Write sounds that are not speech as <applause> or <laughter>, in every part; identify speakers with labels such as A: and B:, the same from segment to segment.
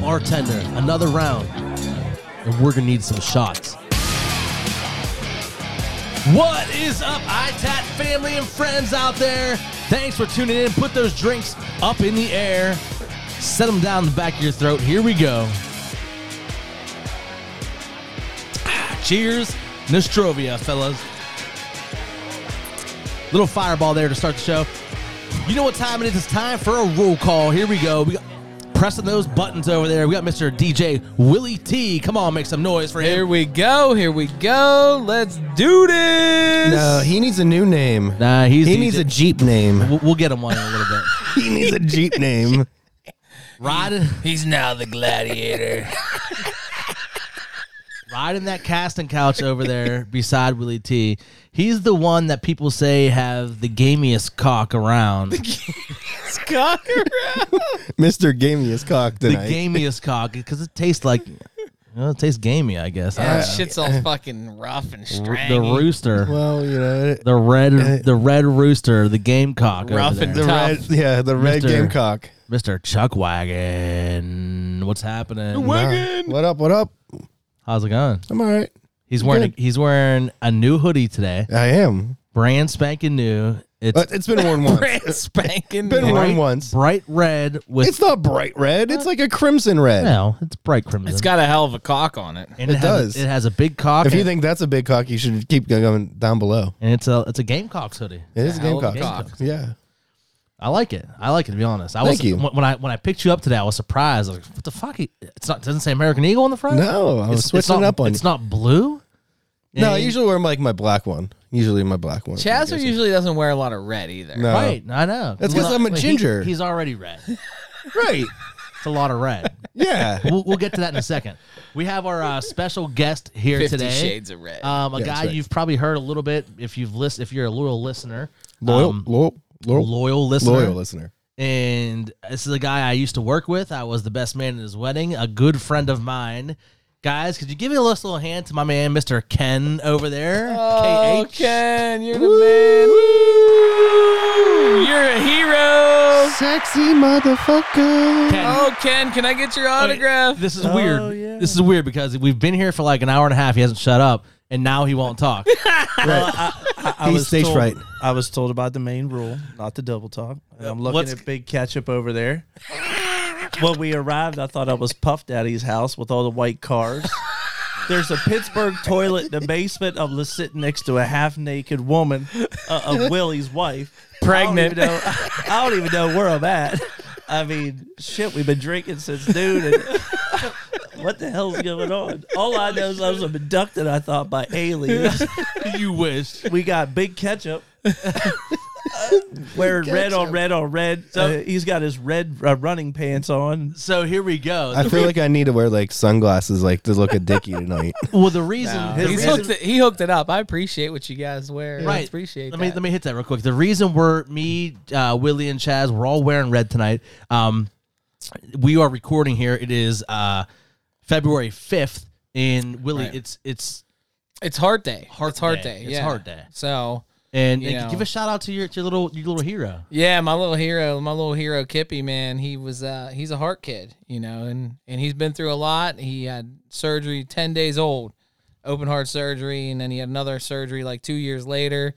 A: bartender another round, and we're gonna need some shots. What is up, ITAT family and friends out there? Thanks for tuning in. Put those drinks up in the air, set them down the back of your throat. Here we go. Ah, Cheers, Nostrovia, fellas. Little fireball there to start the show. You know what time it is? It's time for a roll call. Here we go. We got pressing those buttons over there. We got Mr. DJ Willie T. Come on, make some noise for him.
B: Here we go. Here we go. Let's do this.
C: No, he needs a new name.
A: Nah, he's
C: he
A: DJ.
C: needs a Jeep name.
A: We'll, we'll get him one in a little bit.
C: He needs a Jeep name.
A: Riding,
B: He's now the
C: <laughs>
B: gladiator.
A: riding that casting couch over there
C: <laughs>
A: beside Willie T. He's the one that people say have the gamiest cock around. The
B: Cock around.
C: Mr. Gamiest Cock tonight.
A: gamiest cock because it tastes
C: <laughs>
A: like, you know, it tastes gamey, I guess. I
B: That
A: don't
B: shit's all fucking rough and
A: know.
B: strangy.
A: the rooster,
C: well, you know, it-
A: the red, the red rooster, the gamecock, over
B: Rough and
A: there.
C: the
B: Tough.
C: red, yeah, the red
A: Mr.
C: Gamecock.
A: Mister Chuckwagon. What's happening?
C: Nah. What up? What up?
A: How's it going?
C: I'm all right.
A: He's wearing a,
C: Good.
A: he's wearing a new hoodie today,
C: I am.
A: brand spanking new. It's
C: But it's been worn once.
B: Brand spanking.
C: Been
B: new.
C: worn once.
A: bright red with
C: It's not bright red. It's like a crimson red.
A: no, it's bright crimson.
B: It's got a hell of a cock on it.
A: and
C: it
A: has-
C: does.
A: it has a big cock.
C: If you
A: and-
C: think that's a big cock, you should keep going down below.
A: and it's a it's a Gamecocks hoodie.
C: It is a
B: Hell of a
C: Gamecock.
B: cock.
C: Yeah.
A: I like it. I like it to be honest. I
C: Thank
A: was
C: you.
A: when when I when I picked you up today, I was surprised. I was like, what the fuck? It's not doesn't say American Eagle on the front.
C: No, I
A: it's,
C: was
A: it's
C: switching
A: not,
C: it up on
A: It's
C: you.
A: not blue.
C: no, I
A: And-
C: usually wear like my black one. Usually my black one.
B: Chazzer usually doesn't wear a lot of red either.
C: No.
A: right. I know.
C: Oh. That's 'cause
A: Well,
C: I'm a
A: he-
C: ginger.
A: he's already red.
C: Right.
A: It's a lot of red.
C: Yeah.
A: <laughs> we'll, we'll get to that in a second. We have our uh, special guest here
B: Fifty Uh,
A: today.
B: Shades of Red.
A: Um, a
C: Yeah, that's
A: guy
C: right.
A: you've probably heard a little bit if you've list if you're a loyal listener,
C: Loyal,
A: Um,
C: loyal, loyal,
A: loyal listener,
C: loyal listener.
A: and this is a guy I used to work with. I was the best man at his wedding, a good friend of mine. Guys, could you give a little hand to my man, Mr. Ken over there?
B: <laughs> oh,
A: KH.
B: Ken, you're the man. Woo! You're a hero.
C: Sexy motherfucker.
A: Ken.
B: Oh, Ken, can I get your
A: Okay,
B: autograph?
A: This is
C: Oh,
A: weird.
C: yeah.
A: This is weird because we've been here for like an hour and a half. He hasn't shut up, and now he won't
B: <laughs>
A: talk.
C: uh,
D: I
C: He's
D: was
C: stage
D: told,
C: fright.
D: I was told about the main rule, not to double talk. And I'm looking
A: What's-
D: at Big Ketchup over there. when we arrived, I thought I was Puff Daddy's house with all the white cars. There's a Pittsburgh toilet in the basement. I'm just sitting next to a half naked woman uh, of Willie's wife.
B: Pregnant.
D: I don't, even know, I don't even know where I'm at. I mean, shit, we've been drinking since noon. And <laughs> what the hell's going on? All I know is I was abducted, I thought, by aliens
A: you wish.
D: we got
C: <laughs>
D: big ketchup. Wearing red on red on red. Uh, he's got his red uh, running pants on.
A: So here we go.
C: I feel like I need to wear like sunglasses, like to look at Dickie tonight. <laughs>
A: well, the reason
B: No,
A: the
B: he's
A: reason-
B: hooked it, he hooked it up. I appreciate what you guys wear. I
A: Right.
B: appreciate
A: let
B: that.
A: me let me hit that real quick. The reason we're me, uh, Willie, and Chaz we're all wearing red tonight. Um, we are recording here. It is uh, February fifth, and Willie,
B: Right.
A: it's it's
B: It's hard day.
A: Heart
B: it's hard
A: day.
B: day.
A: It's
B: yeah.
A: hard day.
B: So
A: and,
B: You
A: and
B: know.
A: give a shout out to your to your little your little hero.
B: yeah, my little hero, my little hero Kippy, man, he was uh he's a heart kid, you know, and and he's been through a lot. He had surgery ten days old, open heart surgery, and then he had another surgery like two years later.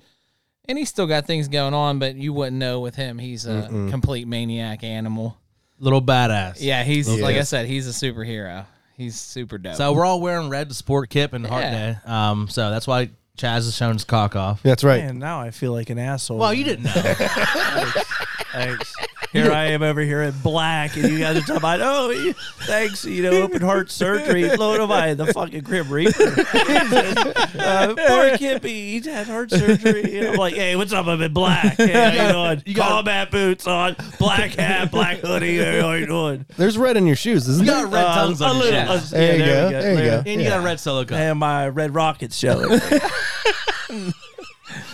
B: And he's still got things going on, but you wouldn't know with him. He's a complete maniac animal.
A: Little badass.
B: Yeah, he's
C: Yes.
B: like I said, he's a superhero. He's super dope.
A: So we're all wearing red to sport kip and heart
B: Yeah.
A: day. Um, so that's why Chaz is showing his cock off.
C: That's right.
D: And now I feel like an asshole.
A: Well, you didn't
D: <laughs>
A: know.
D: Thanks. Here I am over here in black, and you guys are talking about, oh, you- thanks, you know, open heart surgery. Lord, am I the fucking Grim Reaper? <laughs> uh, poor Kippy, he had heart surgery. And I'm like, hey, what's up? I'm in black. Hey, how you doing?
A: You gotta-
D: Combat boots on, black hat, black hoodie. Hey, how you doing?
C: There's red in your shoes, isn't
A: You
C: there?
A: got red
D: Uh,
A: tongues
D: a
A: on your
D: little-
A: chest.
D: uh,
C: There you
D: yeah,
C: go. There you go.
A: and you got a red solo cup.
D: And my Red Rocket show. <laughs>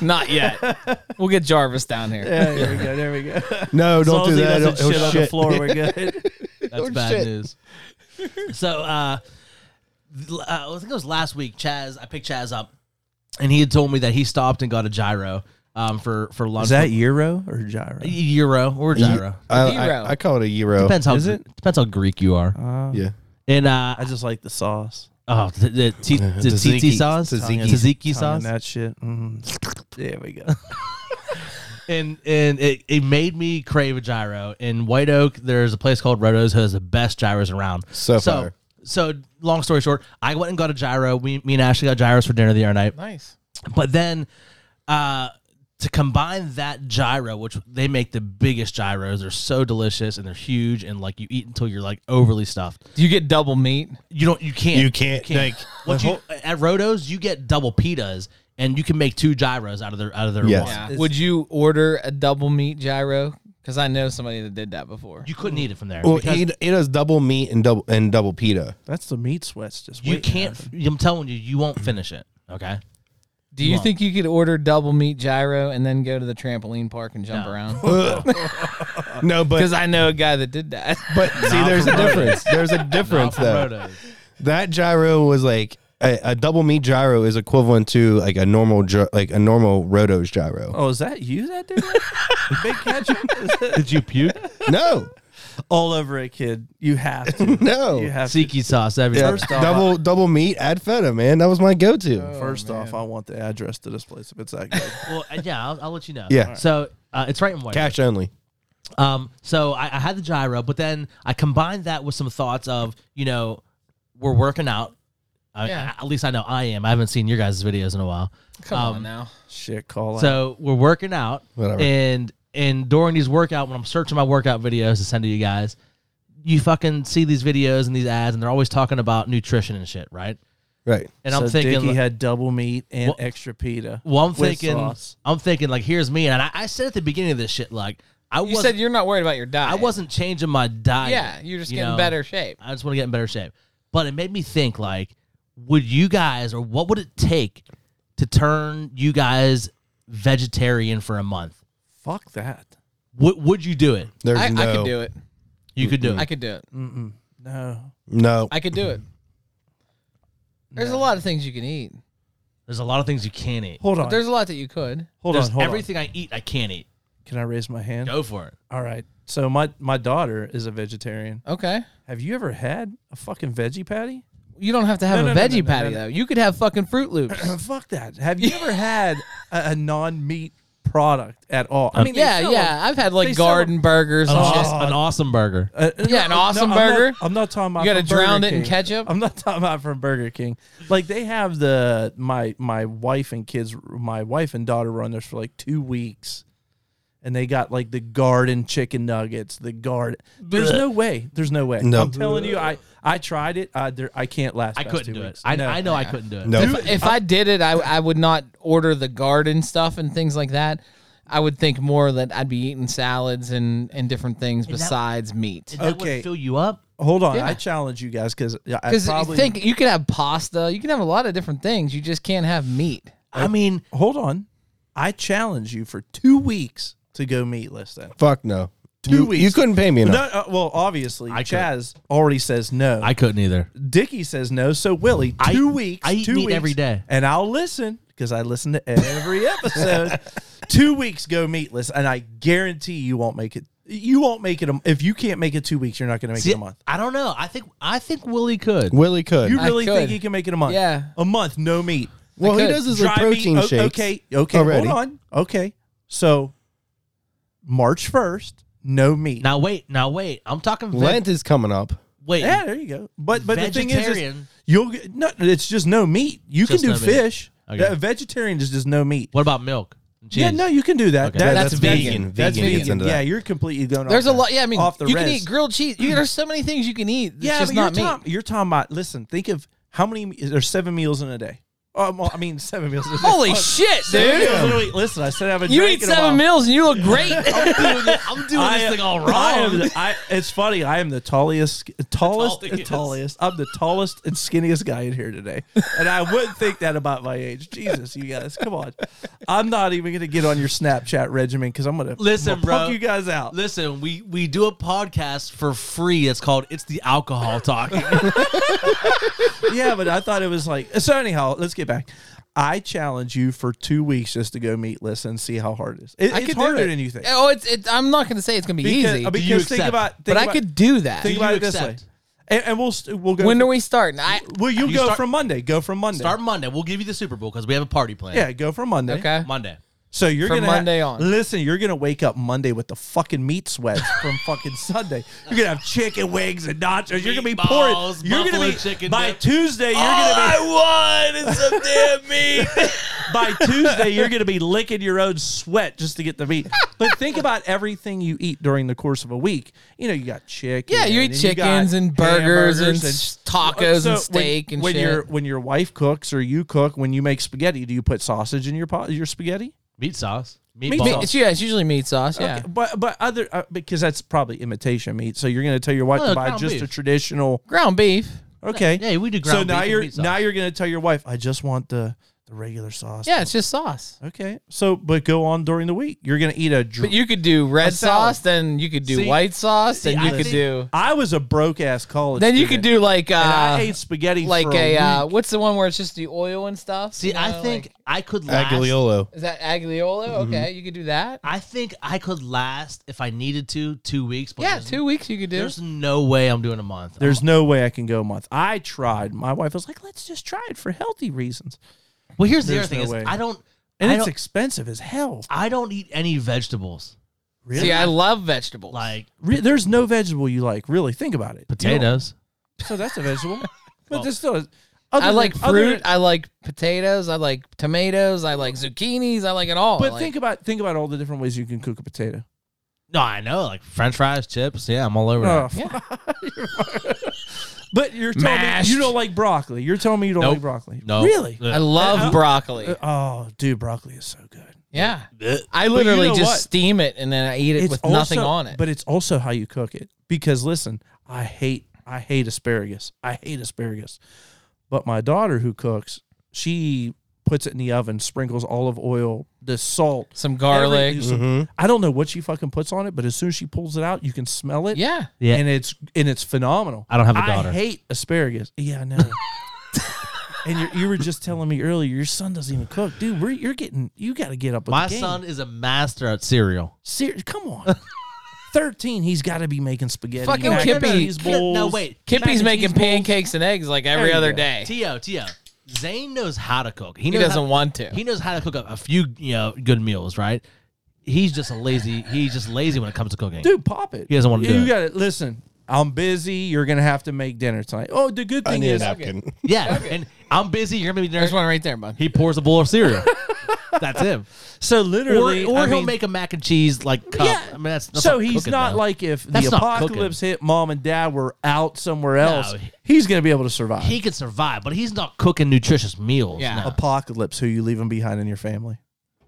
B: Not yet. we'll get Jarvis down <laughs> here.
D: Yeah, there we go. There we go.
C: No,
D: As
C: don't
D: long
C: do
D: as he
C: that.
D: doesn't
C: Oh,
D: shit on the
C: shit. <laughs>
D: floor. We're good.
A: That's
C: Oh,
A: bad
C: shit.
A: news. <laughs> So, uh, l- uh, I think it was last week. Chaz, I picked Chaz up, and he had told me that he stopped and got a gyro um, for for lunch.
D: <laughs> Is that Euro or gyro?
A: euro or gyro?
C: I, I-
B: Gyro.
C: I call it a gyro.
A: Depends how
D: Is it?
A: depends how Greek you are.
D: Uh,
C: Yeah.
A: And uh,
D: I just like the sauce.
A: oh, the, the, t- the
C: Tzatziki.
A: tzatziki sauce,
C: Tzatziki.
A: tzatziki
D: Tongue in
A: sauce.
D: That shit. Mm. There we go.
A: and and it, it made me crave a gyro. In White Oak, there's a place called Roto's who has the best gyros around.
C: So
A: so,
C: far.
A: so long story short, I went and got a gyro. We, me and Ashley got gyros for dinner the other night.
B: Nice.
A: But then, uh, to combine that gyro, which they make the biggest gyros, they're so delicious and they're huge, and like you eat until you're like overly stuffed.
B: Do you get double meat?
A: You don't, you can't,
C: You can't, like,
A: what you at Roto's, you get double pitas, and you can make two gyros out of their out of their
C: Yes.
A: one.
C: Yeah.
B: Would you order a double meat gyro? Because I know somebody that did that before.
A: You couldn't eat it from there.
C: Well,
A: because-
C: he, he does double meat and double and double pita.
D: <laughs> That's the meat sweats. Just
A: You
D: waiting
C: uh,
D: to
A: can't.
D: happen.
A: I'm telling you, you won't finish it. Okay.
B: Do you
A: Come on.
B: think you could order double meat gyro and then go to the trampoline park and jump
A: No. <laughs>
B: around?
C: No, but
B: Because I know a guy that did that.
C: but see, there's a
A: Alpharetta.
C: <laughs> difference. There's a difference though. That gyro was like a, a double meat gyro is equivalent to like a normal gy- like a normal roto's gyro.
D: Oh, is that you that did <laughs> that? Big catch
A: Did you puke?
C: <laughs> No,
D: <laughs> all over it, kid. You have to. <laughs>
C: No.
D: you have to.
A: Tzatziki sauce everywhere.
D: First off, Uh,
C: double double meat add feta, man. That was my go-to.
D: First off, I want the address to this place if it's that good.
A: Well, uh, yeah, I'll, I'll let you know.
C: Yeah.
A: So uh, it's right in white.
C: Cash only.
A: Um. So I, I had the gyro, but then I combined that with some thoughts of you know we're working out. Uh,
B: Yeah.
A: At least I know I am. I haven't seen your guys' videos in a while.
B: <laughs> Come
A: Um,
B: on now.
D: <laughs> Shit, call out.
A: So we're working out,
C: Whatever.
A: and and during these workout, when I'm searching my workout videos to send to you guys, you fucking see these videos and these ads, and they're always talking about nutrition and shit, right?
C: Right.
A: And
D: so
A: I'm thinking,
D: Dickie
A: like-
D: had double meat and
A: Well-
D: extra pita.
A: Well, I'm
D: with
A: thinking,
D: sauce.
A: I'm thinking like, here's me, and I, I said at the beginning of this shit, like, I
B: You
A: wasn't,
B: said you're not worried about your diet.
A: I wasn't changing my diet.
B: Yeah, you're just
A: you
B: getting
A: know?
B: better shape.
A: I just want to get in better shape. But it made me think, like, would you guys, or what would it take to turn you guys vegetarian for a month?
D: fuck that.
A: Would would you do it?
C: There's
B: I,
C: no.
B: I could do it.
A: You could do it.
B: I could do it.
D: No,
C: No.
B: I could do
A: Mm.
B: it. There's a lot of things you can eat.
A: There's a lot of things you can't eat.
D: hold
B: But
D: on,
B: there's a lot that you could.
D: Mm-hmm. hold
A: There's
D: on, hold
A: everything I eat, I can't eat.
D: on. Can I raise my hand?
A: Go for it.
D: All right. So my my daughter is a vegetarian.
B: Okay.
D: Have you ever had a fucking veggie patty? <clears throat>
B: You don't have to have
D: No,
B: a
D: no, no,
B: veggie
D: no, no,
B: patty
D: no, no.
B: though. You could have fucking Fruit Loops.
D: Fuck that.
B: <laughs>
D: Have you ever had a, a non meat product at all? I mean, they
B: Um, yeah,
D: sell
B: yeah. I've had
D: they
B: like
D: sell 'em.
B: garden burgers and
D: Oh.
A: An,
B: shit.
A: awesome, an awesome burger.
D: Uh,
B: Yeah, an awesome
D: I'm not-
B: burger.
D: I'm not talking about.
B: You gotta
D: from Burger
B: drown it in
D: King.
B: ketchup?
D: I'm not talking about from Burger King. Like they have the my my wife and kids, my wife and daughter were on this for like two weeks, and they got like the garden chicken nuggets. The garden. There's no way. There's no way.
C: No.
D: I'm telling you, I I tried it. I there, I can't last.
A: I
D: past
A: couldn't
D: two
A: do it.
D: weeks.
A: I,
D: No.
A: I know I couldn't do it.
C: No.
B: If, if I did it, I, I would not order the garden stuff and things like that. I would think more that I'd be eating salads and, and different things besides meat.
A: And that
D: Okay.
A: would fill you up.
D: Hold on.
B: Yeah.
D: I challenge you guys because I
B: Because
D: probably
B: think you can have pasta, you can have a lot of different things. You just can't have meat.
A: I mean,
D: hold on. I challenge you for two weeks to go meatless. Then
C: Fuck no.
D: Two
C: you,
D: weeks.
C: You couldn't pay me
D: No,
C: enough.
D: uh, well, obviously,
A: I could.
D: Chaz already says no.
A: I couldn't either.
D: Dicky says no. So Willie,
A: I-
D: two weeks,
A: I eat
D: two
A: meat
D: weeks
A: every day.
D: and I'll listen because I listen to every episode. two weeks go meatless, and I guarantee you won't make it. You won't make it. A, if you can't make it two weeks, you're not going to make
A: See,
D: it a month.
A: I don't know. I think I think Willie could.
C: Willie could.
D: You
B: I
D: really
B: could.
D: think you can make it a month?
B: Yeah.
D: a month, no meat.
C: well, he
B: could.
C: does his like,
D: Dry meat,
C: protein
D: o-
C: shakes.
D: Okay, okay.
C: already.
D: Hold on. Okay, so March first, no meat.
A: Now wait, now wait. I'm talking veg-
C: Lent is coming up.
A: Wait,
D: yeah, there you go. But but the thing is, is
A: Vegetarian.
D: you'll get- no. It's just no meat. You
A: Just
D: can
A: no
D: do
A: meat.
D: fish.
A: Okay.
D: A vegetarian is just no meat.
A: what about milk? and
D: Yeah,
A: cheese?
D: no, you can do that.
A: Okay.
D: That-
A: Yeah,
B: that's vegan.
D: That's vegan.
C: gets into
D: Yeah,
C: that.
D: you're completely going.
B: There's a
D: off the-
B: lot. Yeah, I mean,
D: off the
B: you
D: rest.
B: can eat grilled cheese. You, there's so many things you can eat. That's
D: Yeah,
B: just
D: but
B: not meat.
D: you're, talking, you're talking about. Listen, think of how many. me- There's seven meals in a day. Um, well, I mean, seven meals. In a day. <laughs>
B: Holy shit,
D: Seven
B: dude!
D: meals in a week. Listen, I said I haven't.
B: You
D: drank
B: eat
D: in a
B: seven
D: while.
B: meals and you
D: <laughs>
B: look great.
A: I'm doing this thing all
D: I am
A: wrong.
D: the- I- it's funny. I am the tallest, tallest, and
A: tallest.
D: tallest. I'm the tallest and skinniest guy in here today, and I wouldn't think that about my age. Jesus, you guys, come on. I'm not even gonna get on your Snapchat regimen because I'm gonna
A: Listen,
D: I'm gonna
A: bro.
D: punk you guys out.
A: Listen, we we do a podcast for free. It's called "It's the Alcohol Talking."
D: yeah, but I thought it was like so. Anyhow, let's get back. I challenge you for two weeks just to go meatless and see how hard it is. It,
B: I
D: it's
B: could do
D: harder
B: it.
D: than you think.
B: Oh, it's. It, I'm not going to say it's going to be
D: Because,
B: easy,
D: uh, because
A: you
D: think
A: accept?
D: about, think
B: but I
D: about-
B: could do that.
D: think
A: Do
D: about
A: you
D: it this way,
A: accept?
D: and, and we'll st- we'll go.
B: when
D: from,
B: are we starting? I
D: Well, you,
A: You
D: go
A: start-
D: from Monday. Go from Monday.
A: Start Monday. We'll give you the Super Bowl because we have a party plan.
D: yeah, go from Monday.
B: okay.
A: Monday.
D: So you're
B: From
D: gonna ha-
B: Monday on.
D: Listen, you're gonna wake up Monday with the fucking meat sweats from <laughs> fucking Sunday. You're gonna have chicken wings and nachos. You're gonna be pouring.
A: Meatballs,
D: You're
A: buffalo
D: gonna be
A: chicken
D: by
A: dip.
D: Tuesday. You're gonna be
A: want is some damn meat. Oh! <laughs>
D: by Tuesday. You're gonna be licking your own sweat just to get the meat. But think about everything you eat during the course of a week. You know, you got chicken.
B: Yeah, you eat
D: and got
B: chickens and burgers and,
D: hamburgers
B: s- tacos
D: So
B: and steak
D: when,
B: and
D: when
B: shit.
D: your when your wife cooks or you cook when you make spaghetti, do you put sausage in your pot, your spaghetti?
A: Meat sauce.
D: Meat
B: Me-
A: Meatballs.
B: it's, yeah, it's usually meat sauce. Yeah.
D: Okay, but but other uh, because that's probably imitation meat. So you're going to tell your wife
A: No,
D: to buy
A: ground
D: just
A: beef.
D: a traditional.
B: Ground beef.
D: Okay.
A: Yeah, we do ground
D: so
A: beef
D: now
A: and
D: you're
A: meat sauce.
D: now you're going to tell your wife, I just want the the regular sauce.
B: Yeah, it's just sauce.
D: Okay. So but go on during the week. You're going to eat a. Dr-
B: But you could do red
D: salad.
B: sauce, then you could do
A: See-
B: white sauce, then
A: see,
B: you
A: I
B: could
A: think-
B: do.
D: I was a broke ass college.
B: Then you
D: student,
B: could do like
D: And I
B: uh,
D: ate spaghetti
B: like
D: for
B: a,
D: week.
B: uh, what's the one where it's just the oil and stuff?
A: See,
B: you
A: I
B: know,
A: think
B: like- Mm-hmm.
A: I could last.
C: Agliolo.
B: is that agliolo? Okay, you could do that.
A: I think I could last if I needed to two weeks. But
B: Yeah,
A: there's-
B: two weeks you could do.
A: There's no way I'm doing a month.
D: There's no way I can go a month. I tried. My wife was like, "Let's just try it for healthy reasons,"
A: well, here's the
D: there's
A: other thing
D: no
A: is
D: way.
A: I don't.
D: and
A: I
D: it's
A: don't,
D: expensive as hell.
A: I don't eat any vegetables
D: Really?
B: See, I love vegetables.
A: like
D: Re- there's no vegetable you like. Really, think about it. You don't-
A: potatoes.
D: So that's
B: <laughs>
D: a vegetable. but
A: Well,
D: there's still. Other
B: I
D: than-
B: like
D: other
B: fruit.
D: than-
B: I like potatoes. I like tomatoes. I like zucchinis. I like it all.
D: but
B: Like,
D: think about think about all the different ways you can cook a potato.
A: No, I know like French fries, chips. Yeah, I'm all over
D: Oh,
A: that.
D: <laughs>
B: yeah.
D: but you're telling
B: Mashed.
D: me you don't like broccoli. You're telling me you don't
A: Nope.
D: like broccoli.
A: No,
D: really.
B: I
A: Ugh.
B: love
D: Uh,
B: broccoli.
D: Uh, oh, dude, broccoli is so good.
B: yeah,
A: Ugh.
B: I
D: you
B: literally
D: know
B: just
D: what?
B: steam it and then I eat it with nothing
D: also-
B: on it.
D: But it's also how you cook it. Because listen, I hate I hate asparagus. I hate asparagus. But my daughter who cooks, she puts it in the oven, sprinkles olive oil, the salt,
B: Some garlic.
D: everything.
A: Mm-hmm.
D: I don't know what she fucking puts on it, but as soon as she pulls it out, you can smell it.
B: Yeah,
A: Yeah.
D: and it's and it's phenomenal.
A: I don't have a daughter.
D: I hate asparagus. Yeah,
B: <laughs>
D: I know. and you you were just telling me earlier, your son doesn't even cook, dude. We're, you're getting you got to get up. With
A: My
D: the game.
A: son is a master at cereal.
D: Ser-
A: <laughs>
D: come on. Thirteen, he's got to be making spaghetti.
B: Fucking
D: mac and
B: Kippy.
D: cheese
A: No,
D: balls.
A: wait,
D: Mac
B: Kippy's
D: and
B: making
D: cheese balls.
B: pancakes and eggs like every
D: There you
B: other
D: go.
B: day.
A: Tio, Tio, Zane knows how to cook.
B: He
A: knows how-
B: doesn't want to.
A: He knows how to cook a, a few, you know, good meals, right? He's just a lazy. He's just lazy when it comes to cooking.
D: dude, pop it.
A: He doesn't wanna do
D: You
A: it.
D: got to listen. I'm busy. You're gonna have to make dinner tonight. Oh, the good
C: I
D: thing
C: need a
D: is,
C: napkin.
A: Yeah, and I'm busy. You're gonna be
B: There's
A: nervous.
B: one right there, bud.
A: He pours a bowl of cereal.
D: <laughs>
A: that's him.
D: so
A: Or, or
D: literally,
A: he'll
D: I mean,
A: make a mac and cheese like cup.
D: Yeah.
A: I mean, that's, that's
D: so he's
A: cooking,
D: not
A: though.
D: like if
A: That's
D: the
A: not cooking.
D: apocalypse hit, mom and dad were out somewhere else.
A: he-
D: he's gonna be able to survive.
A: he could survive, but he's not cooking nutritious meals.
B: Yeah.
A: no.
D: apocalypse, who you leaving behind in your family?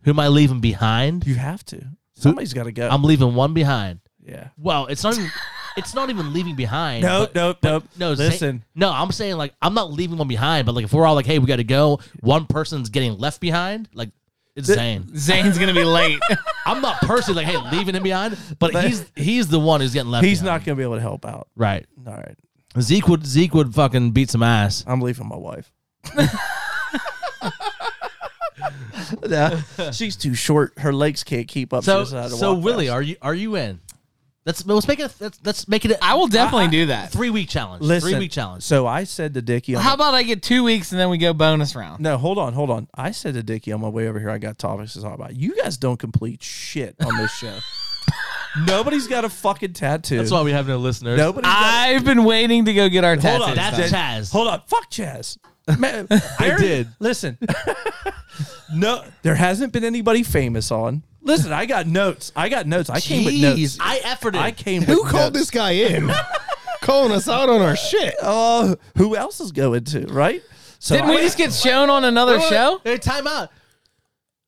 A: Who am I leaving behind?
D: You have to. Somebody's got to go.
A: I'm leaving one behind.
D: yeah.
A: Well, it's not even. It's not even leaving behind.
D: Nope,
A: but-
D: nope,
A: but-
D: nope.
A: No, Zane-
D: Listen.
A: no, I'm saying like I'm not leaving one behind, but like if we're all like, hey, we got to go, one person's getting left behind. Like it's Zane.
B: Zane's gonna be late.
A: I'm not personally like, hey, leaving him behind, but he's he's the one who's getting left.
D: He's
A: behind.
D: not gonna be able to help out.
A: right.
D: All right.
A: Zeke would Zeke would fucking beat some ass.
D: I'm leaving
A: <laughs>
D: my wife.
A: <laughs>
D: Nah, she's too short. Her legs can't keep up.
A: So so Willie, are you are you in? Let's let's make it. Let's, let's make it a
B: <laughs> I will definitely
D: Uh,
B: do that.
A: three week challenge.
D: listen,
A: three week challenge.
D: So I said to Dickie, on
B: How
D: my-
B: about I get two weeks and then we go bonus round?
D: no, hold on, hold on. I said to Dickie on my way over here, I got topics to talk about. You guys don't complete shit on
A: <laughs>
D: this show. Nobody's got a fucking tattoo.
A: That's why we have no listeners.
D: Nobody's got a-
B: I've been waiting to go get our
D: Hold
B: tattoos.
D: on,
A: That's
B: done.
A: Chaz.
D: Hold on. Fuck Chaz.
A: <laughs>
D: Man, there-
A: did. <laughs>
D: Listen. no, there hasn't been anybody famous on. Listen, I got notes. I got notes. I came with notes.
A: Jeez, I efforted.
D: I came
C: Who
D: with
C: called
D: notes.
C: this guy in? <laughs> Calling us out on our shit.
D: Oh, who else is going to, right? So
B: Didn't we
D: I-
B: just get shown on another
A: Wait, wait,
B: show?
A: Hey, time out.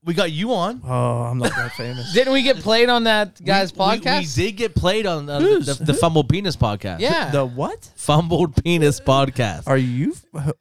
A: We got you on.
D: Oh, I'm not that
B: <laughs>
D: famous.
B: Didn't we get played on that guy's
A: We- we-
B: podcast?
A: We, did get played on uh,
D: Who's-
A: the, the Fumbled Penis podcast.
B: yeah.
D: the what?
A: Fumbled Penis podcast.
D: Are you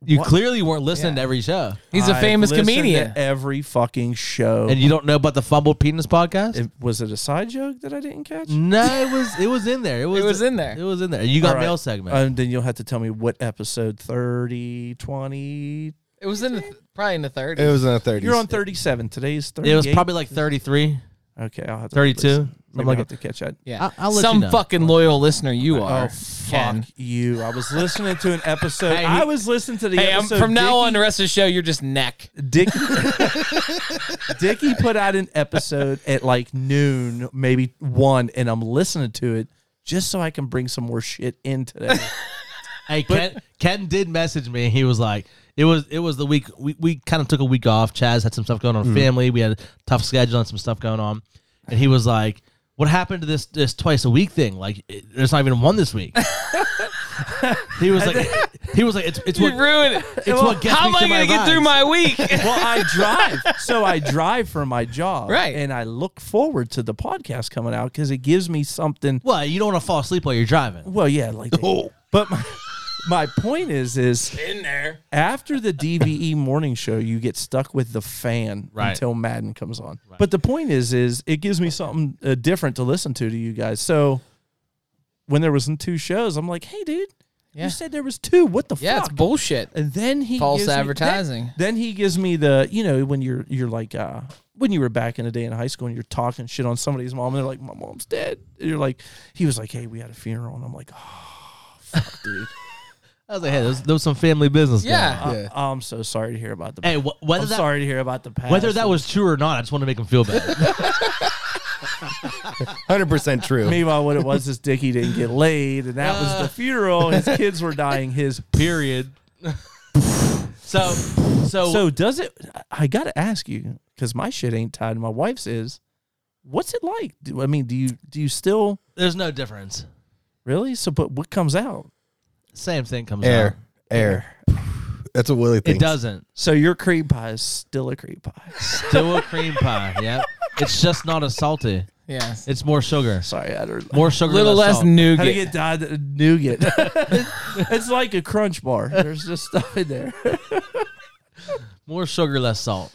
A: you
D: what?
A: clearly weren't listening
B: Yeah.
A: to every show.
B: He's a
D: I've
B: famous
D: listened to
B: comedian.
D: every fucking show.
A: And you don't know about the Fumbled Penis podcast?
D: It- was it a side joke that I didn't catch?
A: no, it was it was in there. It was,
B: was in there.
A: It was in there. You got
D: All right. Uh,
A: mail segment.
D: Um, then you'll have to tell me what episode 30, 20,
B: It was in the th- probably in the 30s.
C: It was in the 30s.
D: You're on
B: uh,
D: 37. Today is 38.
A: It was probably like 33,
D: okay. I'll have to
A: 32.
D: listen. Maybe
A: something
D: I'll
A: like
D: have
A: it.
D: to catch that.
B: yeah.
A: I- I'll let
B: Some
A: you know.
B: fucking loyal listener you are.
D: Oh fuck
B: Ken.
D: you! I was listening to an episode.
B: Hey,
D: I
B: he-
D: was listening to the
B: Hey, I'm,
D: episode.
B: from now
D: Dickie-
B: on, the rest of the show, you're just neck.
D: Dick Dickie put out an episode at like noon, maybe one, and I'm listening to it just so I can bring some more shit in today.
A: Hey, Ken, Ken did message me. He was like, it was it was the week we, we kind of took a week off. Chaz had some stuff going on with family. We had a tough schedule and some stuff going on. And he was like, what happened to this this twice a week thing? Like it, there's not even one this
B: <laughs>
A: week. he was like he was like it's it's
B: You
A: what
B: ruined it.
A: it's what gets
B: How am
A: me
B: I
A: to
B: going to get through
A: vibes.
D: <laughs>
B: my week?
D: <laughs> well, I drive, so I drive from my job,
B: Right.
D: And I look forward to the podcast coming out because it gives me something.
A: Well, you don't want to fall asleep while you're driving.
D: Well, yeah, like, but my my point is is
B: in there.
D: after the DVE morning show, you get stuck with the fan
A: Right.
D: until Madden comes on. But the point is, is it gives me something uh, different to listen to to you guys. So when there wasn't two shows, I'm like, hey, dude,
B: Yeah.
D: you said there was two. What the
B: Yeah,
D: fuck?
B: it's bullshit.
D: and then he
B: False
D: gives me- then-
B: advertising.
D: then, he gives me the you know when you're you're like uh, when you were back in the day in high school and you're talking shit on somebody's mom and they're like my mom's dead. And you're like he was like hey we had a funeral and I'm like oh,
A: I was like, hey, there's, there was some family business. going
B: <laughs> Yeah.
A: on.
C: Yeah.
D: I, am Uh, so sorry to hear about the.
A: Hey, wh- whether
D: I'm
A: that
D: sorry to hear about the past.
A: whether that was true or not, I just want to make him feel
B: <laughs>
A: bad.
C: 100% true.
D: Meanwhile, what it was is Dickie didn't get laid, and that was the funeral. His kids were dying. His
A: Period. <laughs> so, so
D: so does it? I got to ask you because my shit ain't tied. to My wife's is. What's it like? Do, I mean, do you do you still
A: there's no difference.
D: really? So, but what comes out?
A: Same thing comes out.
C: Air. Air. That's what Willie
A: It
C: thinks.
A: doesn't.
D: So your cream pie is still a cream pie.
A: Still a cream
C: <laughs>
A: pie. Yep. It's just not as salty.
B: Yeah.
A: It's more sugar.
D: Sorry, I don't.
A: More sugar.
B: A little
A: less
B: less
A: salt.
D: How to
B: nougat.
D: get died nougat? <laughs> it's like a crunch bar. There's just stuff in there.
A: More sugar, less salt.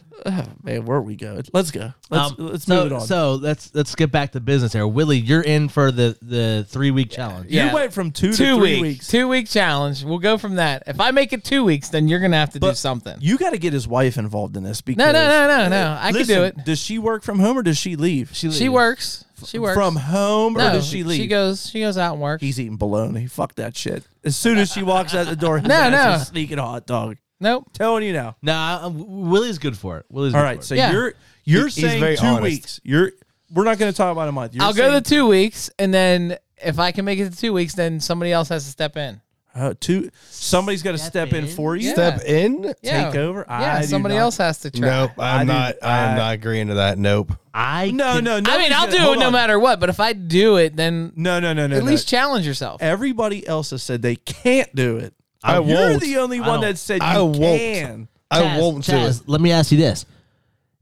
D: Man, where we go? Let's go. Let's
A: Um,
D: let's
A: so,
D: move it on.
A: So let's let's get back to business here. Willie, you're in for the the three week challenge.
D: you
B: Yeah.
D: went from two, to
B: two
D: three
B: week,
D: weeks.
B: two week challenge. We'll go from that. If I make it two weeks, then you're gonna have to do
D: But
B: something.
D: You got to get his wife involved in this because
B: no, no, no, no, no. I
D: Listen,
B: can do it.
D: Does she work from home or does she leave?
B: She works. She works
D: from home
B: No,
D: or does she leave?
B: She goes. She goes out and works.
D: He's eating bologna. Fuck that shit. As soon as she walks out
B: <laughs>
D: the door, his
B: No,
D: ass
B: no.
D: is sneaking a hot dog.
B: nope.
D: Telling you now.
A: Nah, um, Willie's good for it. Willie's
D: All
A: good
D: right,
A: for
D: so
A: it.
B: Yeah.
D: you're you're
C: He's
D: saying
C: very
D: two
C: honest.
D: weeks. You're we're not going to talk about a month. You're
B: I'll
D: saying,
B: go the two weeks, and then if I can make it to two weeks, then somebody else has to step in.
D: uh, two. Somebody's got to
A: Step
D: step in
A: in.
D: for you.
B: Yeah.
C: Step in?
B: Yeah.
D: Take over?
B: Yeah.
D: I do
B: somebody
D: not.
B: else has to try.
C: Nope.
D: I
C: I'm
D: do-
C: not. I
D: I-
C: am not agreeing to that. Nope.
A: I
D: No,
A: can-
D: no, no.
B: I mean, I'll do it no matter what. But if I do it, then
D: No, no, no, no.
B: at
D: no.
B: least challenge yourself.
D: everybody else has said they can't do it.
C: I
D: You're
C: won't.
D: the only
A: I
D: one
A: don't-
D: that said you
C: I won't.
D: can.
C: I
A: Chaz,
C: won't do
A: Chaz,
C: it.
A: Let me ask you this: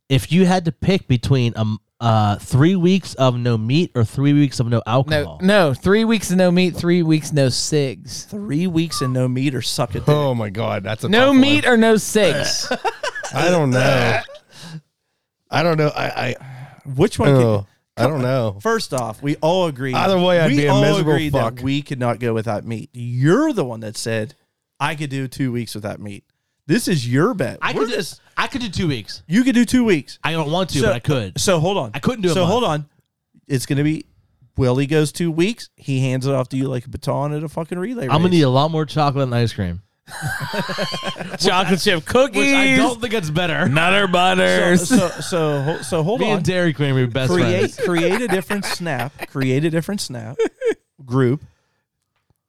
A: If you had to pick between um uh three weeks of no meat or three weeks of no
B: No,
A: alcohol,
B: no. Three weeks of no meat. Three weeks no cigs.
D: Three weeks and no meat or
C: <laughs>
D: suck it.
C: Oh my god, that's a
B: No
C: tough one.
B: meat or no cigs.
C: I don't know. I don't know. I I,
D: Which one?
C: oh,
D: Can,
C: I don't know.
D: first off, we all agree.
C: Either way, I'd
D: we
C: be a
D: all
C: miserable
D: agreed
C: fuck.
D: That we could not go without meat. You're the one that said I could do two weeks without meat. This is your bet.
A: I
D: We're
A: could just I could do two weeks.
D: You could do two weeks.
A: I don't want to, but I could.
D: So hold on.
A: I couldn't do a
D: So
A: month.
D: hold on. It's gonna be Willie goes two weeks. He hands it off to you like a baton at a fucking relay.
A: I'm gonna
D: race.
A: need a lot more chocolate and ice <laughs> cream.
B: Chocolate chip cookies.
A: Which I don't think it's <laughs> better.
B: Nutter butters.
D: So, so, so, ho- so hold
A: <laughs> Me
D: on.
A: and Dairy Queen are best
D: create
A: friends.
D: create a different snap. Create a different snap group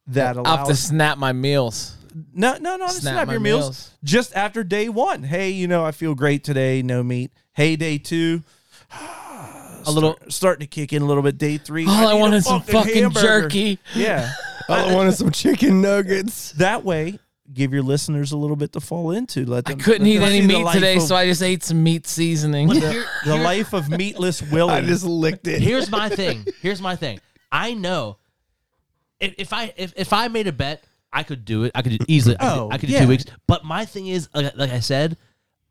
D: that
B: I'll have to
D: allows
B: snap my meals.
D: no no no
B: snap
D: snap,
B: my
D: your meals,
B: meals.
D: just after day one. Hey, you know I feel great today. No meat. Hey, day two.
A: A little.
D: Starting to kick in a little bit. Day three.
B: All I
D: need a
B: wanted some fucking
D: hamburger.
B: jerky. <laughs>
D: Yeah.
C: All I want is some chicken nuggets.
D: That way, give your listeners a little bit to fall into. Let them.
B: Couldn't
D: let
B: eat
D: them
B: any
D: see the
B: meat
D: life
B: today,
D: of-
B: so I just ate some meat seasoning.
D: the life of meatless
A: <laughs>
D: Willie.
C: I just licked it.
A: <laughs> Here's my thing. Here's my thing. I know if, if I if, if I made a bet, I could do it. I could do easily. I could, do-
D: Oh,
A: I could
D: yeah.
A: do two weeks. But my thing is, like, like I said,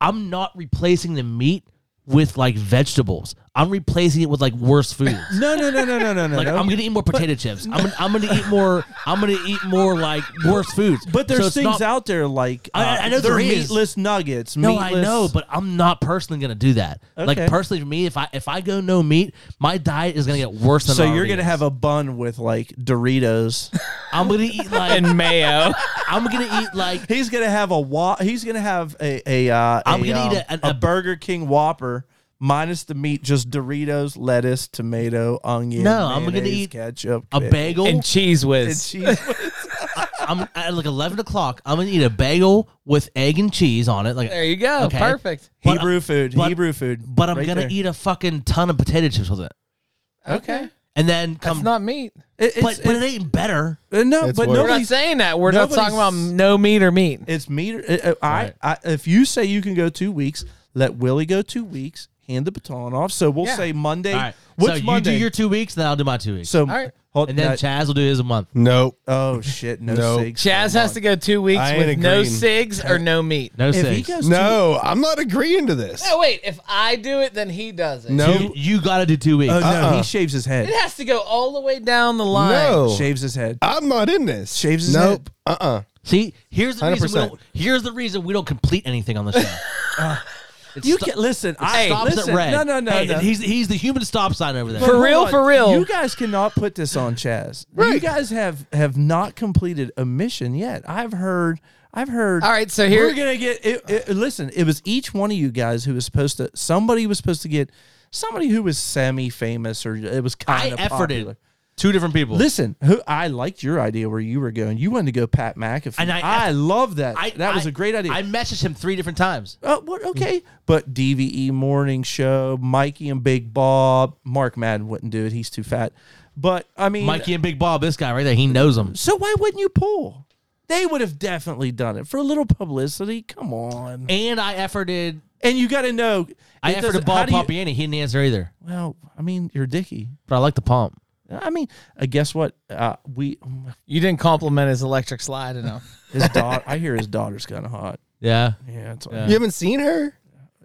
A: I'm not replacing the meat with like vegetables. I'm replacing it with like worse <laughs> foods.
D: No, no, no, no, no, no,
A: <laughs>
D: no.
A: Like
D: no.
A: I'm gonna eat more potato chips. I'm gonna, I'm gonna eat more. I'm gonna eat more like worse foods.
D: but there's
A: So it's
D: things
A: not-
D: out there like uh,
A: I- I- I know
D: they're
A: there is.
D: meatless nuggets.
A: No,
D: meatless,
A: I know, but I'm not personally gonna do that.
D: Okay.
A: Like personally for me, if I if I go no meat, my diet is gonna get worse than. it
D: so you're
A: already
D: gonna
A: is.
D: have a bun with like Doritos.
A: I'm gonna
D: <laughs>
A: eat like.
B: <laughs> and mayo.
A: I'm gonna eat like.
D: he's gonna have a wa- He's gonna have a a. Uh,
A: I'm
D: a,
A: gonna eat
D: um,
A: a- a-
D: Burger King Whopper. Minus the meat, just Doritos, lettuce, tomato, onion.
A: No, I'm gonna
D: mayonnaise,
A: eat
D: ketchup,
A: A
D: pickle,
A: bagel.
B: and cheese
D: and
B: whiz.
D: <laughs> cheese.
A: I'm at like 11 o'clock. I'm gonna eat a bagel with egg and cheese on it. Like
B: There you go.
A: Okay.
B: Perfect.
A: But-
D: Hebrew food.
A: but-
D: Hebrew food.
A: but I'm
D: right
A: gonna
D: there.
A: eat a fucking ton of potato chips with it,
B: Okay.
A: and then come.
B: That's not meat.
D: It-
A: but
D: it's,
A: but it ain't better.
D: it- no,
C: It's
D: but
C: worse.
B: We're not
D: nobody's
B: saying that. We're not talking about
D: nobody's-
B: no meat or meat.
D: It's me. uh, uh, I, I, if you say you can go two weeks, let Willie go two weeks. Hand the baton off. So we'll
B: Yeah.
D: say Monday.
A: All right.
D: What's
A: so you
D: Monday?
A: do your two weeks, then I'll do my two weeks.
D: so
B: right.
D: hold,
A: and then
D: that-
A: Chaz will do his a month.
C: Nope.
D: oh shit, no,
C: No.
D: cigs.
B: Chaz has to go two weeks
C: I ain't
B: with no
C: agreeing.
B: cigs or no meat.
A: No
D: If
A: six.
D: he goes two,
C: No, I'm not agreeing to this.
B: No, wait. If I do it, then he does it.
C: No.
A: you, you gotta do two weeks.
D: oh no,
C: Uh-uh.
D: he shaves his head.
B: It has to go all the way down the line.
C: No. Uh,
D: Shaves his head.
C: I'm not in this.
D: Shaves his
C: Nope. Uh-uh.
A: See, here's the reason. We
C: 100%.
A: don't, here's the reason we don't complete anything on the
D: <laughs>
A: show. It's
D: Uh, You
A: sto-
D: can listen. I
A: stops
D: listen,
A: at red.
D: No, no, no.
A: Hey,
D: no.
A: He's he's the human stop sign over there.
D: But hold
B: real,
D: on.
B: for real.
D: You guys cannot put this on Chaz. You
C: Right.
D: guys have have not completed a mission yet. I've heard. I've heard.
B: All right, so here-
D: we're gonna get. It, it, listen, it was each one of you guys who was supposed to. Somebody was supposed to get somebody who was semi-famous or it was
A: I
D: kind of
A: efforted
D: popular.
A: two different people.
D: Listen, who I liked your idea where you were going. You wanted to go Pat McAfee.
A: And
D: I,
A: I-
D: love that.
A: I-
D: that was
A: I-
D: a great idea.
A: I messaged him three different times.
D: Oh, what? Okay. But DVE morning show, Mikey and Big Bob. Mark Madden wouldn't do it. He's too fat. But I mean,
A: Mikey and Big Bob, this guy right there, he knows them.
D: so why wouldn't you pull? They would have definitely done it for a little publicity. Come on. And,
A: And I efforted.
D: you got to know.
A: I
D: it
A: efforted
D: doesn't-
A: Bob
D: how do you-
A: Pompiani. He didn't answer either.
D: Well, I mean, you're Dicky.
A: But I like the pump.
D: I mean, uh, guess what? Uh, we
B: You didn't compliment his electric slide enough.
D: <laughs>
A: <laughs>
D: his daughter. I hear his daughter's kind of hot.
A: Yeah.
D: Yeah, that's what,
C: You haven't seen her?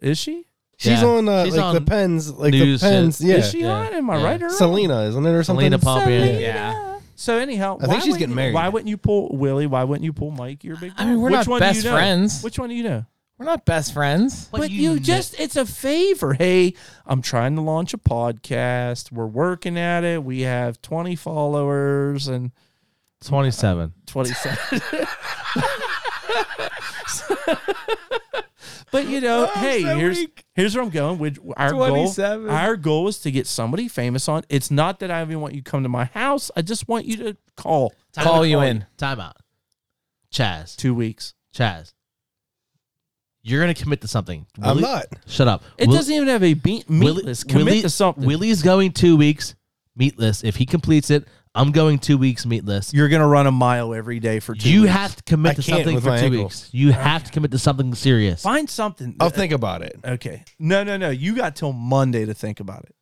D: is she?
C: She's
A: Yeah.
C: on uh,
A: She's
C: like the
A: on
C: pens, like the
A: news shit.
C: pens. Yeah.
D: Is she
A: Yeah,
D: hot? Am I
A: yeah.
D: right or wrong?
C: Selena, isn't it or something?
A: Selena Pompiani.
B: Yeah.
D: So anyhow,
C: I think
D: why
C: she's
D: wouldn't
C: getting
D: you-
C: married.
D: Why wouldn't you pull Willie? Why wouldn't you pull Mike? Your big.
B: I mean,
D: brother?
B: we're
D: Which
B: not
D: one do
B: best
D: you know?
B: friends.
D: Which one do you know?
B: We're not best friends.
D: But, you, just—it's a favor. Hey, I'm trying to launch a podcast. We're working at it. We have 20 followers and
A: 27.
B: <laughs>
D: 27. but you
B: Oh,
D: know, hey, here's here's where I'm going. With our goal,
B: 27.
D: our goal is to get somebody famous on. It's not that I even want you to come to my house. I just want you to call
B: Call you in.
A: Time out. Chaz.
D: two weeks.
A: Chaz. You're going to commit to something.
C: I'm
A: Willie-
C: not.
A: Shut up.
D: It
A: Will-
D: doesn't even have a be-
A: Willie-
D: meatless. Commit
A: Willie-
D: to something.
A: Willie's going two weeks meatless. If he completes it, I'm going two weeks meatless.
D: You're gonna run a mile every day for two.
A: You
D: weeks.
A: have to commit
C: I
A: to
C: can't
A: something
C: with
A: for two
C: my ankle.
A: weeks. You have to commit to something serious.
D: find something.
C: I'll think about it.
D: okay. No, no, no. You got till Monday to think about it.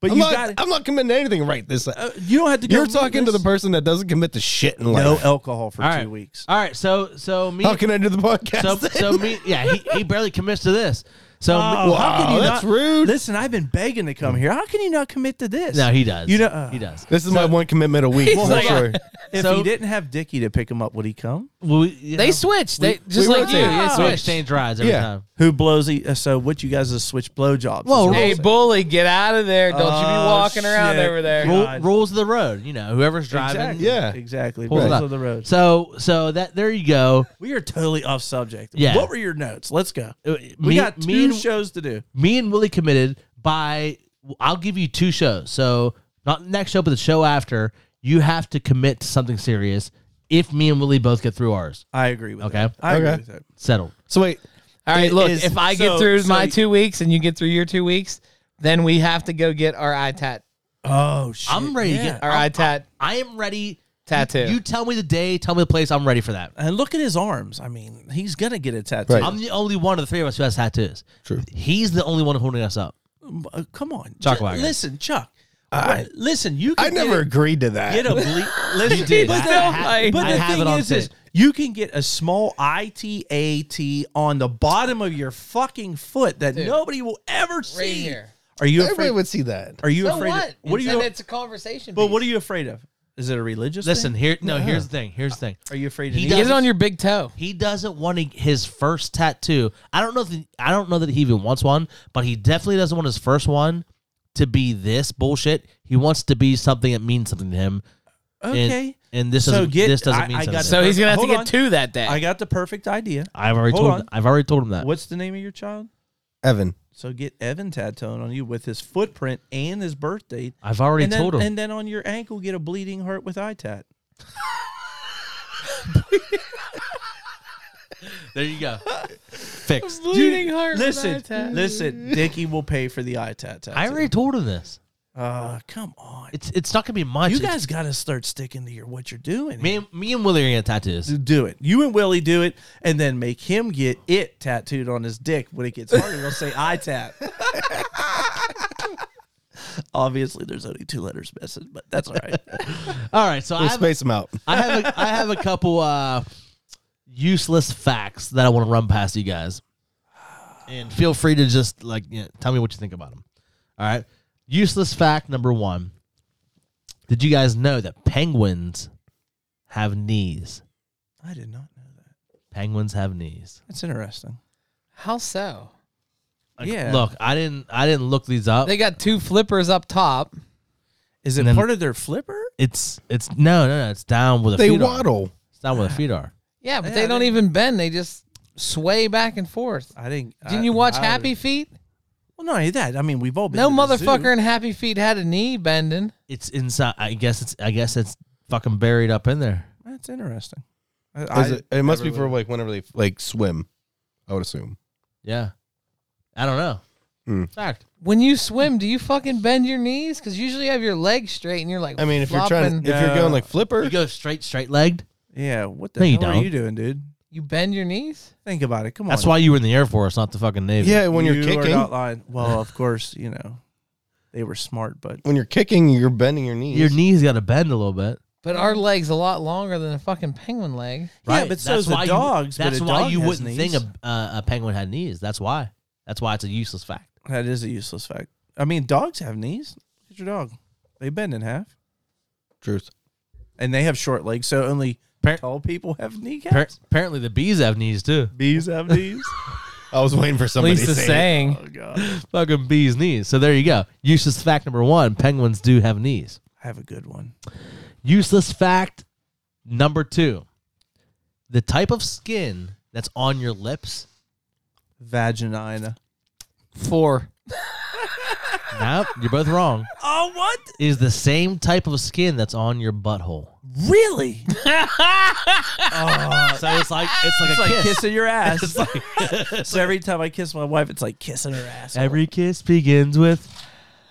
D: But
C: I'm
D: you
C: not,
D: got.
C: I'm not committing to anything right this.
D: Uh, you don't have to. go
C: You're talking to the
D: meatless.
C: person that doesn't commit to shit in
D: no
C: life.
D: alcohol for
A: All
D: two
A: right.
D: weeks.
A: All right. So, so me.
C: How can I do the podcast? <laughs>
A: So,
C: then?
A: so me. Yeah. He, he barely commits to this. So, me-
D: Oh, how can
C: Wow,
D: you
C: that's
D: not-
C: rude.
D: Listen, I've been begging to come here. How can you not commit to this?
A: no, he does.
D: You know, uh,
A: he does.
C: This is my one commitment a week.
B: Well,
C: for
B: hold
C: sure.
D: if
A: So-
D: he didn't have Dickie to pick him up, would he come?
A: Well, we- you
B: They
A: know.
B: switch. They
A: We-
B: just
C: we
B: like you.
C: rotate.
B: Yeah,
A: So we
B: switch.
A: exchange rides every
C: Yeah.
A: time.
D: Who blows? He, uh, so what? You guys have switched blowjobs?
A: Well,
D: Is
A: Hey,
B: Hey,
D: what
B: bully, get out of there! Don't you
D: Oh,
B: be walking around
D: shit.
B: over there.
D: Roll-
A: Ru- rules of the road. You know, whoever's
D: I'm saying.
A: driving.
D: Exactly.
C: Yeah.
D: exactly.
A: pulls it
D: Rules
A: up.
D: of the road.
A: So, so that there you go.
D: We are totally off subject.
A: Yeah.
D: What were your notes? Let's go.
A: Uh,
D: We
A: me-
D: got two
A: me and-
D: shows to do.
A: Me and Willie committed by. I'll give you two shows. So not next show, but the show after. You have to commit to something serious. If me and Willie both get through ours,
D: I agree with
A: Okay.
D: that. I agree
C: Okay.
D: with that.
A: settled.
C: So wait,
B: All right,
D: It
B: look.
D: is-
B: if I get
D: so-
B: through
D: so
B: my
D: you-
B: two weeks and you get through your two weeks, then we have to go get our itat,
D: Oh shit.
A: I'm ready to
D: Yeah.
A: get-
B: our itat
A: I am ready.
B: tattoo.
A: You tell me the day. Tell me the place. I'm ready for that.
D: And look at his arms. I mean, he's gonna get a tattoo.
C: Right.
A: I'm the only one of the three of us who has tattoos.
C: True.
A: He's the only one holding us up.
D: Uh, come on,
A: Chuck
D: Ju-
A: Wagon.
D: Listen, Chuck.
C: I-
D: what- listen, you. Can
C: I
D: get
C: never <laughs>
D: a-
C: agreed to that.
D: get a ble- listen.
B: did.
D: But
B: I
D: the,
B: have-
D: but
A: I
D: the
A: have
D: thing
A: it on
D: is, is
A: tape.
D: You can get a small ITAT on the bottom of your fucking foot that
B: Dude.
D: nobody will ever see.
B: here.
D: Are you
C: Everybody
D: afraid?
C: would see that.
D: are you
B: So
D: afraid?
B: what?
D: Of, what are
B: And
D: you?
B: it's a conversation.
D: But what are
B: piece.
D: you afraid of? Is it a religious?
A: Listen
D: thing?
A: here. No, here's the thing. Here's the thing.
D: are you afraid?
A: He
D: He
B: Get
A: does-
B: it on your big toe.
A: He doesn't want to- his first tattoo. I don't know. If I don't know that he even wants one, but he definitely doesn't want his first one to be this bullshit. He wants to be something that means something to him. And-
D: okay.
A: And, this
D: So
A: doesn't.
D: get-
A: this doesn't
D: I-
A: mean
D: I got
A: something.
B: So he's gonna have
D: Hold
B: to get
D: on.
B: two that day.
D: I got the perfect idea.
A: I've already
D: Hold
A: told.
D: on.
A: I've already told him that.
D: What's the name of your child?
C: Evan.
D: So get Evan tattooed on you with his footprint and his birth date.
A: I've already
D: and then,
A: told him.
D: And then on your ankle, get a bleeding heart with eye tat.
A: there you <laughs> go. Fixed.
B: bleeding heart.
D: Listen, listen, Dickie will pay for the eye tat. tattoo.
A: I already told him this.
D: Uh, come on.
A: It's it's not gonna be much.
D: You
A: It's-
D: guys got to start sticking to your what you're doing.
A: me, and- me and Willie are gonna get tattoos.
D: here. do it. You and Willie do it, and then make him get it tattooed on his dick when it gets harder. They'll say eye tat. Obviously, there's only two letters missing, but that's all right.
A: All right. So I
C: We'll
A: have,
C: space them out.
A: I have a, I have a couple uh, useless facts that I want to run past you guys, and feel free to just like you know, tell me what you think about them. All right. Useless fact number one: Did you guys know that penguins have knees?
D: <laughs> I did not know that.
A: Penguins have knees.
D: That's interesting.
B: How so?
D: yeah.
A: Look, I didn't I didn't look these up.
B: They got two flippers up top.
D: Is it
A: And then-
D: part of their flipper?
A: It's it's no no no. It's down with the
C: They
A: feet are.
C: waddle.
A: It's down where the feet are.
B: Yeah, but
D: Yeah,
B: they don't
D: they-
B: even bend. They just sway back and forth.
D: I didn't.
B: Didn't
D: I-
B: you watch
D: I-
B: Happy Feet?
D: Well, not only that. I mean, we've all been
B: No
D: to the zoo.
B: motherfucker in Happy Feet had a knee bending.
A: It's inside. I guess it's I guess it's fucking buried up in there.
D: That's interesting. I,
C: Is
D: I
C: it, it must be
D: never
C: for like whenever they like swim. I would assume.
A: Yeah. I don't know.
C: Hmm.
A: Fact.
B: When you swim, do you fucking bend your knees? Because usually you have your legs straight and you're like,
C: I mean, if you're trying,
B: flopping.
C: if you're going like
A: You
C: flipper,
A: go straight, straight legged.
D: Yeah, what the
A: No, you
D: hell are
A: don't.
D: you doing, dude?
B: you bend your knees.
D: Think about it. Come on.
A: That's why you were in the Air Force, not the fucking Navy.
C: yeah, when you're
D: You are
C: kicking,
D: not lying. Well, of course, you know they were smart, but
C: when you're kicking, you're bending your knees.
A: Your knees got to bend a little bit.
B: But our legs a lot longer than a fucking penguin leg.
D: Yeah,
A: Right.
D: but so's the
A: why you-
D: dogs, but
A: That's
D: a
A: why
D: dog
A: you
D: has
A: wouldn't
D: knees.
A: think a, uh, a penguin had knees. That's why. That's why it's a useless fact.
D: that is a useless fact. I mean, dogs have knees. Look at your dog; they bend in half,
C: Truth.
D: and they have short legs. So only
A: Par-
D: tall people have kneecaps.
A: Appar- apparently, the bees have knees too.
D: Bees have knees.
C: I was waiting for somebody to say. it.
B: saying.
D: <laughs> oh god, I
A: Fucking bees' knees. So there you go. Useless fact number one: penguins do have knees.
D: have a good one.
A: Useless fact number two: the type of skin that's on your lips.
D: Vagina.
B: Four.
A: nope, you're both wrong.
D: Oh, what?
A: is the same type of skin that's on your butthole.
D: Really?
A: So it's like it's like
D: It's
A: a
D: like
A: kiss.
D: kissing your ass. <laughs> so every time I kiss my wife, it's like kissing her ass.
A: Every kiss begins with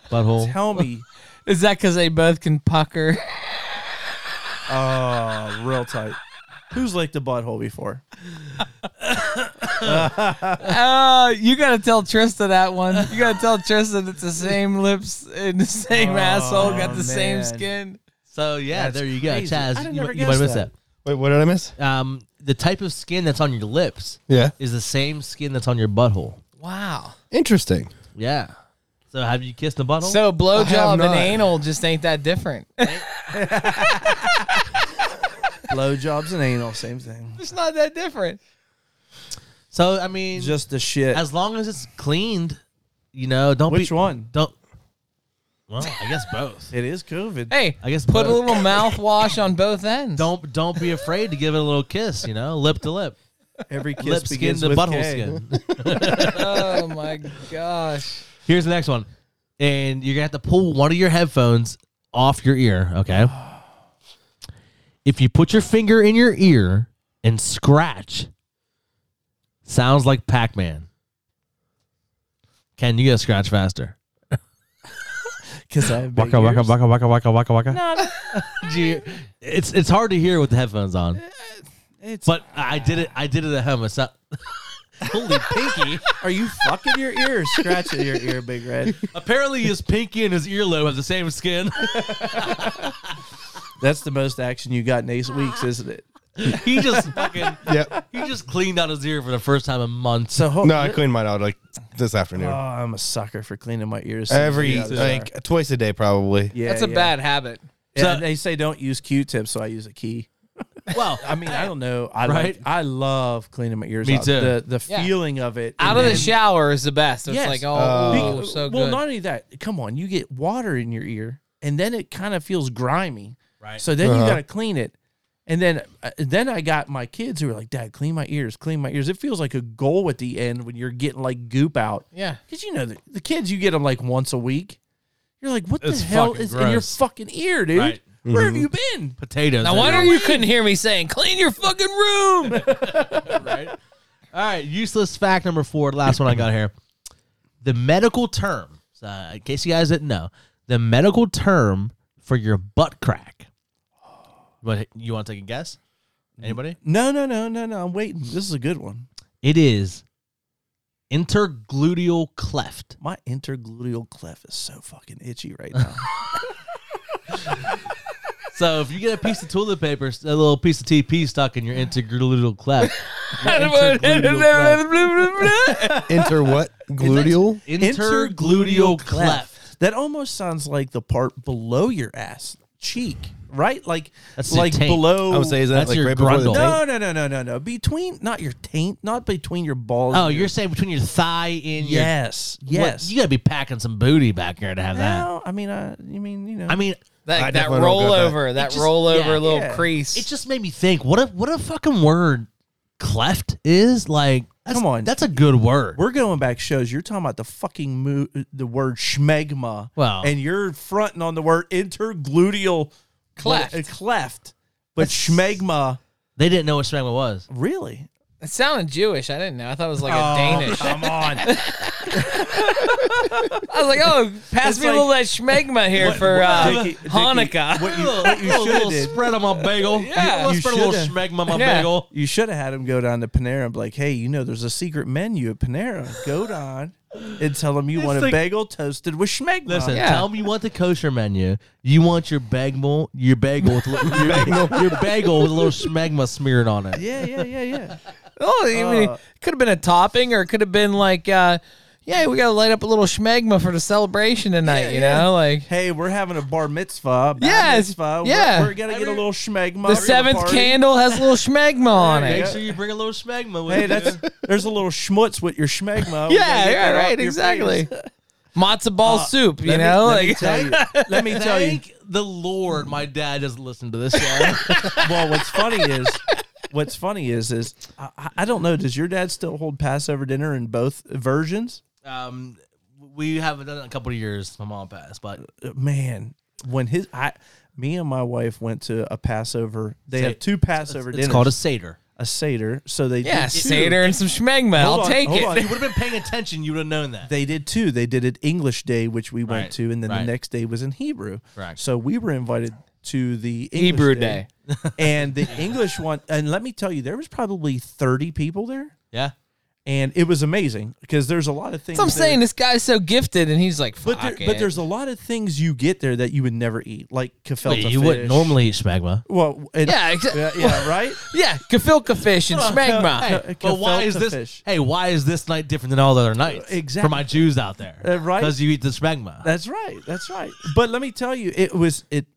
A: butthole.
D: Tell me.
B: Is that because they both can pucker?
D: Oh, real tight. Who's licked a butthole before?
B: Uh, you gotta tell Trista that one. You gotta tell Trista it's the same lips and the same asshole, got the same
D: man.
B: skin.
A: So yeah,
D: That's
A: there you go,
D: crazy. I
A: Chaz.
D: didn't
A: You,
D: ever
A: you might have
D: guess
A: missed that.
D: that.
C: Wait, what did I miss?
A: Um, the type of skin that's on your lips
C: Yeah,
A: is the same skin that's on your butthole.
B: Wow.
C: interesting.
A: Yeah. So have you kissed the butthole?
B: So blowjob and
C: not.
B: anal just ain't that different.
D: Blowjobs and anal, same thing.
B: it's not that different.
A: so I mean,
D: Just the shit.
A: as long as it's cleaned, you know, don't
D: Which
A: be,
D: one?
A: Don't. Well, I guess
D: <laughs>
A: both.
D: It is COVID.
B: Hey,
A: I guess
B: put a
A: both.
B: little mouthwash on both ends.
A: Don't don't be afraid to give it a little kiss. You know, lip to lip,
D: Every kiss
A: lip skin
D: begins
A: to
D: with
A: butthole
D: K.
A: skin.
B: <laughs> Oh my gosh.
A: Here's the next one. And you're going to have to pull one of your headphones off your ear, okay? If you put your finger in your ear and scratch, sounds like Pac Man. Ken, you gotta scratch faster.
D: Because I have big
A: Waka waka
D: ears.
A: waka waka waka waka waka. Did you- it's it's hard to hear with the headphones on.
D: It's,
A: But I did it I did it at home. It's not <laughs> Holy pinky.
D: are you fucking your ear? Scratching your ear, Big <laughs> Red.
A: Apparently his pinky and his earlobe have the same skin. <laughs>
D: That's the most action you got in eight weeks, isn't it?
A: He just fucking
C: Yep.
A: he just cleaned out his ear for the first time in months. <laughs>
D: So ho-
C: <laughs> No, I cleaned mine out like this afternoon.
D: Oh, I'm a sucker for cleaning my ears.
C: Every
D: Yeah,
C: like twice a day probably.
D: yeah,
B: That's a
D: yeah.
B: bad habit.
D: Yeah,
A: So-
D: they say don't use Q-tips, so I use a key.
A: Well,
D: I mean, I don't know. I
A: Right?
D: like, I love cleaning my ears.
A: Me
D: out.
A: too.
D: The the
B: Yeah.
D: feeling of it
B: Out
D: and
B: of the
D: then-
B: shower is the best. It's
D: Yes.
B: like, oh,
C: Uh,
B: ooh, so good.
D: well, not only that. Come on, you get water in your ear, and then it kind of feels grimy.
A: Right.
D: So then
C: Uh-huh.
D: you got to clean it, and then uh, then I got my kids who were like, "Dad, clean my ears, clean my ears." It feels like a goal at the end when you're getting like goop out.
B: yeah.
D: Because you know the, the kids, you get them like once a week. You're like, what
A: It's
D: the hell
A: fucking
D: is in your
A: gross.
D: fucking ear, dude?
A: Right.
D: Where have you
A: <laughs>
D: been?
A: potatoes.
B: Now, wonder you couldn't hear me saying, clean your fucking room. <laughs>
A: right? All right, useless fact number four, the last one I got here. The medical term, so, uh, in case you guys didn't know, the medical term for your butt crack. What you want to take a guess? Anybody?
D: No, no, no, no, no. I'm waiting. This is a good one.
A: It is intergluteal cleft.
D: My intergluteal cleft is so fucking itchy
A: <laughs>
D: right now.
A: So if you get a piece of toilet paper, a little piece of TP stuck in your intergluteal <laughs> cleft, your intergluteal cleft-
B: <laughs>
C: Enter what? Gluteal?
A: intergluteal cleft.
D: That almost sounds like the part below your ass cheek, right? Like
A: That's your
D: like
A: taint.
D: below.
C: I would say is that
A: That's
C: like
A: your
C: right before the
A: grundle.
C: taint?
D: no, no, no, no, no, no. Between not your taint, not between your balls.
A: Oh,
D: and your-
A: you're saying between your thigh and your
D: yes,
A: What-
D: yes.
A: you gotta be packing some booty back here to have that.
D: Well, I mean, I, you mean, you know,
A: I mean,
C: I
B: That, that
C: definitely don't get that.
B: rollover, that,
A: just-
B: rollover
A: yeah,
B: little
D: yeah.
B: crease.
A: it just made me think. What a what a fucking word cleft is like. That's,
D: Come on.
A: that's a good word.
D: we're going back shows. You're talking about the fucking mo- the word schmegma.
A: Well-
D: and you're fronting on the word intergluteal
B: Cleft.
D: uh, cleft. But schmegma,
A: They didn't know what schmegma was.
D: really?
B: it sounded Jewish. I didn't know. I thought it was like
D: Oh,
B: a
D: <laughs>
B: Danish.
D: Come
A: <laughs>
D: on.
B: I was like, oh, pass
D: It's
B: me a little of that
D: <laughs>
B: schmegma here for uh,
D: Dickie- Dickie,
B: Hanukkah.
D: <laughs> What you, what you should have did,
A: spread on my bagel.
B: <laughs> Yeah.
A: Let's
D: You
A: spread a little
D: shoulda.
A: schmegma on my
B: Yeah.
A: bagel.
D: you should have had him go down to Panera and be like, hey, you know, there's a secret menu at Panera. Go down and tell him you want
A: like-
D: a bagel toasted with schmegma.
A: Listen,
B: Yeah.
A: tell me you want the kosher menu. You want your bagel, your bagel with a little, your, bagel, your bagel with a little schmegma smeared on it.
D: Yeah, yeah, yeah, yeah. <laughs>
B: Oh, I mean,
D: Uh,
B: it could have been a topping, or it could have been like, uh, yeah, we got to light up a little schmegma for the celebration tonight. you know, like
D: Hey, we're having a bar mitzvah. Bat
B: Yes,
D: mitzvah. We're-
B: yeah.
D: We're, gonna get a little schmegma.
B: the seventh candle has a
D: <laughs>
B: little schmegma on
A: Make
B: it.
A: sure you bring a little schmegma with
D: Hey,
A: you.
D: that's there's a little schmutz with your schmegma. We're gonna
B: Yeah,
D: get
B: yeah,
D: that
B: right,
D: up your
B: exactly.
D: fingers.
B: Matzo ball soup, you
D: Let me-
B: know,
D: let me
B: like
D: tell you. Let me tell you.
A: Thank the Lord, my dad doesn't listen to this
D: <laughs>
A: show.
D: Well, what's funny is, what's funny is, is I- I, I don't know. Does your dad still hold Passover dinner in both versions?
A: Um, we haven't done it in a couple of years. My mom passed, but
D: Uh, Man, when his I, me and my wife went to a Passover. They
A: Say-
D: have two Passover
A: it's
D: dinners.
A: called a seder.
D: a seder. So they
B: <laughs> yeah,
D: did two.
B: seder and some schmegma.
D: Hold
B: I'll
D: on,
B: take
D: hold
B: it.
D: on.
A: If you would have been paying attention, you would have known that.
D: They did two. They did it English day, which we
A: Right,
D: went to, and then
A: right.
D: the next day was in Hebrew.
A: Right.
D: So we were invited to the English
B: Hebrew
D: <laughs> and the English one. And let me tell you, there was probably thirty people there,
A: yeah,
D: and it was amazing because there's a lot of things.
B: That's what I'm
D: there-
B: saying. This guy's so gifted, and he's like, fuck
D: But, there,
B: it.
D: but there's a lot of things you get there that you would never eat, like gefilte
A: you
D: fish.
A: wouldn't normally eat schmegma.
D: Well, and-
B: yeah, exa-
D: yeah, yeah, right.
B: yeah, gefilte fish and schmegma.
D: Hey, Ke-
A: but why
D: gefilte
A: is this?
D: fish.
A: Hey, why is this night different than all the other nights?
D: Exactly.
A: for my Jews out there,
D: Uh, right.
A: Because you eat the schmegma.
D: That's right. That's right. But let me tell you, it was it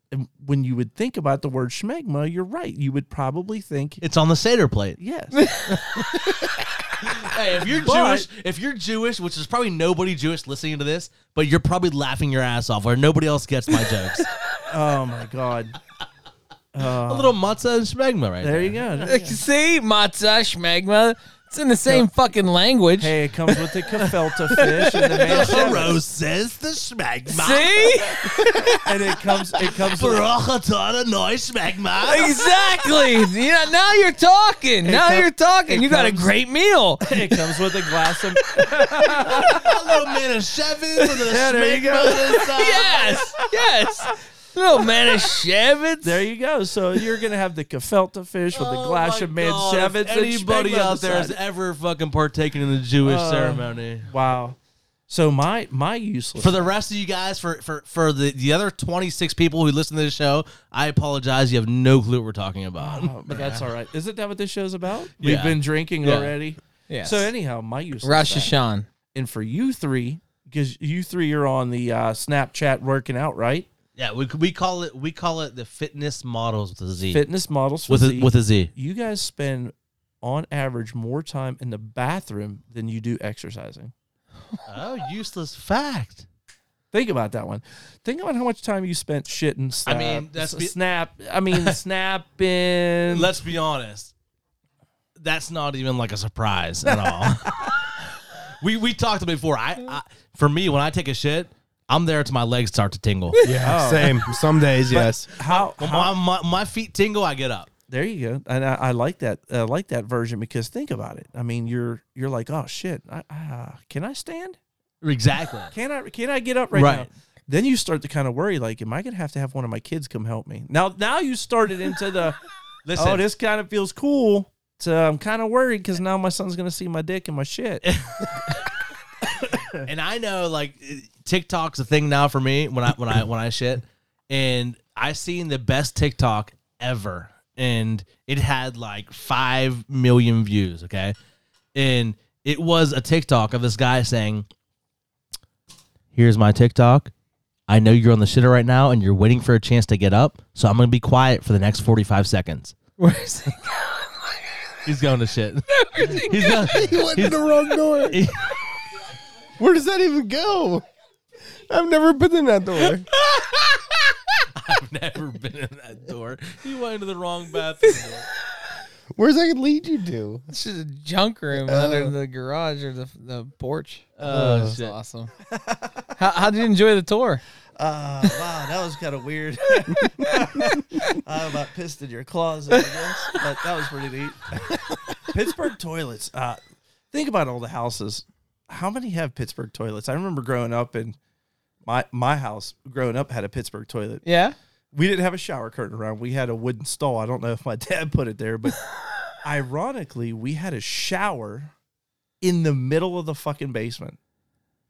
D: when you would think about the word schmegma. You're right. You would probably think
A: it's on the seder plate.
D: yes.
A: <laughs> Hey, if you're
D: But-
A: Jewish, if you're Jewish, which is probably nobody Jewish listening to this, but you're probably laughing your ass off, or nobody else gets my
D: <laughs>
A: jokes.
D: oh my god.
A: a little matzah and schmegma, right
D: There
A: there.
D: you go. There you
B: Like,
D: go.
B: See, matzah, schmegma. It's in the same fucking language.
D: Hey, it comes with the gefilte fish and the
A: Hello,
D: manchetta,
A: says the schmegma.
D: <laughs>
B: See?
D: and it comes. It comes. With,
A: Brachatana <laughs> noise magma.
B: exactly. You know, now you're talking. now
D: com-
B: you're talking.
D: it
B: You got a
D: comes-
B: great
D: <laughs>
B: meal.
D: it comes with a glass of.
A: A little man of Chevin's and a
D: <laughs> Yeah, there you go.
B: <laughs>
D: <laughs>
B: yes. Yes. Little man of Shevitz.
D: There you go. So you're gonna have the gefilte fish with a
A: Oh
D: glass of manchetta.
A: Anybody out there has ever fucking partaken in the Jewish
D: Uh,
A: ceremony?
D: Wow. So my my useless
A: For the rest of you guys, for for for the, the other twenty six people who listen to this show, I apologize. You have no clue what we're talking about. <laughs>
D: <laughs> Oh, but that's all right. Isn't that what this show's about?
A: Yeah.
D: We've been drinking
A: Yeah.
D: already.
B: Yeah.
D: So anyhow, my useless
B: Rosh
D: fact.
B: Hashan.
D: and for you three, because you three are on the uh, Snapchat working out, right?
A: Yeah, we we call it we call it the fitness models with a Z.
D: Fitness models
A: with a,
D: physique.
A: with a Z.
D: you guys spend on average more time in the bathroom than you do exercising.
A: Oh, useless fact.
D: Think about that one. Think about how much time you spent shitting. Snap,
A: I mean, that's be-
D: snap.
A: <laughs>
D: I mean, snapping.
A: Let's be honest. That's not even like a surprise at all. we we talked about it before. I, I for me when I take a shit, I'm there till my legs start to tingle.
C: <laughs> Yeah, same. Some days, yes.
D: how,
A: My,
D: how-
A: my, my feet tingle, I get up.
D: There you go. And I, I like that. I like that version because think about it. I mean, you're you're like, oh shit. I, uh, can I stand?
A: Exactly.
D: Can I can I get up right,
A: Right.
D: now? Then you start to kind of worry, like, am I gonna have to have one of my kids come help me? Now now you started into the
A: Listen,
D: <laughs> oh, this kind of feels cool. So I'm kind of worried because now my son's gonna see my dick and my shit.
B: <laughs>
A: and I know like it- TikTok's a thing now for me when I when I when I shit, and I seen the best TikTok ever, and it had like five million views. Okay, and it was a TikTok of this guy saying, "Here's my TikTok." I know you're on the shitter right now and you're waiting for a chance to get up, so I'm gonna be quiet for the next 45 seconds.
B: Where's he?
A: <laughs> He's going to
B: <laughs>
A: shit. He's going.
C: He went in the wrong <laughs> door. Where does that even go? I've never been in that door.
A: I've never been in
C: <laughs>
A: that door. He went into the wrong bathroom. door.
C: Where's that lead you to?
B: It's just a junk
D: Uh,
B: room under the garage or the, the porch.
A: Oh,
B: That's
A: shit.
B: awesome. how, how did you enjoy the tour?
D: Uh, <laughs> wow, that was kind of weird. <laughs> I about pissed in your closet, I guess, but that was pretty neat. <laughs> Pittsburgh toilets. Uh, think about all the houses. How many have Pittsburgh toilets? I remember growing up and my my house growing up had a Pittsburgh toilet.
B: Yeah.
D: We didn't have a shower curtain around. We had a wooden stall. I don't know if my <laughs> dad put it
C: <laughs>
D: there, but ironically, we had a shower in the middle of the fucking basement.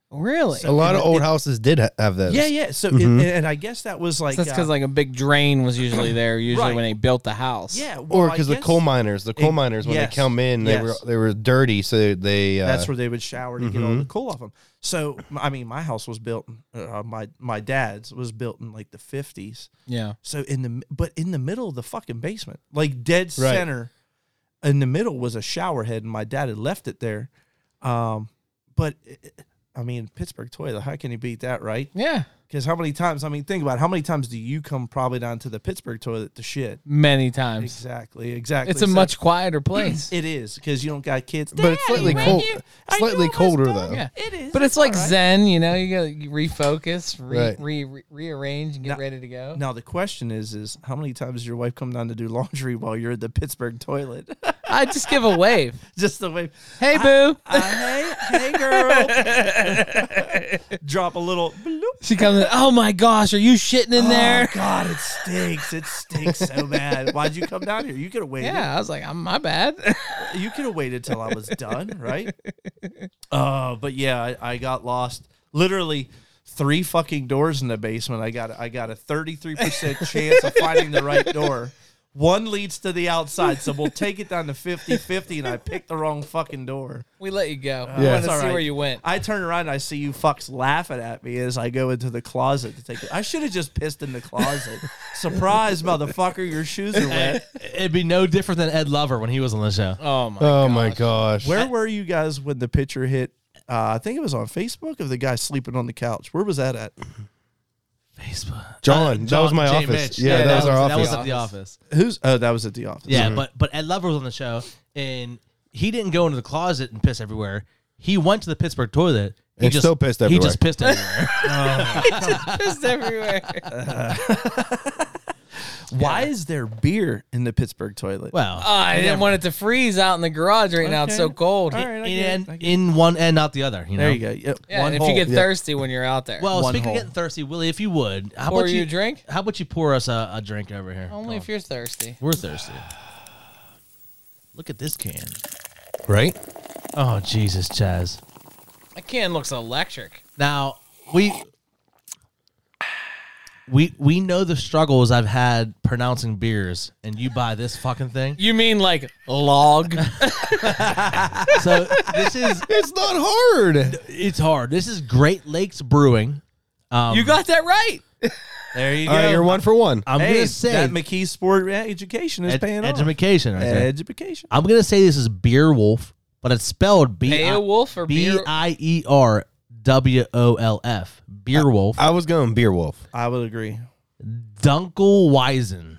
B: Really?
C: A lot of old houses did ha- have those.
D: Yeah, yeah. So,
C: Mhm.
D: it, and I guess that was like,
B: that's
D: uh,
B: because like a big drain was usually there usually
D: Right.
B: when they built the house.
D: yeah, well,
C: Or
D: I
C: because the
D: guess
C: coal miners, the coal
D: It-
C: miners, when
D: yes.
C: they come in, they were
D: Yes.
C: they were dirty, so they. Uh,
D: That's where they would shower to get all the
C: Mhm.
D: coal off them. So, m- I mean, my house was built. Uh, my my dad's was built in like the fifties.
B: Yeah.
D: So in the m- but in the middle of the fucking basement, like dead
C: Right.
D: center, in the middle was a shower head, and my dad had left it there. Um, but it, I mean, Pittsburgh toilet. How can you beat that, right?
B: Yeah.
D: Because how many times? I mean, think about it, how many times do you come probably down to the Pittsburgh toilet to shit?
B: Many times.
D: Exactly, exactly.
B: It's a
D: So-
B: much quieter place.
D: <clears throat> It is because you don't got kids.
C: but it's slightly
D: Daddy,
C: cold,
D: when you- I
C: slightly
D: know my
C: colder
D: stomach.
C: though.
B: yeah.
D: It is,
B: But it's like
D: all right.
B: Zen, you know, you gotta refocus, re,
C: Right.
B: re, re- rearrange, and get
D: No-
B: ready to go.
D: Now the question is, is how many times does your wife come down to do laundry while you're in the Pittsburgh toilet? <laughs>
B: I just give a wave.
D: Just the way.
B: Hey, boo.
D: Uh, hey, hey, girl. <laughs> Drop a little. bloop.
B: She comes in. Oh my gosh, are you shitting in there?
D: Oh, God, it stinks. It stinks so bad. Why'd you come down here? You could have waited.
B: <laughs> Yeah, I was like, I'm my bad. <laughs>
D: You could have waited till I was done, <laughs> right? Uh, but yeah, I, I got lost. Literally three fucking doors in the basement. I got I got a 33% chance of finding the right door. One leads to the outside, so we'll take it down to 50-50 and I picked the wrong fucking door.
B: we let you go. I
C: Yeah.
B: want
D: Uh, It's
B: to
D: all
B: see
D: right.
B: where you went.
D: I turn around and I see you fucks laughing at me as I go into the closet to take it. I should have just pissed in the <laughs> closet. Surprise, motherfucker, your shoes are wet.
A: It'd be no different than Ed Lover when he was on the show.
B: Oh <laughs> my.
C: Oh my gosh.
D: Where were you guys when the picture hit? Uh, I think it was on Facebook of the guy sleeping on the couch. Where was that at?
A: Facebook.
C: John, that was my
A: J.
C: office.
A: Mitch.
C: Yeah, that was our Mm-hmm.
A: That was
B: office.
A: at the office.
D: Who's? Oh, that was at the office.
A: Yeah, but but Ed Lover was on the show, and he didn't go into the closet and piss everywhere. He went to the Pittsburgh toilet. He
C: And still pissed everywhere.
A: He just pissed
C: <laughs>
A: everywhere.
B: Pissed
D: <laughs>
B: everywhere. Oh,
D: Why is there beer in the Pittsburgh toilet?
A: well,
B: Oh, I didn't want it to freeze out in the garage right now. It's so
D: Okay.
B: cold.
D: All right, I get it,
A: and
D: I get it.
A: in one end, not the other. You know.
D: there you go. Yeah,
B: Yeah, and if
D: hole.
B: you get thirsty when you're out there.
A: Well,
D: One
A: speaking
D: hole.
A: of getting thirsty, Willie, if you would, how
B: pour
A: about
B: you
A: you,
B: a drink?
A: How about you pour us a, a drink over here?
B: Only if you're thirsty.
A: We're thirsty. Look at this can.
C: right?
A: Oh Jesus, Chaz.
B: That can looks electric.
A: Now we we we know the struggles I've had pronouncing beers, and you buy this fucking
B: <laughs>
A: thing.
B: You mean like
A: <laughs>
B: log?
A: So this is
C: It's not hard.
A: it's hard. This is Great Lakes Brewing. Um,
B: you got that right.
D: There you go.
C: All right, you're one for one.
A: I'm
D: hey,
A: gonna say
D: that McKee Sport education is
A: ed-
D: paying off.
A: edumacation right there.
D: Education.
A: I'm gonna say this is Beer Wolf, but it's spelled B I-
B: Beowulf or
A: B
B: beer?
A: I E R W O L F. Beer Wolf.
C: I was going beer wolf.
D: I would agree.
A: Dunkelweizen.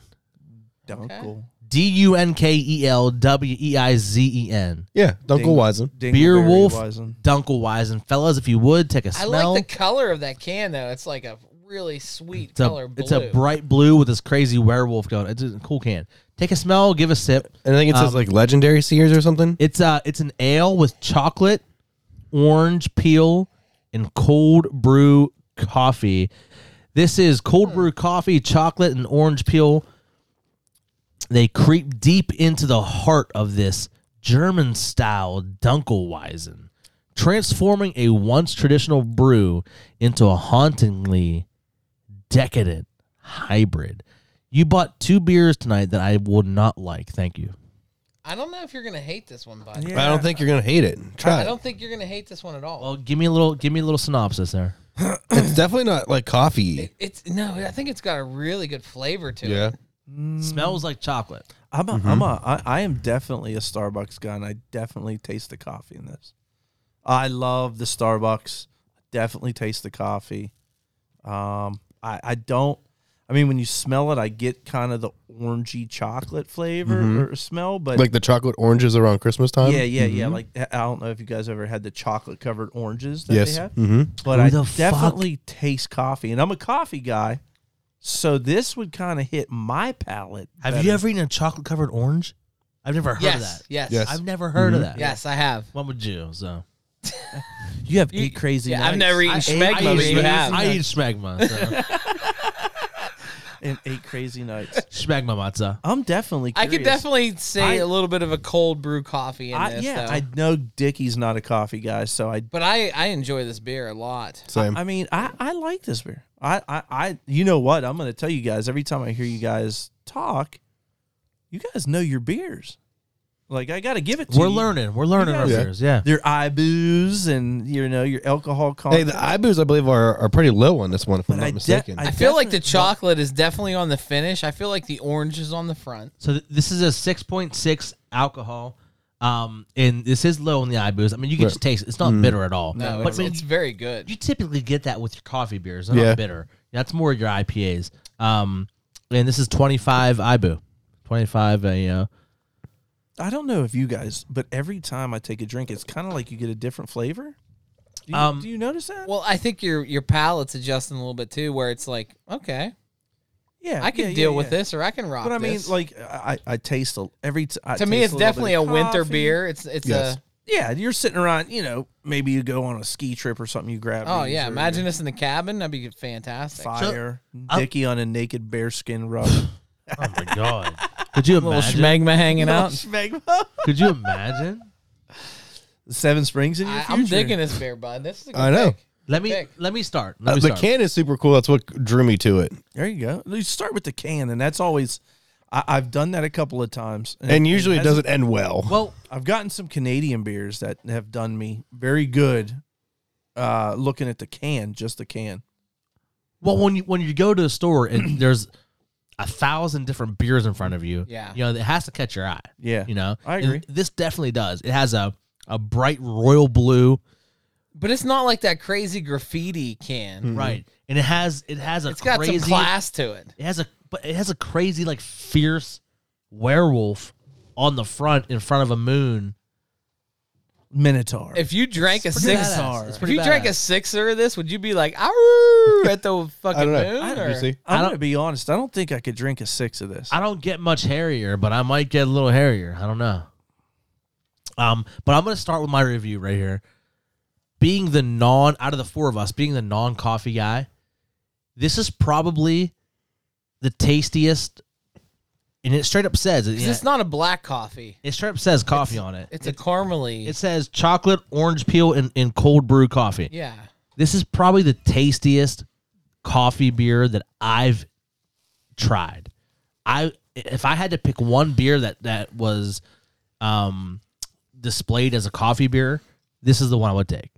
D: Dunkel.
A: D U N K E L W E I Z E N.
C: Yeah, Dunkel Wiseman.
A: Beer
D: Dingleberry
A: Wolf
D: Wizen.
A: Dunkelweizen. Fellas, if you would, take a
B: I
A: smell.
B: like the color of that can though. It's like a really sweet
A: it's,
B: color
A: a,
B: blue.
A: it's a bright blue with this crazy werewolf going. It's a cool can. Take a smell, give a sip.
C: And I think it says like legendary seers or something.
A: It's uh it's an ale with chocolate, orange peel, and cold brew coffee. This is cold brew coffee, chocolate, and orange peel. They creep deep into the heart of this German style Dunkelweizen, transforming a once traditional brew into a hauntingly decadent hybrid. You bought two beers tonight that I will not like. Thank you.
B: I don't know if you're gonna hate this one, bud.
C: I don't think you're gonna hate it. Try
B: I
C: it.
B: don't think you're gonna hate this one at all.
A: Well, give me a little, give me a little synopsis there.
C: It's definitely not like coffee.
B: it's no, I think it's got a really good flavor to it.
A: Smells like chocolate.
D: I'm a,
C: Mm-hmm.
D: I'm a, I, I am definitely a Starbucks guy, and I definitely taste the coffee in this. I love the Starbucks. Definitely taste the coffee. Um, I, I don't. I mean, when you smell it, I get kind of the orangey chocolate flavor or smell, but
C: Mm-hmm. Like um, mm-hmm. the chocolate oranges around Christmas time.
D: yeah, yeah, yeah. Like I don't know if you guys ever had the chocolate covered oranges that
C: Yes.
D: they have,
C: Mm-hmm.
D: but
A: Who
D: I
A: the fuck-
D: definitely taste coffee, and I'm a coffee guy, so this would kind of hit my palate.
A: Have
D: better.
A: you ever eaten a chocolate covered orange? I've never heard of
B: Yes,
A: that.
B: yes,
C: Yes.
B: yes,
A: I've never heard of that.
B: I have.
A: One with you, so.
D: You have eight crazy.
B: Yeah, I've never eaten
D: I ate
B: Schmegma, but
D: crazy
B: you
D: nights
B: have.
A: I eat smegma. <laughs> So.
D: and eight crazy nights.
A: smegma matzo.
D: I'm definitely.
B: I
D: Curious.
B: could definitely say
D: I-
B: a little bit of a cold brew coffee in
D: I,
B: this,
D: yeah,
B: though.
D: I know Dickie's not a coffee guy, so I.
B: but I I enjoy this beer a lot.
C: Same.
D: I mean, I, I like this beer. I, I, I, you know what? I'm going to tell you guys every time I hear you guys talk, you guys know your beers. Like I got to give it to
A: We're
D: you.
A: learning. We're learning our
D: Yeah.
A: beers. Yeah.
D: Your IBUs and you know your alcohol
C: hey,
D: content.
C: the IBUs I believe are, are pretty low on this one, if I'm
D: But
C: not
D: I de-
C: mistaken.
B: I,
D: I
B: feel like the
D: definitely-
B: chocolate is definitely on the finish. I feel like the orange is on the front.
A: So th- this is a six point six alcohol. Um, and this is low on the IBUs. I mean, you can
C: Right.
A: just taste it. It's not bitter at all.
B: No,
A: but
B: it's,
A: I mean,
B: it's very good.
A: you typically get that with your coffee beers. They're
C: Yeah.
A: not bitter. That's more your IPAs. Um, and this is twenty five IBU, twenty five. Uh, you know,
D: I don't know if you guys, but every time I take a drink, it's kind of like you get a different flavor. Do you,
A: Um,
D: do you notice that?
B: Well, I think your your palate's adjusting a little bit too, where it's like, okay,
D: yeah,
B: I can
D: yeah,
B: deal
D: yeah,
B: with
D: yeah.
B: this, or I can rock.
D: But I mean,
B: this.
D: like I, I taste a, every time.
B: to me, it's definitely a winter beer. It's it's
C: Yes.
B: a
D: Yeah, you're sitting around. You know, maybe you go on a ski trip or something. You grab.
B: oh
D: these
B: yeah.
D: or
B: Imagine this in the cabin. That'd be fantastic.
D: fire.
A: I'm-
D: Dicky on a naked
B: <laughs>
D: bearskin rug. <laughs>
A: oh my god, <laughs> could you
B: Little
A: imagine?
B: schmegma hanging out.
D: Schmegma.
A: Could you imagine?
D: Seven Springs in your
B: I,
D: future.
B: I'm digging this beer, bud. This is a good
C: I know.
B: pick.
A: Let me
B: Pick.
A: let me start. Let
C: Uh,
A: me
C: the
A: start.
C: can is super cool. That's what drew me to it.
D: There you go. You start with the can, and that's always. I, I've done that a couple of times,
C: And usually it
D: hasn't-
C: doesn't end well.
A: well,
D: I've gotten some Canadian beers that have done me very good. Uh, looking at the can, just the can.
A: well, when you when you go to the store and <clears throat> there's a thousand different beers in front of you,
B: Yeah.
A: you know it has to catch your eye.
D: Yeah.
A: you know,
D: I
A: And
D: agree.
A: this definitely does. It has a a bright royal blue,
B: But it's not like that crazy graffiti can.
A: right? And it has it has a
B: It's got
A: crazy
B: some class to it.
A: It has a but it has a crazy like fierce werewolf on the front in front of a moon.
D: Minotaur.
B: If you drank a
A: pretty
B: six,
A: badass. It's
B: if
A: pretty
B: you drank a
A: badass.
B: sixer of this, would you be like, "Arr!" <laughs> at the
C: I
B: fucking
C: don't know.
B: moon?
C: You
B: or-
C: see?
A: I
D: I'm gonna
A: don't-
D: be honest, I don't think I could drink a six of this.
A: I don't get much hairier, but I might get a little hairier. I don't know. Um, but I'm gonna start with my review right here. Being the non out of the four of us, being the non coffee guy, this is probably the tastiest and it straight up says it,
B: 'Cause
A: yeah,
B: It's not a black coffee.
A: it straight up says coffee on it.
B: It's a caramely.
A: It says chocolate, orange peel, and, and cold brew coffee.
B: yeah.
A: This is probably the tastiest coffee beer that I've tried. I if I had to pick one beer that that was um, displayed as a coffee beer, this is the one I would take.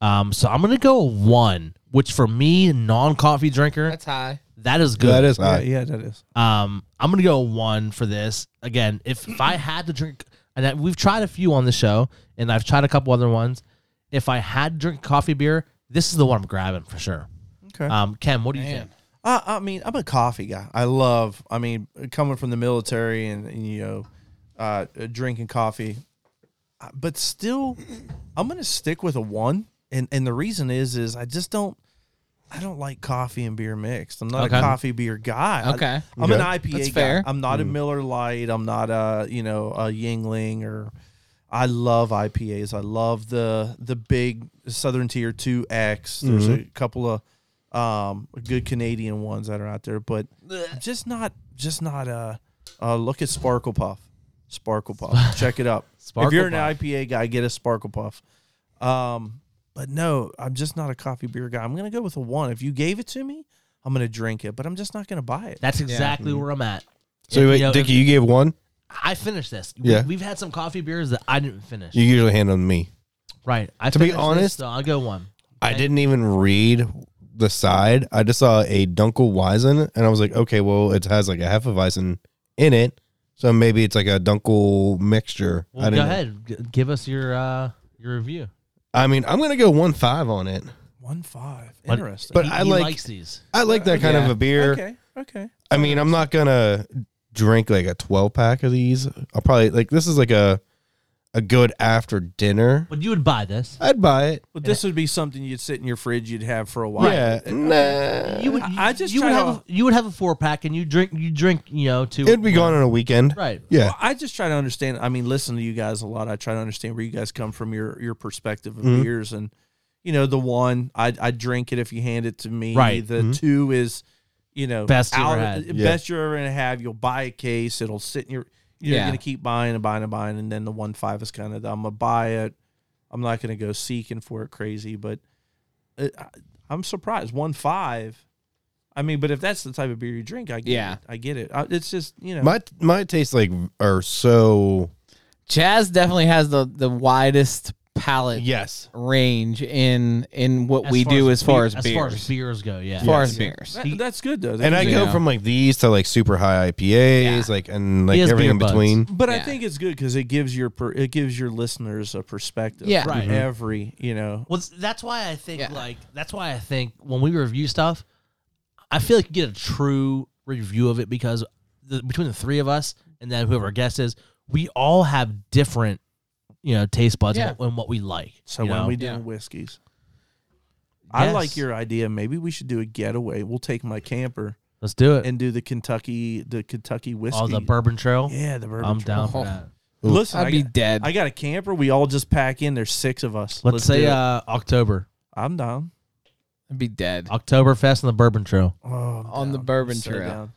A: Um, so I'm gonna go one, which for me, non coffee drinker,
B: That's high.
A: that is good.
C: That is
D: Uh,
C: high.
D: yeah, that is.
A: Um, I'm gonna go one for this again. If if I had to drink, and I, we've tried a few on the show, and I've tried a couple other ones. If I had to drink coffee beer, this is the one I'm grabbing for sure.
D: Okay.
A: Um, Ken, what do you
B: Man.
A: think?
D: I, I mean, I'm a coffee guy. I love. I mean, coming from the military and, and, you know, uh, drinking coffee, Uh, but still, I'm gonna stick with a one. And and the reason is is I just don't. I don't like coffee and beer mixed. I'm not
A: Okay.
D: a coffee beer guy. I-
B: Okay.
D: I'm an
C: Okay.
D: IPA
B: That's
D: guy.
B: fair.
D: I'm not a Miller Light. I'm not a you know a Yingling or. I love IPAs. I love the the big Southern Tier Two X. There's a couple of um, good Canadian ones that are out there, but just not just not uh, uh look at Sparkle Puff.
A: <laughs>
D: Sparkle Puff. Check it up.
A: Sparkle
D: if you're an
A: Puff.
D: IPA guy, get a Sparkle Puff. Um, but no, I'm just not a coffee beer guy. I'm gonna go with a one. If you gave it to me, I'm gonna drink it, but I'm just not gonna buy it.
A: That's exactly where I'm at.
C: So
A: If,
C: wait,
A: you know,
C: Dickie,
A: if-
C: you gave one.
A: I finished this.
C: Yeah.
A: we, have had some coffee beers that I didn't finish.
C: You usually hand them to me.
A: right. I
C: To be
A: finished this,
C: honest-
A: so I'll go one.
C: I didn't even read the side. I just saw a Dunkelweizen, and I was like, okay, well, it has like a Hefeweizen in it, so maybe it's like a Dunkel mixture.
A: Well,
C: I
A: go
C: didn't know.
A: ahead, G- give us your uh, your review.
C: I mean, I'm gonna go one five on it,
D: One five.
A: But-
D: Interesting.
C: but
A: He-
C: I
A: he
C: like
A: likes these.
C: I like that kind of
B: Yeah.
C: a beer.
D: okay. Okay.
C: I mean, I'm not gonna drink like a 12 pack of these. I'll probably like this is like a a good after dinner.
A: But you would buy this.
C: I'd buy it.
D: Well, this would be something you'd sit in your fridge, you'd have for a while.
C: Yeah, nah.
A: You would.
D: I- I just
A: you would
D: try to-
A: have a, you would have a four pack, and you drink you drink you know two.
C: It'd be gone on a weekend.
A: Right.
C: Yeah.
D: I just try to understand. I mean, listen to you guys a lot. I try to understand where you guys come from, your your perspective of
A: Mm-hmm.
C: Mhm.
D: beers, and you know, the one I I drink it if you hand it to me.
A: Right. Mm-hmm.
D: The two is, you know,
A: Best you ever had.
C: Yeah.
D: Best you're ever gonna have. You'll buy a case. It'll sit in your. You're
B: Yeah.
D: gonna keep buying and buying and buying, and then the one five is kind of. I'm gonna buy it. I'm not gonna go seeking for it crazy, but it, I, I'm surprised one five. I mean, but if that's the type of beer you drink, I get
B: Yeah.
D: it. I get it. I, it's just you know.
C: My my tastes like are so
B: Chaz definitely has the the widest palate
C: yes.
B: range in in what
A: As
B: we
A: far
B: do as far as,
A: as
B: beers.
A: far as beers go. Yeah.
B: As far
C: Yes.
B: as beers.
D: That- that's good though.
C: And I
B: Yeah.
C: go from like these to like super high IPAs, like and like
A: He has
C: everything
A: beer
C: in
A: buds.
C: between.
D: but I
B: Yeah.
D: think it's good because it gives your per, it gives your listeners a perspective.
B: Yeah.
D: from
A: Right. Mhm.
D: Every you know.
A: Well, it's- that's why I think
B: Yeah.
A: like that's why I think when we review stuff, I feel like you get a true review of it because the, between the three of us and then whoever our guest is, we all have different you know taste buds
B: Yeah.
A: and, what, and what we like.
D: So
A: you
D: when
A: know?
D: we
B: Yeah.
D: doing whiskeys, I
A: Yes.
D: like your idea. Maybe we should do a getaway. We'll take my camper
A: let's do it.
D: and do the Kentucky the Kentucky whiskey.
A: Oh, the Bourbon Trail.
D: Yeah, the bourbon.
A: I'm
D: trail.
A: down for
B: Trail.
A: that.
D: Listen,
B: I'd
D: I
B: be
D: got,
B: dead.
D: I got a camper. We all just pack in. There's six of us.
A: Let's, say
D: do it.
A: uh, October,
D: I'm down.
B: I'd be dead.
A: Oktoberfest and the Bourbon Trail.
D: Oh, I'm
B: On the
D: down.
B: bourbon
D: So
B: trail.
D: down.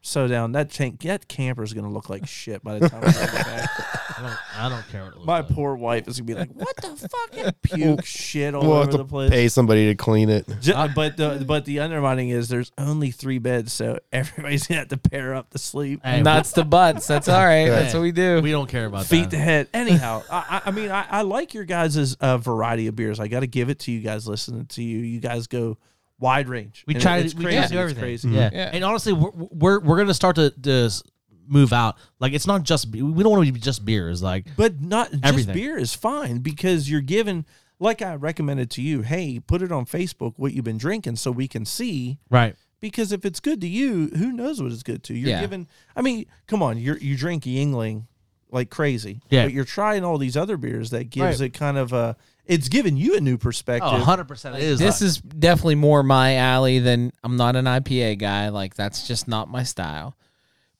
D: So down. That tank. That camper's gonna look like shit by
A: <laughs>
D: the time we get back.
A: I don't, I don't care what it looks
D: My
A: like.
D: poor wife is gonna be like, "What the fucking puke shit all
C: We'll have
D: over
C: to
D: the place."
C: Pay somebody to clean it.
D: Ju- uh, but the but the undermining is there's only three beds, so <laughs> everybody's gonna have to pair up to sleep,
A: Hey,
B: Nuts to butts. That's all right. That's what we do.
A: we, we don't care about
D: feet
A: that.
D: <laughs> to head. Anyhow, I, I I mean I, I like your guys' uh, variety of beers. I got to give it to you guys. Listening to you, you guys go wide range.
A: We
D: And
A: try
D: it-
A: to
D: it's
A: we
D: crazy.
A: try to do
D: It's
A: everything.
D: crazy.
A: Yeah.
B: Yeah.
A: and honestly, we're we're, we're gonna start to, to s- move out. Like it's not just be- we don't want to be just beers. Like
D: But not just
A: Everything.
D: beer is fine because you're given, like I recommended to you, hey, put it on Facebook what you've been drinking so we can see.
A: right,
D: because if it's good to you, who knows what it's good to? You're
B: Yeah.
D: given. I mean, come on, you're you drink Yingling like crazy,
A: Yeah.
D: but you're trying all these other beers that gives it kind of a. It's giving you a new perspective.
A: oh, 100 percent it is.
B: this
A: This
B: is definitely more my alley than I'm not an IPA guy. Like that's just not my style.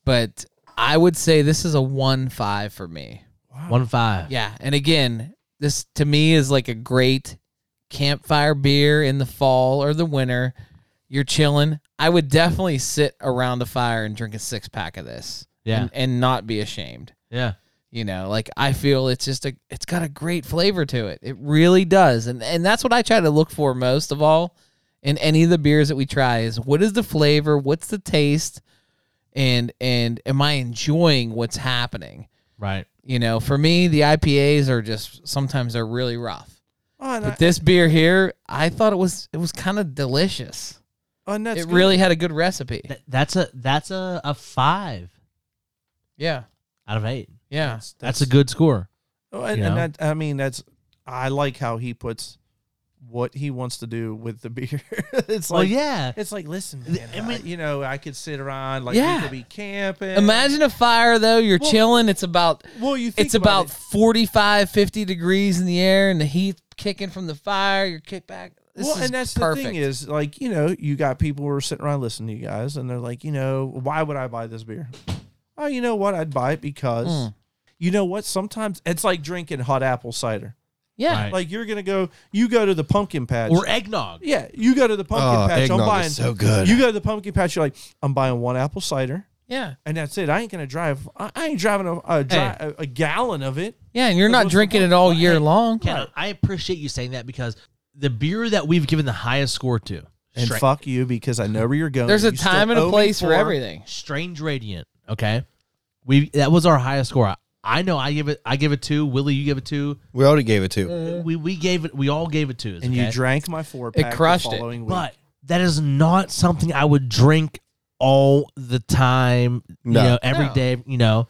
B: But I would say this is a one five for me.
A: one five.
B: Yeah, and again, this to me is like a great campfire beer in the fall or the winter. You're chilling. I would definitely sit around the fire and drink a six pack of this.
A: Yeah.
B: and, and not be ashamed.
A: Yeah.
B: You know, like I feel it's just a it's got a great flavor to it. It really does. And and that's what I try to look for most of all in any of the beers that we try is what is the flavor, what's the taste, and and am I enjoying what's happening?
A: Right.
B: You know, for me the IPAs are just sometimes they're really rough.
D: Oh, and, I-
B: But this beer here, I thought it was it was kind of delicious.
D: oh, and that's
B: it
D: good.
B: really had a good recipe.
A: Th- that's a that's a, a five
B: Yeah.
A: out of eight.
B: Yeah.
A: That's a good score.
D: Oh, and,
A: you
D: and
A: know?
D: that, I mean, that's I like how he puts what he wants to do with the <laughs> beer. it's
A: Well,
D: like
A: yeah.
D: It's like, listen,
A: Th-
D: man,
A: I
D: I
A: mean-
D: you know, I could sit around, like,
B: Yeah.
D: we could be camping.
B: Imagine a fire though, you're
D: Well-
B: chilling, it's about
D: well, you think
B: it's about
D: it.
B: 45 50 degrees in the air and the heat kicking from the fire, you're kicked back. This
D: well,
B: is
D: and that's
B: perfect.
D: the thing is, like, you know, you got people who are sitting around listening to you guys, and they're like, you know, why would I buy this beer? Oh, you know what? I'd buy it because,
B: Mm.
D: you know what? Sometimes it's like drinking hot apple cider.
B: yeah.
A: Right.
D: Like, you're gonna go, you go to the pumpkin patch,
A: Or eggnog.
D: Yeah, you go to the pumpkin
C: Oh,
D: patch. I'm
C: eggnog
D: buying
C: is so good.
D: You go to the pumpkin patch. You're like, I'm buying one apple cider,
B: Yeah.
D: and that's it. I ain't gonna drive. I, I ain't driving a a, dri-
A: Hey.
D: a a gallon of it.
B: Yeah, and you're
D: It
B: not
D: was-
B: drinking it all year long.
A: Ken, I appreciate you saying that because the beer that we've given the highest score to,
D: And
A: Stra-
D: fuck you because I know where you're going.
B: There's a
D: You still
B: time and
D: owe
B: a
D: me
B: place for
D: four.
B: everything.
A: Strange Radiant. Okay, we that was our highest score. I, I know I give it. I give it two. Willie, you give it two.
C: We already gave it two.
A: We we gave it. We all gave it twos.
D: And
A: okay?
D: you drank my four pack.
B: crushed it.
D: the following Week.
A: but that is not something I would drink all the time.
C: No.
A: You know, every
B: No.
A: day. You know,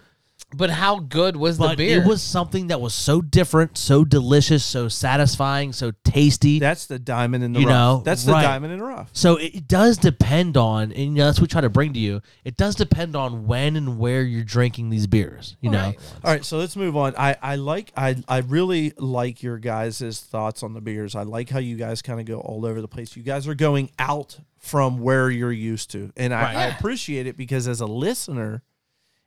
B: But how good was the
A: but
B: beer?
A: it was something that was so different, so delicious, so satisfying, so tasty.
D: that's the diamond in the
A: You
D: rough.
A: know,
D: that's the
A: right.
D: diamond in the rough.
A: So it does depend on, and you know, that's what we try to bring to you. It does depend on when and where you're drinking these beers. You know,
B: Right.
D: All right, so let's move on. I, I like I I really like your guys' thoughts on the beers. I like how you guys kind of go all over the place. You guys are going out from where you're used to. And I,
A: Right.
D: I
B: Yeah.
D: appreciate it because as a listener,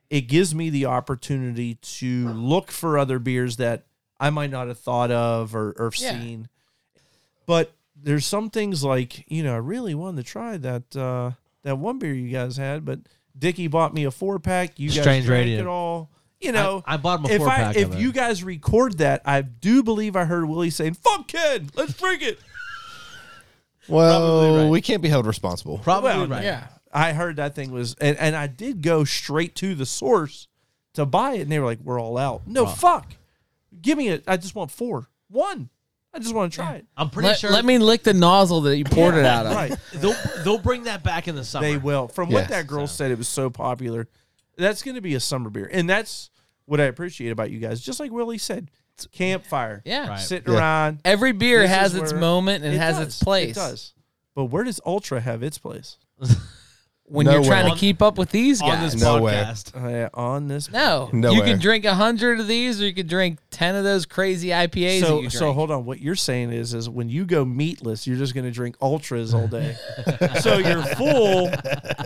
D: it gives me the opportunity to look for other beers that I might not have thought of or, or
B: Yeah.
D: seen. But there's some things like, you know, I really wanted to try that uh, that one beer you guys had, but Dickie bought me a four pack. You guys
A: Strange
D: drank
A: Radio.
D: it all. You
A: I-
D: know,
A: I, bought them a
D: if
A: four
D: I,
A: pack.
D: if
A: of
D: you
A: it.
D: guys record that, I do believe I heard Willie saying "fuck Ken, let's
A: <laughs>
D: drink it."
C: Well,
D: Probably right.
C: we can't be held responsible.
A: probably
D: well,
A: right,
B: yeah.
D: I heard that thing was, and, and I did go straight to the source to buy it, and they were like, "We're all out." No, fuck, give me it. I just want four, one. I just want to try it.
A: I'm pretty
B: Let,
A: sure.
B: let me lick the nozzle that you poured it out of.
D: <laughs>
A: <laughs>
D: Right,
A: They'll they'll bring that back in the summer.
D: they will. From
C: Yeah.
D: what that girl said, it was so popular. That's going to be a summer beer, and that's what I appreciate about you guys. Just like Willie said, campfire,
B: Yeah.
A: Right.
D: sitting
C: Yeah.
D: around,
B: Every beer
D: This
B: has
D: is
B: its
D: where-
B: moment and it has
D: does.
B: its place.
D: It does. But where does Ultra have its place?
B: When
C: No
B: you're
C: way.
B: trying
A: On-
B: to keep up with these
A: on
B: guys.
A: this
C: No way.
A: podcast.
D: Uh, on this.
B: no.
C: No
B: you
C: way.
B: can drink 100 of these or you could drink 10 of those crazy IPAs that you
D: So,
B: drink.
D: so hold on. What you're saying is, is when you go meatless, you're just going to drink ultras
B: <laughs>
D: all day. so you're full,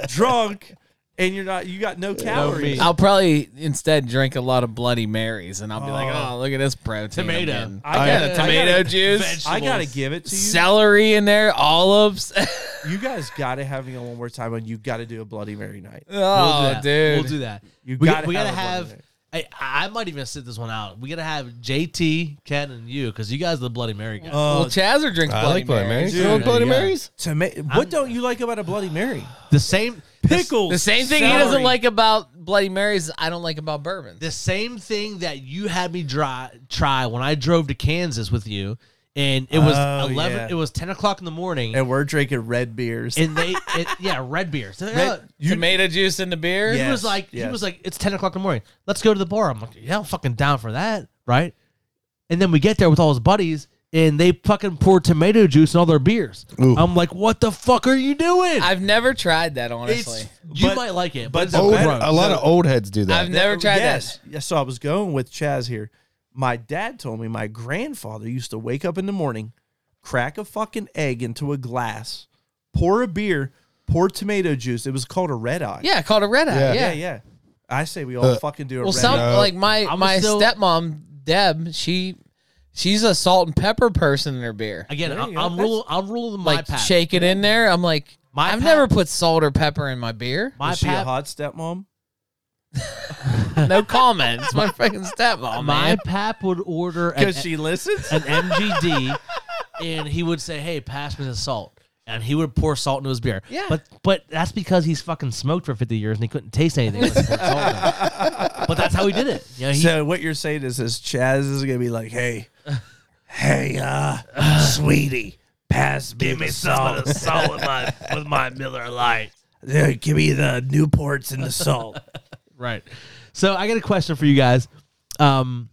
D: drunk, and you're not. You got no calories.
A: meat.
B: I'll probably instead drink a lot of Bloody Marys, and I'll be like,
D: Oh.
B: "Oh, look at this protein,
A: Tomato.
B: again.
D: I got
B: Yeah, tomato
D: I gotta,
B: juice,
D: I gotta give it to you.
B: celery in there, olives." <laughs>
D: You guys gotta have me on one more time, and you gotta do a Bloody Mary night. Uh,
B: oh,
A: we'll do that.
B: dude,
A: We'll do that.
D: You
A: we,
D: gotta
A: we gotta
D: have
A: have.
D: a
A: I, I might even sit this one out. We gotta have JT, Ken, and you because you guys are the Bloody Mary guys.
B: Well,
D: Uh,
B: Chaser drinks
C: I
B: Bloody,
C: like Bloody Marys.
D: Dude,
C: You like Bloody
A: yeah.
C: Marys?
D: toma- what don't you like about a Bloody Mary?
A: the same
D: Pickles.
B: The same thing he
D: celery.
B: doesn't like about Bloody Marys, I don't like about bourbon.
A: the same thing that you had me dry, try when I drove to Kansas with you, and it was
D: Oh,
A: eleven.
D: yeah.
A: It was ten o'clock in the morning, and,
D: And we're drinking red beers.
A: they, it, yeah, red beers. They're like,
D: Red-
A: "Oh."
D: you-
B: Tomato juice in the beer.
A: he
D: Yeah.
A: was like, he
D: yes.
A: was like, it's ten o'clock in the morning. Let's go to the bar. I'm like, yeah, I'm fucking down for that, right? And then we get there with all his buddies, and they fucking pour tomato juice in all their beers.
C: Ooh.
A: I'm like, what the fuck are you doing?
B: I've never tried that honestly.
A: it's, you
D: But-
A: might like it,
D: but
A: but, it's
D: the
C: Old,
A: gross.
D: better-
C: a lot of old heads do that.
B: I've never tried
D: yes. Yes. So I was going with Chaz here. My dad told me my grandfather used to wake up in the morning, crack a fucking egg into a glass, pour a beer, pour tomato juice. It was called a red eye.
B: that. Yeah, called a red eye. Yeah,
C: Yeah.
D: Yeah. Yeah. I say we all
C: Uh,
D: fucking do a
B: Well,
D: red
B: some
D: eye.
C: No.
B: like my
A: I'm
B: my
A: still-
B: stepmom Deb, she she's a salt and pepper person in her beer.
A: Again,
D: There
A: I,
D: you go.
A: I'm ruling. I'm ruling my
B: like
A: pack.
B: shake it in there. I'm like,
A: My
B: I've
A: pap-
B: never put salt or pepper in my beer.
A: My
D: Was she a
A: pack.
D: hot stepmom?
B: <laughs> no comment. It's my fucking stepmom,
A: My
B: man.
A: pap would order an,
D: because she listens.
A: an MGD, and he would say, "Hey, pass me the salt," and he would pour salt into his beer.
B: Yeah.
A: but but that's because he's fucking smoked for fifty years and he couldn't taste anything. unless he put salt in it. but that's how he did it. You know, he-
D: So what you're saying is, is Chaz is gonna be like, <laughs> hey, hey, uh, sweetie, pass me give me salt, salt with my with my Miller Light. give me the Newports and the <laughs> salt.
A: right. So I got a question for you guys. Um,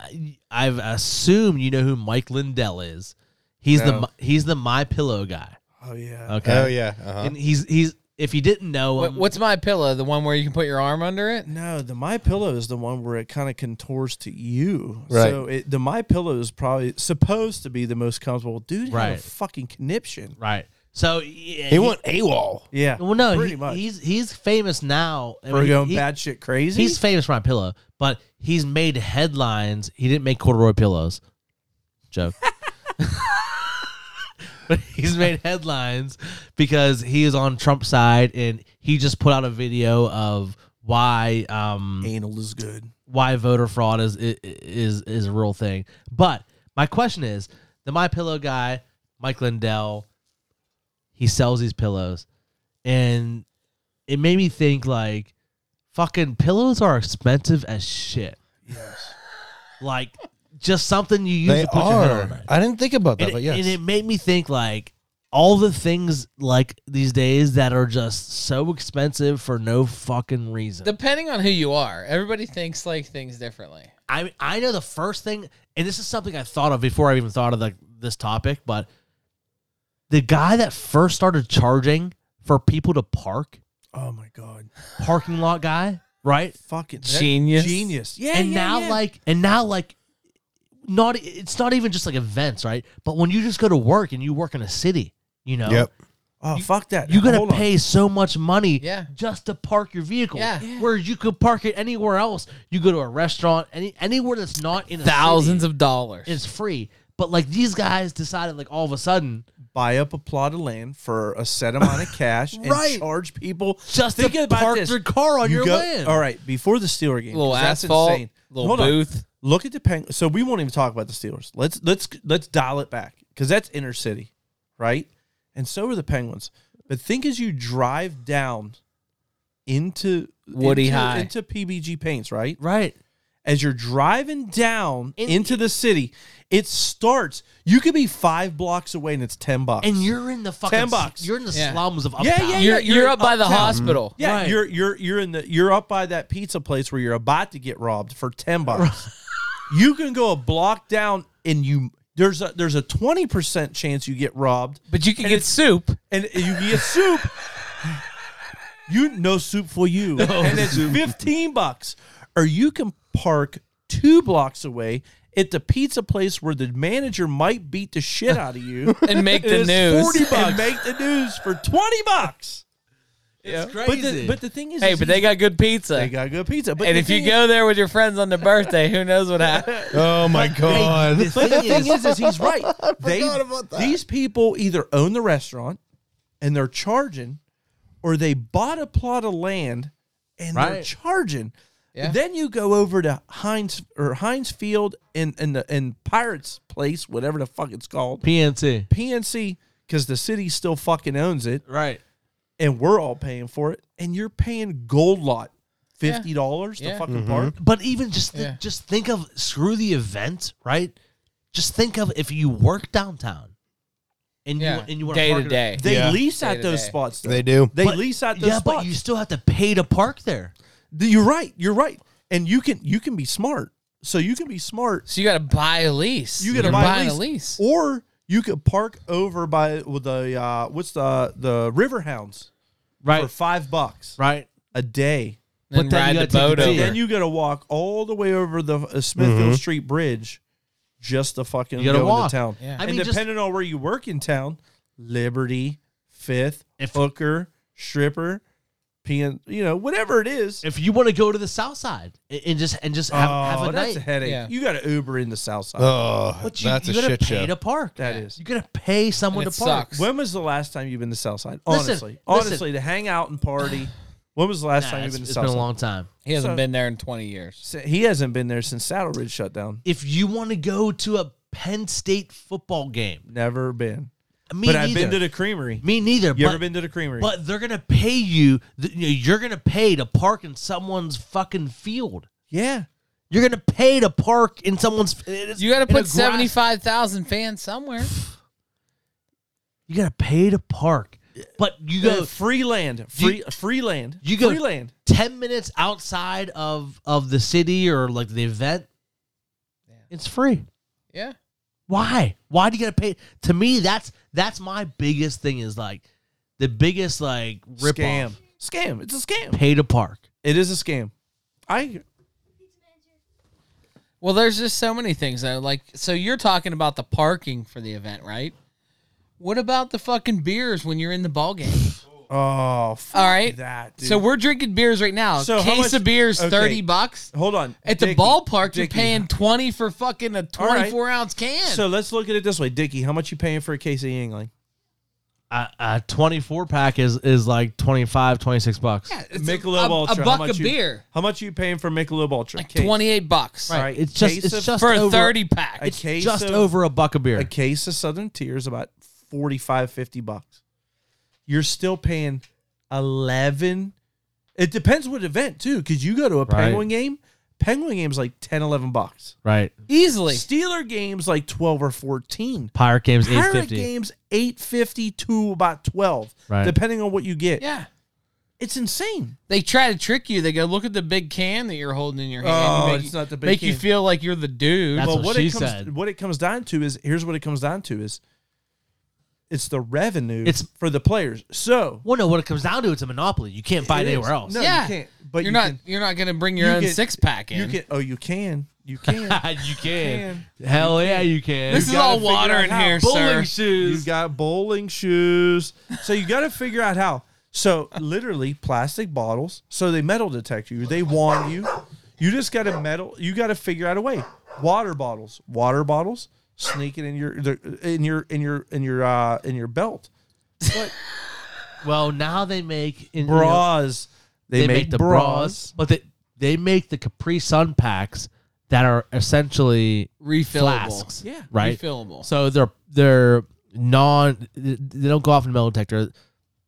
A: I- I've assumed you know who Mike Lindell is. He's the
C: No.
A: Mi- he's the My Pillow guy.
D: Oh yeah.
A: Okay.
C: Oh yeah. Uh-huh.
A: And he's he's if you didn't know,
B: What,
A: um,
B: what's my pillow? The one where you can put your arm under it?
D: No, the My Pillow is the one where it kind of contours to you.
C: Right.
D: So it, the My Pillow is probably supposed to be the most comfortable. Dude had
A: Right.
D: a fucking conniption.
A: right? So yeah,
C: He went AWOL.
D: Yeah.
A: Well, no,
D: pretty
A: he-
D: much.
A: he's he's famous now. I
D: We're
A: mean,
D: going
A: he-
D: bad shit crazy.
A: He's famous for my pillow, but he's made headlines. He didn't make corduroy pillows. Joke. <laughs> but he's made headlines because he is on Trump's side, and he just put out a video of why um,
D: anal is good.
A: why voter fraud is i- i- is is a real thing. But my question is, the My Pillow guy, Mike Lindell, he sells these pillows, and it made me think like, fucking pillows are expensive as shit. Yes. Like just something you use
C: They
A: to put your head on.
C: are. I didn't think about that,
A: And,
C: but
A: it-
C: yes.
A: and it made me think like all the things like these days that are just so expensive for no fucking reason.
B: Depending on who you are, everybody thinks like things differently.
A: I I know the first thing, and this is something I thought of before I even thought of like this topic, but the guy that first started charging for people to park,
D: Oh my god.
A: parking lot guy, right?
D: Fucking
B: Genius.
D: Genius. Yeah.
A: and
D: yeah,
A: now
D: yeah.
A: like and now like not it's not even just like events, right? But when you just go to work and you work in a city, you know,
C: Yep.
D: Oh fuck that.
A: you gotta
D: Hold on.
A: pay so much money
B: Yeah.
A: just to park your vehicle.
B: Yeah. Yeah.
A: Whereas you could park it anywhere else. You go to a restaurant, any anywhere that's not in a city.
B: Thousands of dollars.
A: it's free. But like these guys decided, like all of a sudden,
D: buy up a plot of land for a set amount of
A: <laughs>
D: cash
A: Right.
D: and charge people
A: just to park their car on
D: You
A: your
D: go-
A: land.
D: All right, before the Steeler game,
B: little
D: 'cause that's
B: asphalt,
D: insane.
B: little
D: Hold on.
B: booth.
D: Look at the Penguins. So we won't even talk about the Steelers. Let's let's let's dial it back because that's inner city, right? And so are the Penguins. But think as you drive down into
B: Woody
D: into,
B: High.
D: into PBG Paints, right?
A: right.
D: As you're driving down
A: And-
D: into the city, it starts. You could be five blocks away and it's ten bucks,
A: And you're in the fucking,
D: 10 bucks.
A: you're in the
B: Yeah.
A: slums of uptown.
D: Yeah, yeah,
B: You're,
D: you're
B: you're up by the
D: uptown.
B: hospital.
D: Yeah,
A: Right.
D: you're you're you're in the you're up by that pizza place where you're about to get robbed for ten bucks. you can go a block down and you there's a there's a twenty percent chance you get robbed
B: But you can get soup.
D: and you can get soup. You no soup for you, and it's fifteen bucks. Or you can park two blocks away at the pizza place where the manager might beat the shit out of you
B: <laughs> And make the
D: It's
B: news.
D: 40 bucks. and make the news for twenty bucks.
B: Yeah.
D: But the, but the thing is,
B: Hey,
D: is
B: but they
D: he's-
B: got good pizza.
D: they got good pizza. But
B: and
D: the
B: if
D: <laughs>
B: you
D: thing is-
B: go there with your friends on their birthday, who knows what happens?
C: Oh my
A: <laughs>
C: god.
A: the
D: But the
A: thing is,
D: thing is, is he's
A: <laughs>
D: right. they,
C: about that.
D: These people either own the restaurant and they're charging, or they bought a plot of land and they're
A: Right.
D: charging.
B: Yeah.
D: Then you go over to Heinz or Heinz Field and and the and Pirates Place, whatever the fuck it's called,
A: PNC.
D: PNC, because the city still fucking owns it,
A: Right.
D: and we're all paying for it, and you're paying Gold Lot fifty dollars
B: Yeah.
D: to fucking
C: Mm-hmm.
D: park.
A: But even just th-
B: Yeah.
A: just think of screw the event, right? Just think of if you work downtown and
B: Yeah.
A: you and you want
B: Day to day.
D: They
C: Yeah.
D: lease out
B: to
D: those
B: day.
D: spots. though.
C: They do.
D: They lease out those
A: yeah,
D: spots.
A: but you still have to pay to park there.
D: Th- You're right. You're right. And you can you can be smart. So you can be smart.
B: So you got to buy a lease.
D: You got to
B: You're
D: buy
B: buying
D: a lease, or you could park over by with the uh, what's the the River Hounds
A: Right.
D: for five bucks
A: right.
D: a day.
A: But
B: And
A: then
B: then
A: you
B: ride the
A: gotta take
B: boat
A: the
B: over.
A: Uber.
D: Then you got to walk all the way over the uh, Smithfield Street Bridge just to fucking
A: You gotta
D: go
A: walk.
D: into town.
B: Yeah.
A: I
D: and
A: mean, just-
D: depending on where you work in town, Liberty, Fifth,
A: If-
D: Hooker, Stripper, PN, you know whatever it is.
A: If you want to go to the south side and and just and just have, have
D: oh,
A: a
D: that's
A: night. Uh,
D: a headache.
B: Yeah.
D: You got to Uber in the South Side.
C: Oh,
A: But you,
C: that's
A: you
C: a
A: gotta
C: shit
A: pay
C: show.
A: to park.
D: That is.
A: You gotta pay someone
B: And
A: to
B: it
A: park.
B: sucks.
D: When was the last time you've been to Southside?
A: Listen,
D: Honestly,
A: listen. <sighs>
D: honestly, to hang out and party When was the last
A: Nah,
D: time you've
A: it's-
D: been to
A: it's been a
D: Southside?
A: long time.
B: He hasn't
D: So-
B: been there in 20 years.
D: He hasn't been there since Saddle Ridge shut down.
A: If you want to go to a Penn State football game,
D: Never been.
A: me
D: but
A: neither.
D: I've been to the Creamery.
A: me neither.
D: You
A: but,
D: ever been to the Creamery?
A: but they're gonna pay you. th- you know, You're gonna pay to park in someone's fucking field.
D: yeah.
A: You're gonna pay to park in someone's. it is-
B: You got to
A: in a
B: put
A: grass-
B: 75,000 fans somewhere.
A: You gotta pay to park, but you
D: Uh,
A: go
D: free land. Free free land.
A: you go-
D: free land.
A: ten minutes outside of of the city or like the event. It's free.
B: Yeah.
A: Why? Why do you gotta pay? To me, that's that's my biggest thing. Is like the biggest like rip
D: scam.
A: off.
D: Scam. It's a scam.
A: Pay to park.
D: It is a scam. I
B: Well, there's just so many things though. Like, so you're talking about the parking for the event, right? What about the fucking beers when you're in the ball game?
D: <sighs> oh fuck
B: All right.
D: that. Dude.
B: So we're drinking beers right now.
D: So how
B: Case
D: much-
B: of beers,
D: okay.
B: thirty bucks.
D: hold on
B: At
D: Dickie,
B: the ballpark, you're
D: Dickie.
B: paying twenty for fucking a
D: right.
B: twenty-four ounce can.
D: So let's look at it this way, Dickie. How much you paying for a E case of Yingling?
A: A, a 24 pack is is like 25, 26 bucks.
B: yeah, it's a,
D: Michelob
B: a,
D: Ultra.
B: a
D: how
B: buck
D: much
B: of
D: you-
B: beer,
D: How much you paying for Michelob Ultra?
B: like
D: Case.
B: twenty-eight bucks
D: All right.
A: It's just
D: case
A: it's
D: of-
A: just
B: for a
A: over,
B: thirty pack.
D: I
A: It's
D: case
A: just
D: of-
A: over a buck of beer.
D: a case of Southern Tier is about 45, 50 bucks. You're still paying 11. It depends what event, too, because you go to a
A: Right.
D: Penguin game, Penguin game's like 10, 11 bucks.
A: right.
B: Easily,
D: Steeler game's like 12 or 14.
A: Pirate games eight
D: Pirate
A: fifty.
D: game's 850 to about 12,
A: Right.
D: depending on what you get.
B: yeah.
D: It's insane.
B: They try to trick you. They go, look at the big can that you're holding in your hand.
D: Oh,
B: You make-
D: it's not the big
B: Make you
D: can.
B: feel like you're the dude.
A: That's
D: But
A: what
D: what,
A: she
D: it comes,
A: said.
D: what it comes down to is here's what it comes down to is it's the revenue
A: It's-
D: for the players. So
A: Well, no, what it comes down to, it's a monopoly. You can't buy it,
D: It is.
A: anywhere else.
D: No,
B: yeah,
D: you can't. But
B: you're
D: you
B: not.
D: can-
B: you're not gonna bring your
D: you
B: own
D: can-
B: six pack in.
D: You can. Oh, you can.
A: <laughs>
D: You can.
A: <laughs> you can.
D: can.
A: Hell yeah, you can.
B: this is
D: gotta
B: all
D: figure
B: water
D: out
B: in
D: how.
B: here,
A: bowling
B: sir.
D: you
A: shoes.
D: got bowling shoes. So you got to figure out how. So literally plastic bottles. So they metal detect you. They warn you. You just got to metal. You got to figure out a way. Water bottles. Water bottles. Sneak it in your in your in your in your uh in your belt. But
A: Well, now they make in, you know,
D: bras. They,
A: they, make, the bras, but they they make the Capri Sun packs that are essentially
B: Refillable.
A: flasks.
D: Yeah.
A: right.
B: Refillable.
A: So they're they're non. They don't go off in metal detector.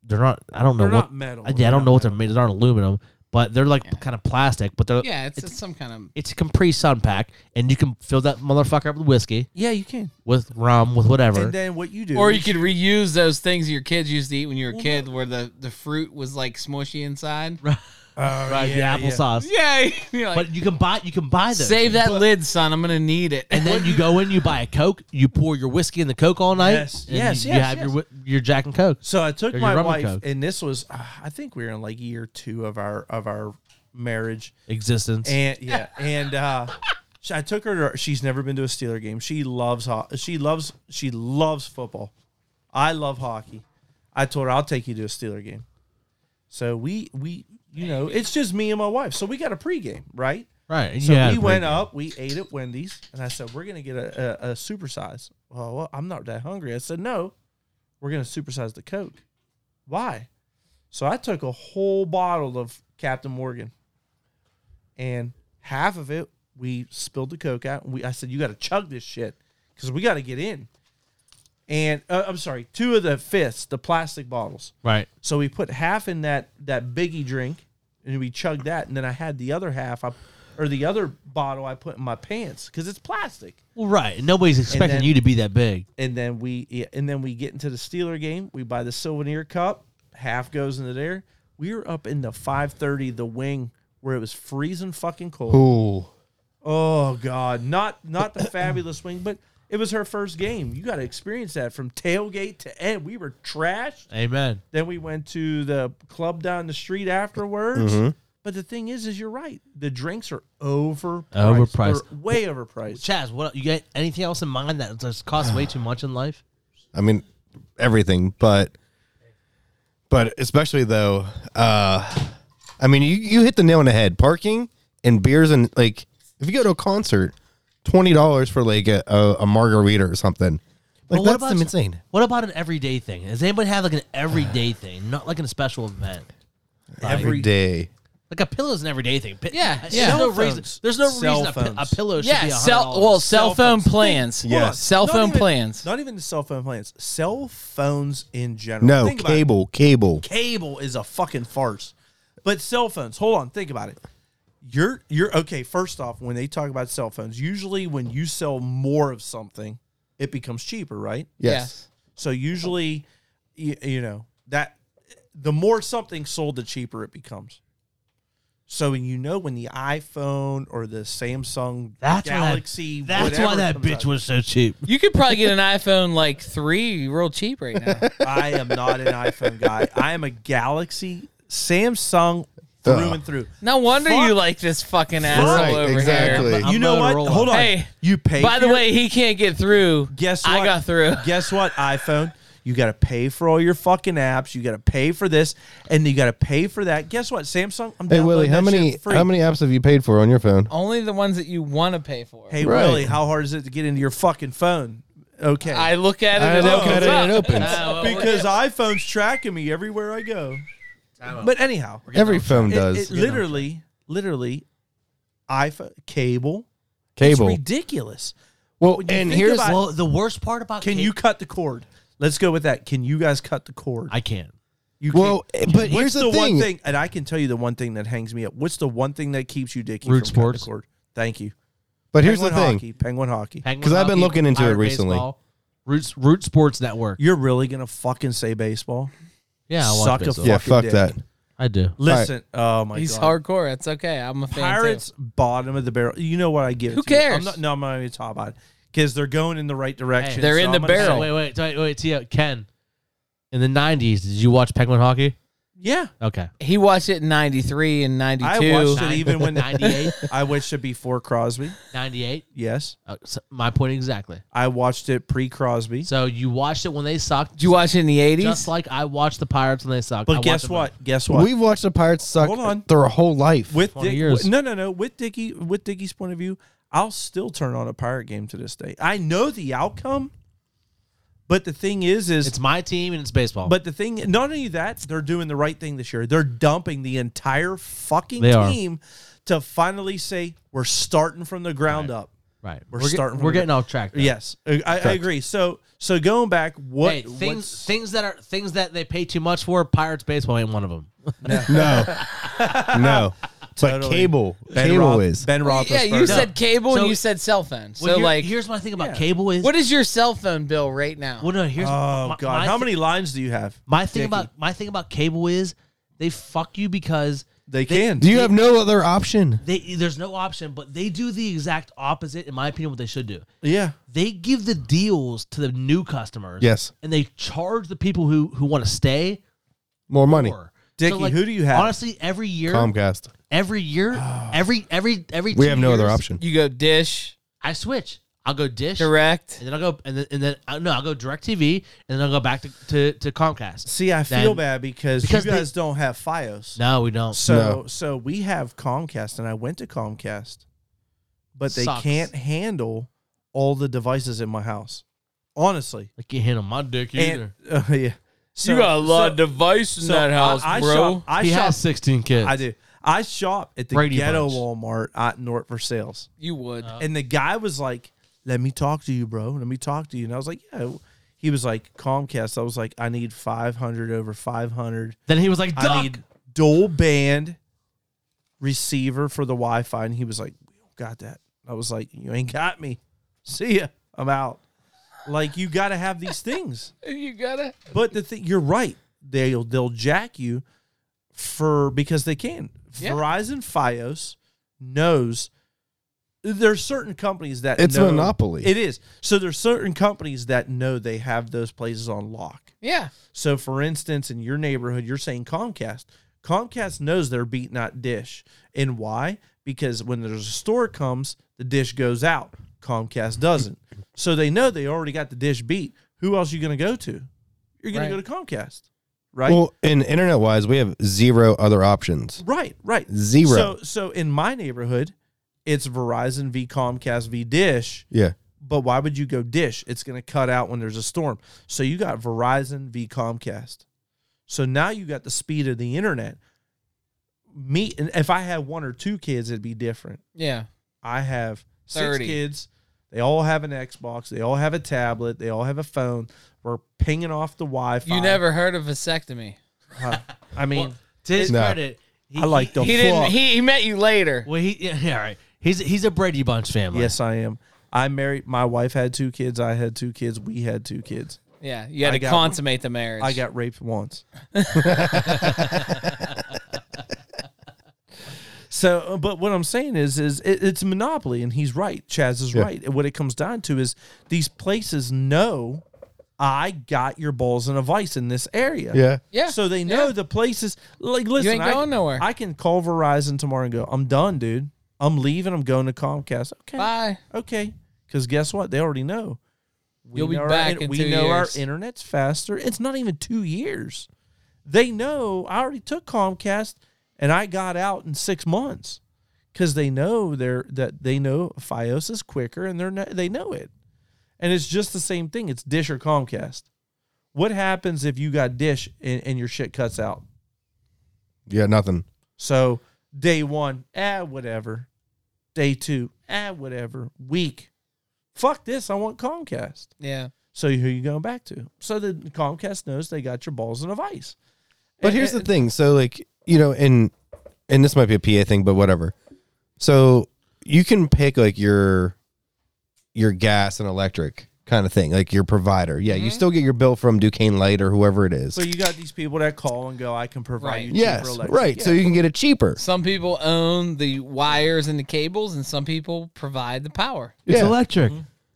A: They're not. I don't know
D: They're
A: what.
D: not metal.
A: I, yeah, I don't know what they're made. They're not aluminum, but they're like kind of plastic. But they're
B: Yeah, it's, it's some kind of
A: It's a Capri Sun pack, and you can fill that motherfucker up with whiskey,
D: Yeah, you can.
A: with rum, with whatever.
D: And then what you do?
B: Or you
D: is-
B: could reuse those things your kids used to eat when you were a kid, where the, the fruit was like smushy inside.
D: Oh,
A: right,
D: yeah,
A: the
D: yeah.
A: applesauce.
B: <laughs> Yeah, <laughs> you're like,
A: But you can buy you can buy those.
B: save that lid, son. I'm gonna need it.
A: and then you go in, you buy a Coke, you pour your whiskey in the Coke all night.
D: Yes,
A: and
D: yes,
A: you, You
D: yes,
A: have
D: yes.
A: your whi- your Jack and Coke.
D: So I took
A: Or your
D: my
A: rum and
D: wife,
A: coke.
D: and this was uh, I think we were in like year two of our of our marriage,
A: Existence.
D: and yeah,
A: <laughs>
D: and uh, so I took her. to She's never been to a Steeler game. She loves ho- she loves she loves football. I love hockey. I told her I'll take you to a Steeler game. So we we you know it's just me and my wife. So we got a pregame right.
A: right. and
D: So
A: you had
D: we
A: a
D: went
A: break.
D: up, we ate at Wendy's, and I said, We're going to get a, a, a supersize. Well, well, I'm not that hungry. I said, No, we're going to supersize the Coke. Why? So I took a whole bottle of Captain Morgan, and half of it, we spilled the Coke out. And we, I said, You got to chug this shit because we got to get in. And uh, I'm sorry, two of the fifths, the plastic bottles.
A: Right.
D: So we put half in that that biggie drink, and we chugged that, and then I had the other half, I, or the other bottle I put in my pants because it's plastic.
A: Well, right. and Nobody's expecting
D: then-
A: you to be that big.
D: And then we yeah, and then we get into the Steeler game. We buy the souvenir cup. Half goes into there. We were up in the five thirty, the wing where it was freezing fucking cold.
C: Ooh.
D: Oh God, not not the fabulous wing, but it was her first game. You got to experience that from tailgate to end. We were trashed.
A: Amen.
D: Then we went to the club down the street afterwards.
C: Mm-hmm.
D: But the thing is, is you're right. The drinks are overpriced.
A: Overpriced.
D: They're way overpriced.
A: Chaz, what you got? Anything else in mind that just costs way too much in life?
C: I mean, everything, but but especially though, uh I mean, you you hit the nail on the head. Parking and beers and like if you go to a concert, twenty dollars for like a, a, a margarita or something. Like
A: But
C: that's insane.
A: What about an everyday thing? Does anybody have like an everyday thing, not like in a special event?
C: every day.
A: Like a pillow's an everyday thing. Pi-
B: Yeah,
A: there's
B: yeah.
A: no
D: Cell
A: reason.
D: phones.
A: There's no
D: Cell
A: reason a, pi- a
D: phones.
A: pillow should
B: yeah,
A: be a hundred
B: cell well,
A: dollars.
B: cell, phone plans.
C: Yeah.
D: Hold on.
B: Cell
D: Not
B: phone
D: even-
B: plans.
D: Not even the cell phone plans. Cell phones in general.
C: No,
D: Think about it.
C: cable, cable.
D: Cable is a fucking farce. But cell phones, hold on, think about it. You're you're okay, first off, when they talk about cell phones, usually when you sell more of something, it becomes cheaper, right?
C: Yes.
D: So usually you, you know, that the more something sold the cheaper it becomes. So when you know when the iPhone or the Samsung
A: That's why that-
D: Galaxy
A: That's
D: whatever
A: why that
D: comes
A: bitch
D: out-
A: was so cheap.
B: You could probably get an iPhone like three real cheap right now.
D: I am not an iPhone guy. I am a Galaxy, Samsung through
C: Ugh.
D: and through.
B: No wonder
D: Fuck.
B: you like this fucking asshole
C: Right,
B: over
C: exactly.
B: here.
A: I'm
D: you know what?
A: Motorola.
D: Hold on.
B: Hey,
D: you pay.
B: By
D: for
B: the
D: your-
B: way, he can't get through.
D: guess what?
B: I got through.
D: <laughs> Guess what? iPhone. You got to pay for all your fucking apps. You got to pay for this, and you got to pay for that. Guess what? Samsung. I'm
C: Hey
D: downloading
C: Willie, how
D: that
C: many
D: shit free. Oh,
C: how many apps have you paid for on your phone?
B: Only the ones that you want to pay for.
D: Hey
C: Right.
D: Willie, how hard is it to get into your fucking phone? Okay,
B: I look at it.
C: I
B: and it
C: look
B: opens
C: at it and it
B: up.
C: opens.
B: Ah, well, we're
D: because Oh
B: good.
D: iPhone's tracking me everywhere I go. But anyhow,
C: Every phone
D: it-
C: does.
D: it literally, literally, iPhone cable.
C: cable.
D: It's ridiculous.
C: Well,
D: when you
C: and
D: think
C: here's
D: about-
A: Well, the worst part about
D: Can
A: ca-
D: you cut the cord? Let's go with that. Can you guys cut the cord?
A: I can't.
D: You
C: well,
D: can't-
C: but here's
D: What's
C: the
D: the, one
C: thing.
D: thing, and I can tell you the one thing that hangs me up. What's the one thing that keeps you dicky
A: Root
D: from cutting
A: sports.
D: the cord? Thank you.
C: but here's the
D: Penguin
C: thing.
D: hockey, Penguin hockey.
A: Penguin
C: 'Cause I've been
A: hockey,
C: looking into it
A: pirate
C: recently.
A: baseball, Roots Root Sports Network.
D: You're really gonna fucking say baseball?
A: Yeah, I watch
D: Suck a
A: baseball.
C: Yeah,
D: fucking
C: fuck
D: dick.
C: that.
A: I do.
D: Listen, oh my
B: he's
D: god,
B: hardcore. It's okay. I'm a fan.
D: Pirates bottom of the barrel. You know what I give? it
B: Who
D: to you. I'm
B: cares?
D: not, no, I'm not even talking about it because they're going in the right direction.
B: They're
D: so
B: in the
D: I'm gonna
B: barrel.
D: say-
A: Wait, wait, wait, wait, Tia, Ken. In the '90s, did you watch Penguin hockey?
D: yeah,
A: Okay.
B: Too. He watched it in '93 and
D: I
B: '92.
D: watched it even when <laughs>
A: 98,
D: I watched it before Crosby.
A: 98.
D: Yes,
A: Uh, so my point exactly.
D: I watched it pre Crosby.
A: So you watched it when they sucked.
B: Did you watch it in the '80s?
A: Just like I watched the Pirates when they sucked. I
D: But
A: watch
D: guess
A: them
D: what?
A: now.
D: Guess what?
C: We've watched the Pirates suck
D: Hold on.
C: their whole life.
D: with
A: 20
D: Dick,
A: years.
D: No, no, no. With Dickie, with Dickie's point of view, I'll still turn on a pirate game to this day. I know the outcome, but the thing is, is
A: It's my team and it's baseball.
D: but the thing, not only that, they're doing the right thing this year. They're dumping the entire fucking
A: They are.
D: team to finally say we're starting from the ground up.
A: right,
D: We're
A: get-
D: starting from
A: we're
D: the-
A: getting off track. though.
D: Yes, I, I agree. So, so going back, what
A: Hey,
D: what's-
A: things things that are things that they pay too much for. Pirates baseball ain't one of
D: <laughs>
A: them.
C: <laughs> no, no. But
D: Totally.
C: cable,
D: uh, Ben
C: cable
D: Roth-
C: is.
D: Ben
B: Well,
D: Roth.
B: yeah, you said cable
A: So-
B: and you said cell phone. So
A: Well, here-
B: like,
A: here's my thing about
D: Yeah.
A: cable is
B: what is your cell phone bill right now?
A: well, no, here's
D: Oh
A: my-
D: God!
A: my
D: How
A: thi-
D: many lines do you have?
A: My thing
D: Dickie?
A: about my thing about cable is they fuck you because
D: they can.
C: Do you have no other option?
A: they there's no option, but they do the exact opposite in my opinion what they should do.
D: yeah.
A: They give the deals to the new customers.
C: Yes.
A: And they charge the people who who want to stay
C: More money.
A: more.
D: Dickie, who do you have?
A: Honestly, every year,
C: Comcast.
A: every
D: <sighs>
A: year, every every every
C: We
A: two
C: have no other
A: years,
C: option.
B: you go dish
A: I switch. I'll go Dish,
B: direct.
A: and then I'll go and then, and then uh, no, I'll go Direct TV, and then I'll go back to to, to Comcast.
D: See, I feel
A: Then-
D: bad because,
A: because
D: you
A: they-
D: guys don't have FiOS.
A: No, we don't.
D: So so we have Comcast, and I went to Comcast, but they
A: Sucks.
D: can't handle all the devices in my house. Honestly,
A: I can't handle my dick
D: and
A: either.
D: uh, <laughs> yeah, so, so-
B: device in
D: so I- I Shop, I
A: he
D: shop.
A: has sixteen kids.
D: I do. I shop at the
A: Brady
D: ghetto
A: Bunch.
D: Walmart at North for sales,
B: you would.
D: and the guy was like, "Let me talk to you, bro. Let me talk to you." And I was like, "Yeah." He was like Comcast. I was like, "I need five hundred over five hundred
A: Then he was like,
D: I
A: "Duck."
D: need dual band receiver for the Wi Fi. And he was like, We don't got that. I was like, You ain't got me. See ya. I'm out. Like, you got to have these things.
B: you gotta.
D: But the thing, you're right. They'll, they'll jack you for because they can.
B: Yeah.
D: Verizon Fios knows there's certain companies that
C: It's a
D: know-
C: monopoly.
D: It is. So there's certain companies that know they have those places on lock.
B: Yeah.
D: So, for instance, in your neighborhood, you're saying Comcast. Comcast knows they're beating out Dish. And why? Because when there's a store comes, the dish goes out. Comcast doesn't. So they know they already got the dish beat. Who else you going to go to? You're going
B: Right.
D: to go to Comcast. Right?
C: Well, in internet wise, we have zero other options.
D: right, right.
C: Zero.
D: So so in my neighborhood, it's Verizon v Comcast v Dish,
C: yeah.
D: but why would you go Dish? It's going to cut out when there's a storm. So you got Verizon v Comcast. So now you got the speed of the internet. me. and If I had one or two kids, it'd be different.
B: Yeah.
D: I have six
B: 30.
D: kids. They all have an Xbox. They all have a tablet. They all have a phone. We're pinging off the Wi-Fi.
B: You never heard of vasectomy.
D: Huh.
B: <laughs>
D: I mean,
A: To his
C: No.
A: credit, he,
D: I like the
B: he
D: fuck.
B: didn't. He, he met you later.
A: Well, he yeah, <laughs> yeah, all right. He's he's a Brady Bunch family.
D: yes, I am. I married. My wife had two kids. I had two kids. We had two kids.
B: Yeah, you had
D: I
B: to
D: got-
B: consummate the marriage.
D: I got raped once.
C: <laughs>
D: so, uh, but what I'm saying is, is it, it's a monopoly, and he's right. Chaz is
C: Yeah.
D: right. And what it comes down to is these places know I got your balls in a vice in this area.
C: Yeah.
B: Yeah.
D: So they know
B: yeah.
D: the places. Like, listen,
B: ain't
D: I-
B: going nowhere.
D: I can call Verizon tomorrow and go, I'm done, dude. I'm leaving. I'm going to Comcast. Okay.
B: Bye.
D: Okay. Because guess what? They already know. We
B: You'll be
D: know our
B: back
D: in-
B: in
D: We
B: two
D: know
B: years.
D: our internet's faster. It's not even two years. They know I already took Comcast and I got out in six months because they know they're that they know FiOS is quicker and they're no- they know it. And it's just the same thing. It's Dish or Comcast. What happens if you got Dish and, and your shit cuts out?
C: Yeah. Nothing.
D: So day one, ah, whatever. Day two, ah, whatever. Week, fuck this. I want Comcast.
B: Yeah.
D: So who you going back to? So the Comcast knows they got your balls in a vice.
C: But here's the thing. So like, you know, and and this might be a PA thing, but whatever. So you can pick like your your gas and electric kind of thing, like your provider. Yeah, you still get your bill from Duquesne Light or whoever it is.
D: Mm-hmm. So you got these people that call and go, I can provide
B: Right.
D: you cheaper
C: yes,
D: electric.
C: right. So
D: Yeah.
C: you can get it cheaper.
B: Some people own the wires and the cables, and some people provide the power.
A: It's
C: Yeah.
A: electric.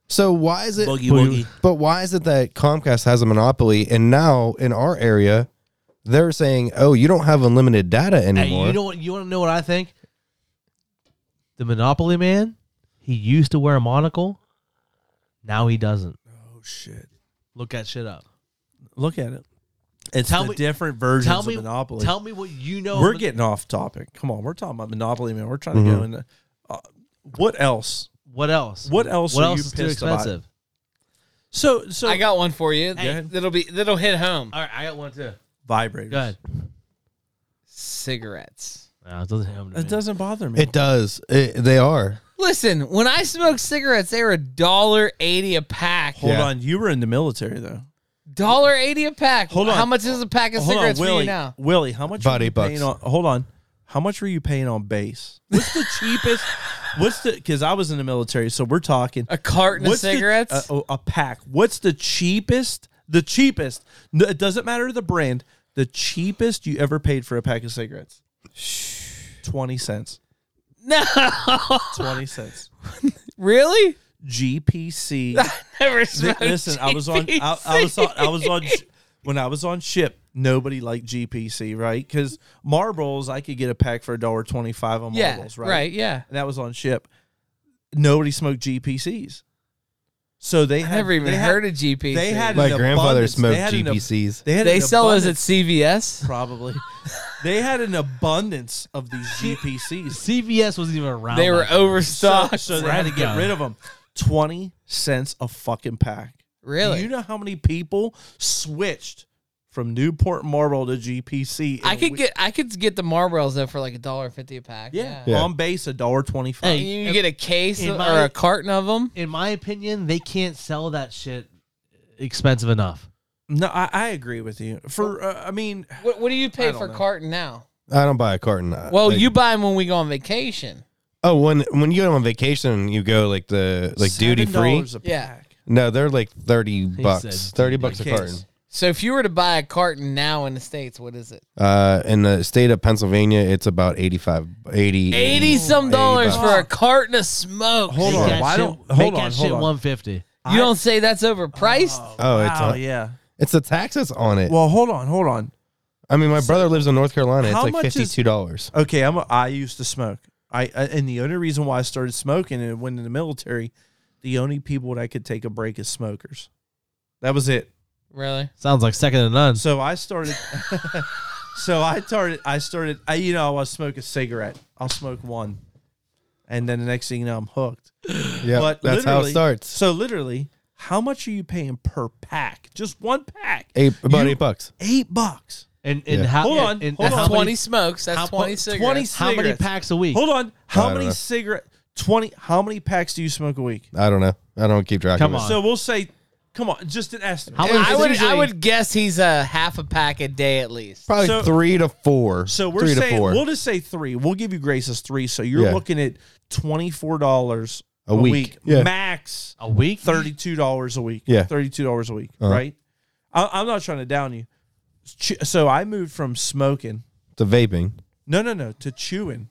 C: So why is it?
D: Boogie woogie.
C: But why is it that Comcast has a monopoly, and now in our area, they're saying, "Oh, you don't have unlimited data anymore."
A: Hey, you know what? You want to know what I think? The Monopoly man. He used to wear a monocle. Now he doesn't.
D: Oh shit!
A: Look that shit up.
D: Look at it. It's
A: Tell
D: the
A: me-
D: different versions
A: Tell
D: of
A: me,
D: Monopoly.
A: tell me what you know.
D: we're
A: of-
D: getting off topic. Come on, we're talking about Monopoly, man. We're trying to
C: Mm-hmm.
D: go into uh, what else?
A: what else?
D: What else
A: What
D: are
A: else
D: you
A: is too
D: pissed about?
A: expensive?
D: So, so
B: I got one for you.
D: Hey.
B: That'll be that'll hit home.
A: All right, I got one too.
D: vibrators.
A: Go ahead.
B: Cigarettes.
A: No, it doesn't happen to
D: It
A: me.
D: doesn't bother me.
C: it does. It, they are.
B: Listen, when I smoked cigarettes, they were a dollar eighty a pack.
D: Hold
C: Yeah.
D: on, you were in the military though.
B: Dollar eighty a pack.
D: Hold on.
B: How much is a pack of
D: hold on,
B: cigarettes for
D: Willie.
B: you now?
D: Willie, how much
C: About
D: were you
C: eight bucks.
D: paying on? Hold on, how much were you paying on base? What's the cheapest? What's the? Because I was in the military, so we're talking
B: A carton
D: what's
B: of
D: the-
B: cigarettes.
D: a, oh, a pack. What's the cheapest? The cheapest. No, it doesn't matter the brand. The cheapest you ever paid for a pack of cigarettes. Twenty cents.
B: no, <laughs>
D: Twenty cents.
B: really? <laughs>
D: GPC.
B: Never
D: Li-
B: smoked.
D: Listen, I was on. I, I was on. I was on. sh- When I was on ship, nobody liked GPC, right? Because Marlboros, I could get a pack for a dollar twenty-five on
B: yeah,
D: Marlboros,
B: right?
D: right?
B: Yeah,
D: And that was on ship. Nobody smoked GPCs, so they
B: I
D: had,
B: never even
D: they
B: heard
D: had,
B: of GP.
D: They had
C: My
D: an
C: grandfather
D: abundance.
C: smoked
D: They had an ab-
C: GPCs.
D: They, had
B: They
D: an
B: sell those at
D: abundance-
B: CVS.
D: probably. they had an abundance
B: <laughs>
D: of these GPCs.
A: CVS wasn't even around.
B: They were
A: back then.
D: So,
B: overstocked.
D: so they had to get rid of them. Twenty cents a fucking pack.
B: really?
D: Do you know how many people switched from Newport Marlboro to GPC? in
B: I
D: a
B: could
D: week?
B: get I could get the Marlboros though for like a dollar fifty a pack.
D: yeah,
C: Yeah.
D: on base a dollar twenty five.
A: Hey,
B: You get a case
A: in
B: or
A: my-
B: a carton of them.
A: in my opinion, they can't sell that shit expensive enough.
D: No, I, I agree with you. For uh, I mean,
B: What, what do you
D: I
B: pay
D: don't
B: for
D: know. Uh,
B: carton now?
C: I don't buy a carton. I-
B: Well,
C: like-
B: you buy them when we go on vacation.
C: Oh, when when you go on vacation, you go like the like duty free.
D: $7 a
B: Yeah.
D: pack.
C: No, they're like thirty bucks.
A: said
C: Thirty
A: duty
C: bucks a
D: case.
C: carton.
B: So if you were to buy a carton now in the states, what is it?
C: Uh, in the state of Pennsylvania, it's about 85, 80,
B: Eighty some dollars
C: bucks.
B: for a carton of smoke.
D: Hold
A: Make
D: on,
A: that
D: why
A: shit-
D: don't- hold
A: make that
D: on, hold
A: shit
D: on.
A: one fifty?
B: You don't say that's overpriced.
C: Oh, it's
D: wow,
C: a-
D: yeah.
C: It's the taxes on it.
D: Well, hold on, hold on.
C: I mean, my brother lives in North Carolina. It's
D: How
C: like
D: much is-
C: fifty-two dollars.
D: Okay, I'm. A, I used to smoke. I, I and the only reason why I started smoking and went in the military, the only people that I could take a break is smokers. That was it.
B: Really?
A: Sounds like second to none.
D: So I started. <laughs> so I started. I started. I, you know, I was smoke a cigarette. I'll smoke one, and then the next thing you know, I'm hooked.
C: Yeah,
D: But
C: that's how it
D: literally-
C: starts.
D: So literally, how much are you paying per pack? Just one pack?
C: Eight about
D: You-
C: eight bucks.
D: Eight bucks.
A: And and
C: Yeah.
A: how?
D: Hold on,
A: And,
D: hold
A: and
D: on.
A: how
B: 20
A: Many,
B: smokes.
D: How-
B: That's 20 cigarettes.
D: 20
A: how many
D: cigarettes.
A: packs a week?
D: Hold on.
C: I
D: How
C: don't
D: many
C: know.
D: cigarette? Twenty. How many packs do you smoke a week?
C: I don't know. I don't keep track.
A: Come
C: of it.
A: on.
D: So we'll say, come on, just an estimate.
A: How many-
B: I would, I
A: usually-
B: would guess he's a half a pack a day at least.
C: Probably
D: So-
C: three to four.
D: So we're
C: three to
D: saying
C: 4
D: we'll just say three. We'll give you grace as three. So you're
C: Yeah.
D: looking at twenty four dollars
C: A week. Yeah.
D: max
A: a week.
D: thirty two dollars a week.
C: Yeah.
D: thirty two dollars a week.
C: Uh-huh.
D: Right. I, I'm not trying to down you. Ch- So I moved from smoking.
C: to vaping.
D: No, no, no. To chewing,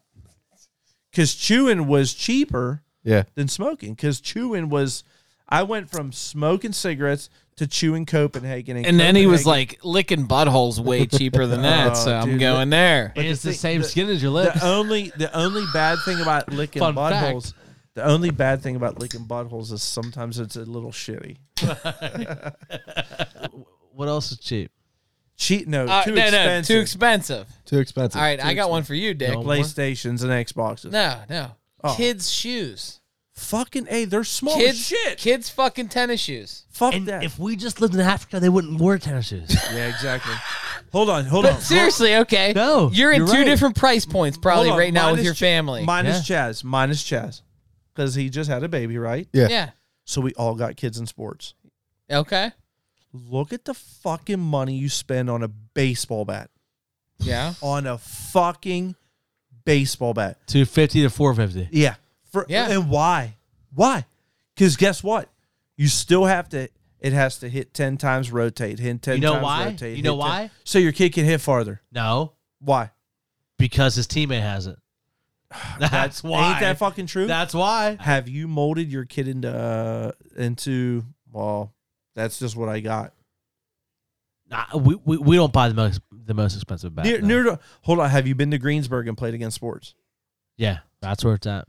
D: because chewing was cheaper
C: Yeah.
D: than smoking. Because chewing was, I went from smoking cigarettes to chewing Copenhagen,
B: And then he was
D: Copenhagen-
B: like licking buttholes
D: <laughs>
B: way cheaper than that. so
D: Oh,
B: I'm
D: dude,
B: going there.
A: And it's the, uh, same skin as your lips.
D: the only the only bad thing about licking
A: Fun
D: buttholes. The only bad thing about licking buttholes is sometimes it's a little shitty.
A: what else is cheap?
D: Cheat no,
B: Uh,
D: too
B: no, no,
D: expensive.
B: too expensive.
C: Too expensive.
B: All right, I got one for you, Dick.
A: No.
D: PlayStations and Xboxes.
B: No, no.
D: Oh.
B: Kids' shoes.
D: Fucking a, they're small as
B: Kids,
D: shit.
B: kids' fucking tennis shoes.
D: Fuck
A: And
D: that. <laughs>
A: if we just lived in Africa, they wouldn't wear tennis shoes.
D: yeah, exactly. <laughs> Hold on, hold on.
B: But seriously, okay.
A: No,
B: you're in
A: you're
B: two
A: right.
B: different price points probably
D: Hold on,
B: right now with
D: minus
B: your
D: Ch-
B: family.
D: Minus Chaz, minus Chaz, because he just had a baby, right?
C: Yeah.
B: yeah.
D: So we all got kids in sports.
B: Okay.
D: Look at the fucking money you spend on a baseball bat,
B: Yeah.
D: on a fucking baseball bat.
A: Two fifty <laughs> to four fifty.
D: Yeah. For,
B: Yeah.
D: And why? Why? Because guess what? You still have to. It has to hit ten times, rotate, hit ten.
A: You know
D: times,
A: why?
D: Rotate,
A: You
D: hit
A: know
D: 10
A: why?
D: So your kid can hit farther.
A: No,
D: Why?
A: because his teammate has it. <sighs> That's why.
D: <laughs> Ain't that fucking true?
A: That's why.
D: have you molded your kid into uh, into? Well, that's just what I got.
A: Nah, we, we, we don't buy the most the most expensive bat.
D: Near,
A: no.
D: near to- hold on. Have you been to Greensburg and played against sports?
A: yeah, that's where it's at.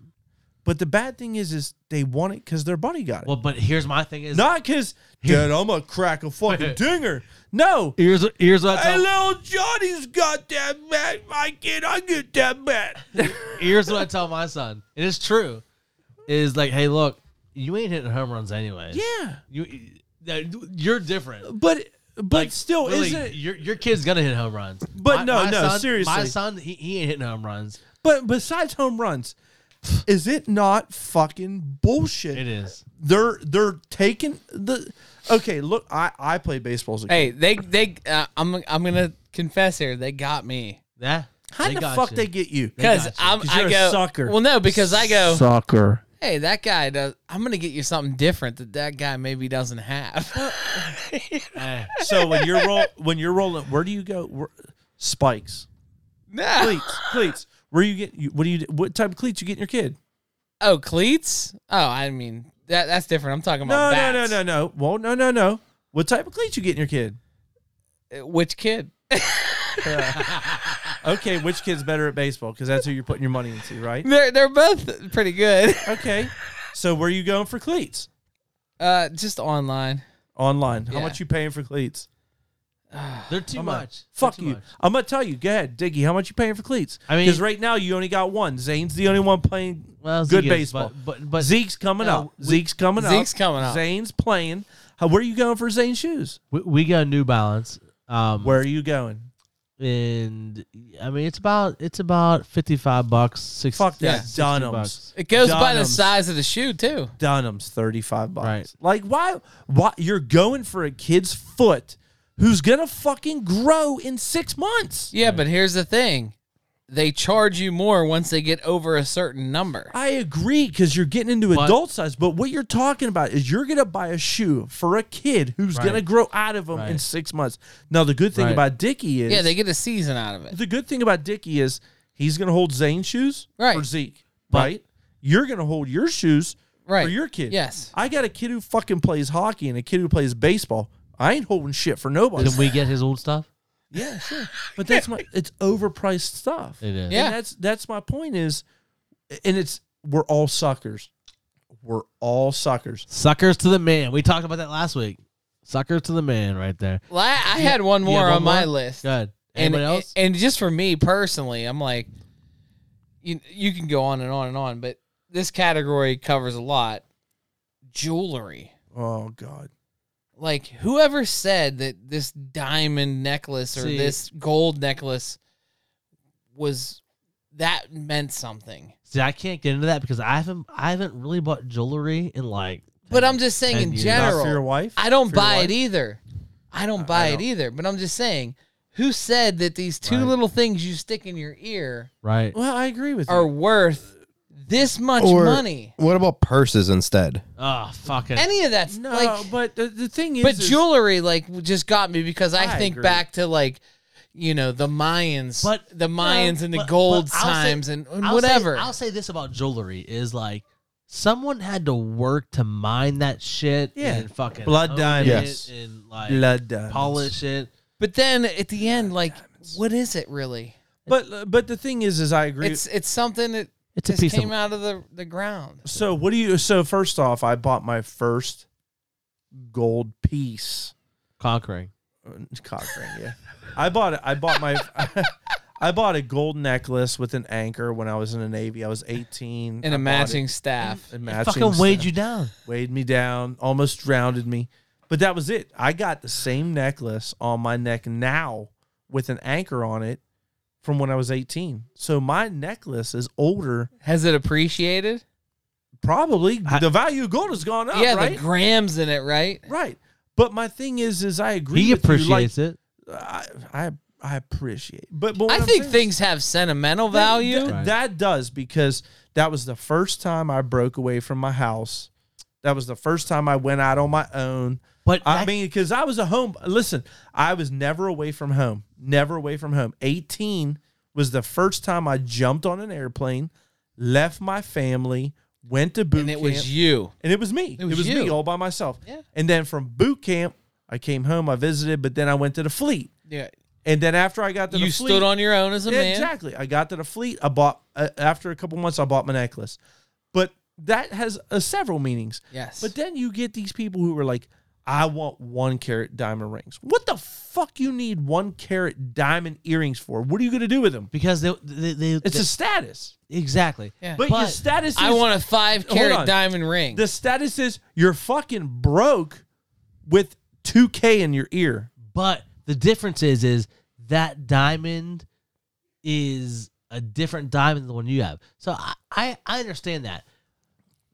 D: But the bad thing is, is they want it because their buddy got it.
A: Well, but here's my thing is <laughs>
D: Not because, dude, I'm gonna crack a fucking dinger. No,
A: here's here's what I
D: Hey,
A: tell,
D: little Johnny's got that bat. My kid, I get that
A: <laughs>
D: bat.
A: here's what I tell my son. It is true. Is like, hey, look, you ain't hitting home runs anyways.
D: yeah,
A: you you're different.
D: but but
A: Like,
D: still,
A: really,
D: isn't Oh, it?
A: your your kid's gonna hit home runs?
D: But no, no,
A: son, my
D: seriously.
A: son, he, he ain't hitting home runs.
D: But besides home runs, is it not fucking bullshit?
A: It is.
D: They're they're taking the. Okay, look, I I played baseball as a kid.
B: Hey, they they uh, I'm I'm gonna confess here. They got me
A: Yeah.
D: How
A: they
D: the
A: got
D: fuck
A: you.
D: they get you?
B: because
A: got you.
B: I'm
D: 'Cause
B: I
D: you're a
B: go
D: sucker.
B: Well, no, because I go.
D: Sucker.
B: hey, that guy does. I'm gonna get you something different that that guy maybe doesn't have. <laughs>
A: Eh.
D: So when you're roll when you're rolling, where do you go? Where, spikes,
B: no.
D: cleats, cleats. Where you get? You, what do you? What type of cleats you get in your kid?
B: Oh, cleats. Oh, I mean that that's different. I'm talking
D: No,
B: about
D: no, no,
B: bats.
D: no, no. Well, no, no, no. What type of cleats you get in your kid?
B: no. Uh, Which kid?
D: Okay, which kid's better at baseball? Because that's who you're putting your money into, right?
B: They're they're both pretty good. <laughs>
D: Okay. So where are you going for cleats?
B: Uh, just online.
D: Online. How
B: Yeah.
D: much you paying for cleats?
A: They're too
D: <laughs> Come on.
A: much.
D: Fuck
A: They're too
D: you.
A: much.
D: I'm gonna tell you. Go ahead, Diggy. How much you paying for cleats?
A: I mean-
D: because right now you only got one. Zane's the only one playing
A: Well,
D: good
A: Zeke is,
D: baseball.
A: but but, but
D: Zeke's coming
A: No,
D: up. Zeke's coming up.
B: Zeke's coming up.
D: Zane's playing. How, where are you going for Zane's shoes?
A: we, we got New Balance. Um,
D: Where are you going?
A: and I mean it's about it's about fifty five bucks. 60,
D: Fuck that.
A: 60
D: Dunhams.
A: bucks.
B: It goes by the
D: Dunham's.
B: size of the shoe too.
D: Dunham's thirty five bucks.
A: Right.
D: Like why? Why you're going for a kid's foot who's gonna fucking grow in six months?
B: Yeah, but here's the thing. They charge you more once they get over a certain number.
D: I agree because you're getting into
A: But-
D: adult size, but what you're talking about is you're gonna buy a shoe for a kid who's
A: Right.
D: gonna grow out of them in
A: Right.
D: six months. Now the good thing
A: Right.
D: about Dickie is
B: Yeah, they get a season out of it.
D: the good thing about Dickie is he's gonna hold Zane's shoes for
B: Right.
D: Zeke,
A: But-
D: right? You're gonna hold your shoes
B: Right.
D: for your kid.
B: Yes.
D: I got a kid who fucking plays hockey and a kid who plays baseball. I ain't holding shit for nobody.
A: Can we get his old stuff?
D: Yeah, sure. But that's my it's overpriced stuff.
A: It is.
B: Yeah.
D: And that's that's my point is and it's we're all suckers. We're all suckers.
A: Suckers to the man. We talked about that last week. Suckers to the man, right there.
B: La- I had one more
A: have one
B: on my
A: more?
B: list.
A: Good.
B: And,
A: Anybody else?
B: and just for me personally, I'm like you you can go on and on and on, but this category covers a lot. Jewelry.
D: Oh God.
B: like whoever said that this diamond necklace or
A: See-
B: this gold necklace was that meant something.
A: See, I can't get into that because I haven't I haven't really bought jewelry in like.
B: But I'm just saying in
A: And you-
D: Not for your
B: general.
D: wife?
B: I don't
D: For your
B: buy
D: wife?
B: it either. I don't buy it either. But I'm just saying, who said that these two
A: Right.
B: little things you stick in your ear
A: right.
D: Well, I agree with
B: are
D: you.
B: worth this much
C: Or
B: money?
C: What about purses instead?
A: Oh fucking.
B: Any of that's
D: No,
B: like
D: but the, the thing is,
B: but
D: is-
B: jewelry like just got me because I,
D: I
B: think
D: agree.
B: back to like you know the Mayans,
A: But-
B: the Mayans
A: no,
B: and the
A: but-
B: gold
A: but I'll say-
B: times and, and
A: I'll say-
B: whatever.
A: I'll say this about jewelry is like someone had to work to mine that shit.
D: Yeah.
A: and fucking
D: Blood
A: own
D: diamonds.
A: it and like
D: blood diamonds.
A: polish it.
B: but then at the end, like, what is it really?
D: But but the thing is, is I agree.
B: It's it's something that
A: It's a
B: just
A: piece
B: came
A: of
B: out of the the ground.
D: so what do you? So first off, I bought my first gold piece. <laughs>
A: conquering.
D: cock ring. Yeah, I bought it. I bought my. <laughs> I bought a gold necklace with an anchor when I was in the Navy. I was
B: And
D: 18. I
B: a
D: bought
B: matching
D: it-
B: staff.
D: a
A: It
D: matching
A: fucking weighed
D: staff.
A: you down.
D: weighed me down, almost drowned me. But that was it. I got the same necklace on my neck now with an anchor on it from when I was 18. So my necklace is older.
B: Has it appreciated?
D: Probably
A: I-
D: the value of gold has gone up,
B: yeah,
D: right?
B: the grams in it, right?
D: right. But my thing is, is I agree.
A: He
D: with you,
A: appreciates it.
D: Like, I, I, I appreciate. But, but what
B: I
D: I'm
B: think
D: saying-
B: things have sentimental
D: That-
B: value.
D: That,
A: Right.
D: that does because that was the first time I broke away from my house. That was the first time I went out on my own.
A: But
D: I
A: that-
D: mean, because I was a home. Listen, I was never away from home. Never away from home. 18 was the first time I jumped on an airplane, left my family, went to boot
B: and it
D: camp,
B: was you.
D: and it was me. It
B: was
D: was, me
B: you.
D: all by myself.
B: Yeah.
D: And then from boot camp, I came home. I visited, but then I went to the fleet.
B: Yeah.
D: And then after I got to
B: You
D: the fleet,
B: stood on your own as a
D: yeah,
B: man.
D: Exactly. I got to the fleet. I bought uh, after a couple months. I bought my necklace, but that has uh, several meanings.
B: Yes.
D: But then you get these people who are like, "I want one carat diamond rings." What the fuck you need one carat diamond earrings for? What are you gonna do with them?
A: because they they, they,
D: It's a status.
A: exactly.
B: Yeah.
D: But, your
A: But
D: status. Is,
B: I want a five
D: Hold
B: carat
D: on.
B: diamond ring.
D: the status is you're fucking broke with two k in your ear.
A: But the difference is, is that diamond is a different diamond than the one you have. So I, I, I understand that.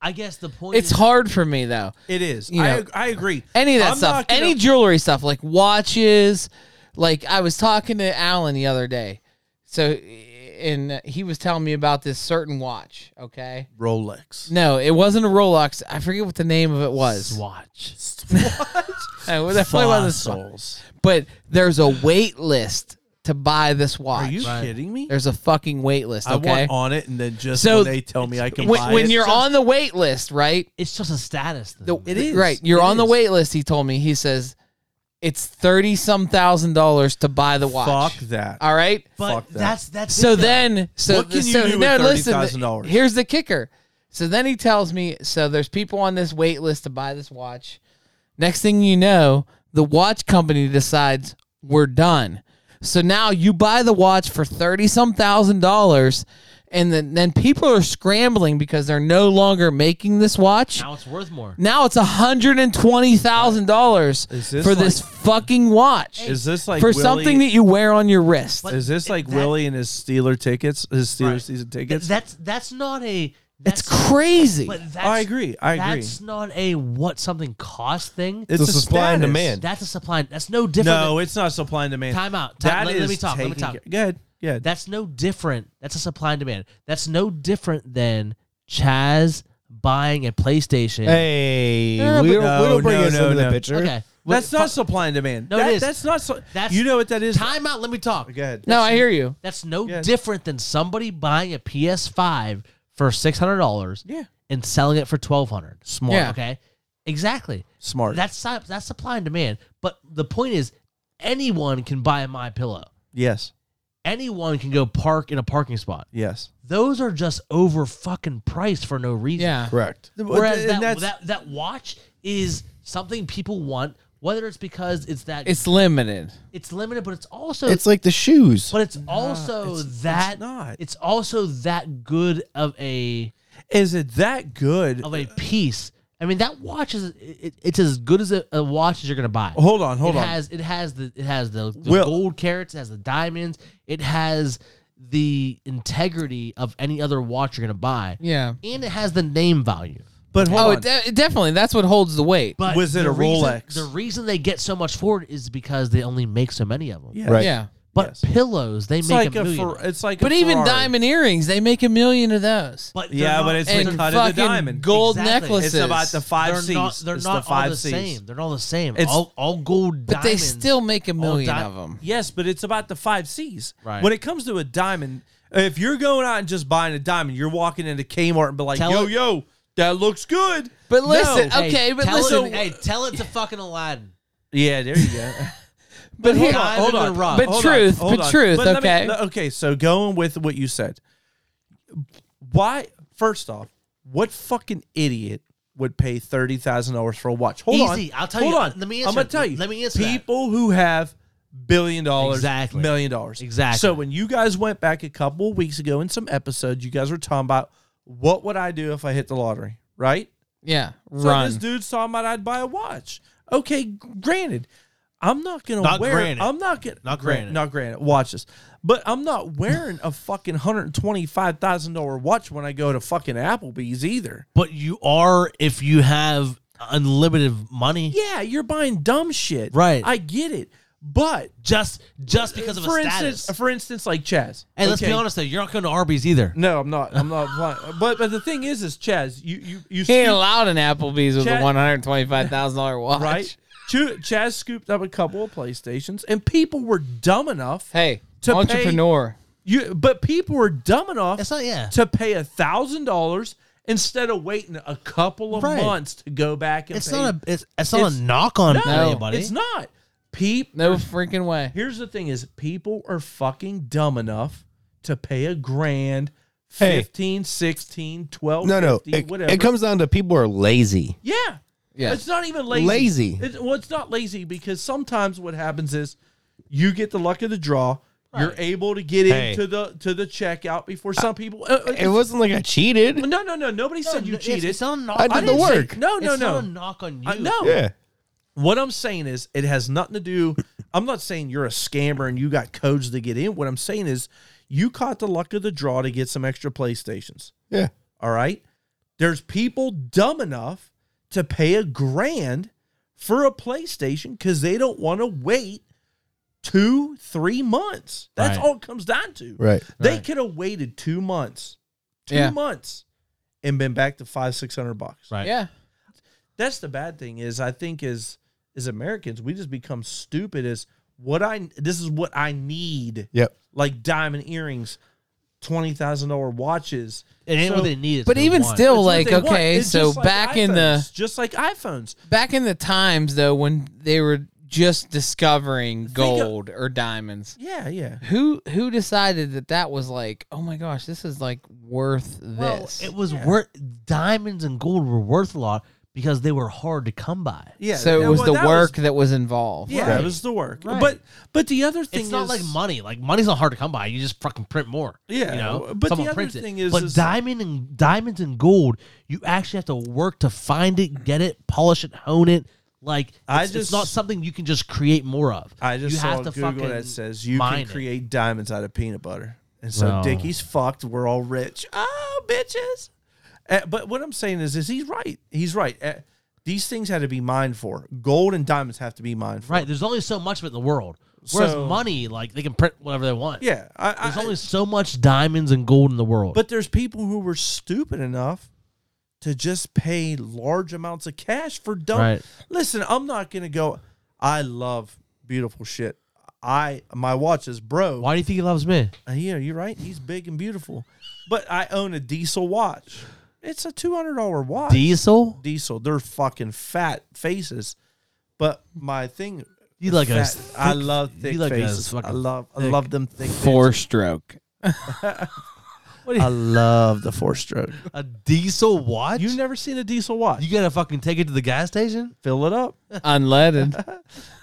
A: I guess the point
B: it's
A: is,
B: hard for me though.
D: It is.
B: You
D: I,
B: know,
D: I agree.
B: Any of that
D: I'm
B: stuff,
D: not gonna-
B: any jewelry stuff, like watches. Like I was talking to Alan the other day, so and he was telling me about this certain watch. Okay,
D: Rolex.
B: no, it wasn't a Rolex. I forget what the name of it was.
A: Swatch.
B: No, it definitely wasn't Swatch.
D: Fossils.
B: But there's a wait list to buy this watch.
D: Are you
A: Right.
D: kidding me?
B: there's a fucking wait list. Okay,
D: I want on it, and then just
B: So
D: when they tell me I can
B: when,
D: buy
B: when
D: it.
B: you're on the wait list, right?
A: It's just a status thing.
B: The,
D: It is.
B: right. You're
D: It
B: on the
D: is.
B: wait list. He told me. He says it's thirty some thousand dollars to buy the watch.
D: fuck that.
B: All right.
A: but
D: fuck that.
A: that's that's
B: So
A: it, though.
B: then, so
D: What can you
B: so
D: do with
B: no, listen,
D: $30,000?
B: Here's the kicker. So then he tells me, so there's people on this wait list to buy this watch. Next thing you know, the watch company decides we're done. So now you buy the watch for thirty some thousand dollars, and then then people are scrambling because they're no longer making this watch.
A: now it's worth more.
B: Now it's hundred and twenty thousand dollars
D: Is this
B: for this fucking watch.
D: Is this like
B: for
D: Willie-
B: something that you wear on your wrist?
D: Is this like
A: That-
D: Willie and his Steeler tickets? His Steeler
A: Right.
D: season
A: Th-
D: tickets. Oh,
A: that's that's not a.
B: It's
A: That's,
B: crazy.
A: But that's,
D: I agree. I agree.
A: That's not a what something cost thing.
D: it's
C: It's
D: a
C: a supply and
D: status.
C: demand.
A: That's a supply. That's no different.
D: No, it's not supply and demand.
A: Time out. Time-
D: That
A: let-
D: is
A: let me talk, let me
D: taking
A: talk.
D: care- Good. Good.
A: That's no different. That's a supply and demand. That's no different than Chaz buying a PlayStation.
C: Hey,
A: No, but-
C: we don't, we
D: no,
C: don't bring
D: no,
C: us
D: no,
C: into
D: no.
C: the picture.
A: Okay. Well,
D: that's not
A: fu-
D: supply and demand.
A: No, it
D: that,
A: is.
D: That's not. So,
A: That's-
D: you know what that is.
A: time out. Let me talk.
D: Go ahead.
B: no, I hear you.
A: That's no
D: Yes.
A: different than somebody buying a PS5 for six hundred dollars
D: Yeah.
A: and selling it for twelve hundred. Smart.
B: Yeah.
A: Okay. Exactly.
D: Smart.
A: That's si- that's supply and demand. But the point is, anyone can buy a my pillow.
D: yes.
A: Anyone can go park in a parking spot.
D: Yes.
A: Those are just over fucking priced for no reason.
B: Yeah.
C: Correct.
A: Whereas
D: And
A: that,
D: that's-
A: that that watch is something people want, whether it's because it's that it's,
B: It's limited.
A: limited, but it's also
C: It's like the shoes.
A: but it's also
D: it's- it's
A: that
D: not.
A: it's also that good of a
D: is it that good?
A: of a piece I mean, that watch is it, it's as good as a, a watch as you're gonna buy.
D: Hold on, hold
A: it
D: on.
A: Has it has the it has the, the
D: Will-
A: gold carrots, it has the diamonds, it has the integrity of any other watch you're gonna buy,
B: Yeah.
A: and it has the name value.
D: But hold
B: oh,
D: on.
B: it, de- it definitely. That's what holds the weight.
A: But
D: Was it
A: the
D: a
A: reason-
D: Rolex?
A: The reason they get so much for it is because they only make so many of them.
D: yeah.
C: Right.
B: yeah.
A: But
D: Yes.
A: pillows, they
D: It's
A: make
D: like
A: a
D: a,
A: million.
D: Fer- it's like a
B: But even
D: Ferrari.
B: diamond earrings, they make a million of those.
A: but they're
D: Yeah,
A: not-
D: but it's
B: and
D: the
B: fucking
D: cut of the diamond.
B: gold
A: Exactly.
B: necklaces.
D: It's about the
A: they're
D: five C's.
A: not. They're
D: It's
A: not
D: the five
A: all the
D: C's.
A: same. They're not all the same.
D: It's-
A: all, all gold
B: But they
A: diamonds.
B: still make a
A: all
B: million
A: di-
B: of them.
D: Yes, but it's about the five C's.
A: Right.
D: When it comes to a diamond, if you're going out and just buying a diamond, you're walking into Kmart and be like,
A: Tell
D: yo,
A: it-
D: yo, that looks good.
B: But listen,
D: No.
A: Hey,
B: okay, but
A: tell
B: listen,
A: it, hey, tell it to fucking Aladdin.
D: Yeah, there you go.
B: but here,
A: hold on,
D: hold
A: in the
D: on.
A: rough.
B: But
D: Hold
B: truth,
D: on, hold
B: but
D: on.
B: truth,
D: let me- uh,
B: okay.
D: no, okay, so going with what you said. Why first off, what fucking idiot would pay thirty thousand dollars for a watch? Hold
A: Easy,
D: on.
A: I'll tell
D: hold
A: you.
D: on.
A: Let me
D: I'm
A: answer.
D: gonna tell you.
A: Let me answer that.
D: People who have billion dollars
A: Exactly.
D: million dollars.
A: Exactly.
D: So when you guys went back a couple of weeks ago in some episodes, you guys were talking about what would I do if I hit the lottery, right?
B: yeah,
D: So
B: run.
D: this dude's talking about I'd buy a watch. Okay, granted, I'm not gonna
A: Not
D: wear.
A: granted.
D: I'm not gonna
A: Not
D: gran-
A: granted.
D: Not granted. Watch this, but I'm not wearing a fucking hundred twenty five thousand dollar watch when I go to fucking Applebee's either.
A: But you are if you have unlimited money.
D: Yeah, you're buying dumb shit.
A: Right.
D: I get it, but
A: Just just because of
D: for
A: a status.
D: instance, for instance, like Chaz.
A: hey, let's be
D: Okay.
A: honest though. You're not going to Arby's either.
D: No, I'm not. I'm not. lying. but but the thing is, is Chaz, you you you
B: he ain't
D: scoop-
B: allowed an Applebee's with
D: Chat-
B: a one hundred twenty-five thousand dollar watch.
D: <laughs> right? Chu- Chaz scooped up a couple of PlayStations, and people were dumb enough.
B: Hey,
D: To pay-
B: entrepreneur.
D: You, but people were dumb enough
A: It's not. Yeah.
D: to pay a thousand dollars instead of waiting a couple of
A: Right.
D: months to go back and
A: It's
D: pay.
A: not a. It's, it's not
D: It's-
A: a knock on
D: no,
A: anybody.
D: It's not. Peep.
B: No freaking
D: <laughs>
B: way.
D: Here's the thing: is people are fucking dumb enough to pay a grand,
C: Hey.
D: 15, 16, 12,
C: No, no.
D: 50,
C: It,
D: whatever.
C: it comes down to people are lazy.
D: yeah.
B: Yeah.
D: It's not even lazy.
C: Lazy.
D: It's, well, it's not lazy because sometimes what happens is you get the luck of the draw. You're able to get
C: Hey.
D: into the to the checkout before some people. uh, uh,
C: It wasn't like I cheated.
D: no, no, no. Nobody said you
A: No,
D: cheated.
A: It's, it's not a knock.
C: I did
A: on
C: the
A: you.
C: work.
D: No, no,
A: it's
D: no.
A: Not a knock on you.
D: I- no.
C: Yeah.
D: What I'm saying is, it has nothing to do. <laughs> I'm not saying you're a scammer and you got codes to get in. What I'm saying is, you caught the luck of the draw to get some extra PlayStations.
C: Yeah.
D: All right. There's people dumb enough to pay a grand for a PlayStation because they don't want to wait two, three months. That's
A: Right.
D: all it comes down to.
C: Right.
D: They could have waited two months, two
B: Yeah.
D: months, and been back to five, six hundred bucks.
A: Right.
B: Yeah.
D: that's the bad thing is I think as as Americans we just become stupid as what I this is what I need
C: Yep.
D: like diamond earrings, twenty thousand dollar watches.
A: It ain't
D: So-
A: what they need. it's
B: But
A: what they
B: even
A: want.
B: still,
D: It's what
B: like,
D: they want.
B: okay,
D: It's
B: so
D: just like
B: back in the
D: iPhones, just like iPhones,
B: back in the times though when they were just discovering gold or diamonds,
D: yeah, yeah.
B: who who decided that that was like, oh my gosh, this is like worth
A: Well,
B: this?
A: it was worth diamonds and gold were worth a lot because they were hard to come by.
D: Yeah,
B: so
D: yeah,
B: it was
D: well,
B: the
D: that
B: work that was involved.
D: yeah,
A: Right.
D: it was the work.
A: Right.
D: But but the other thing
A: It's not
D: is
A: like money. Like money's not hard to come by. You just fucking print more.
D: Yeah,
A: you know.
D: but the
A: Someone
D: other
A: prints
D: thing
A: it.
D: is-
A: but
D: is-
A: diamond and diamonds and gold, you actually have to work to find it, get it, polish it, hone it. Like it's,
D: I
A: it's
D: just-
A: not something you can just create more of.
D: I just
A: you
D: saw
A: have to
D: Google
A: fucking
D: that says you
A: mine
D: can
A: it.
D: create diamonds out of peanut butter, and so
A: No.
D: Dickie's fucked. We're all rich. Oh, bitches! Uh, but what I'm saying is, is he's right. He's right. Uh, these things had to be mined for. Gold and diamonds have to be mined for.
A: Right. There's only so much of it in the world. Whereas
D: So-
A: money, like they can print whatever they want.
D: Yeah. I, I,
A: There's only so much diamonds and gold in the world.
D: but there's people who were stupid enough to just pay large amounts of cash for dumb.
A: Right.
D: Listen, I'm not gonna go. I love beautiful shit. I my watch is broke.
A: why do you think he loves me?
D: Uh, yeah, you're right. He's big and beautiful. But I own a diesel watch. It's a two hundred dollar watch.
A: Diesel?
D: diesel. They're fucking fat faces. But my thing
A: You like a
D: fat,
A: thick-
D: I love
A: you
D: thick
A: like a
D: faces. I
A: fucking
D: love I love them thick
B: Four stroke.
D: faces.
A: What do you-
D: <laughs> I love the four stroke.
A: A diesel watch?
D: You've never seen a diesel watch.
A: You gotta fucking take it to the gas station?
D: fill it up. <laughs>
B: Unleaded.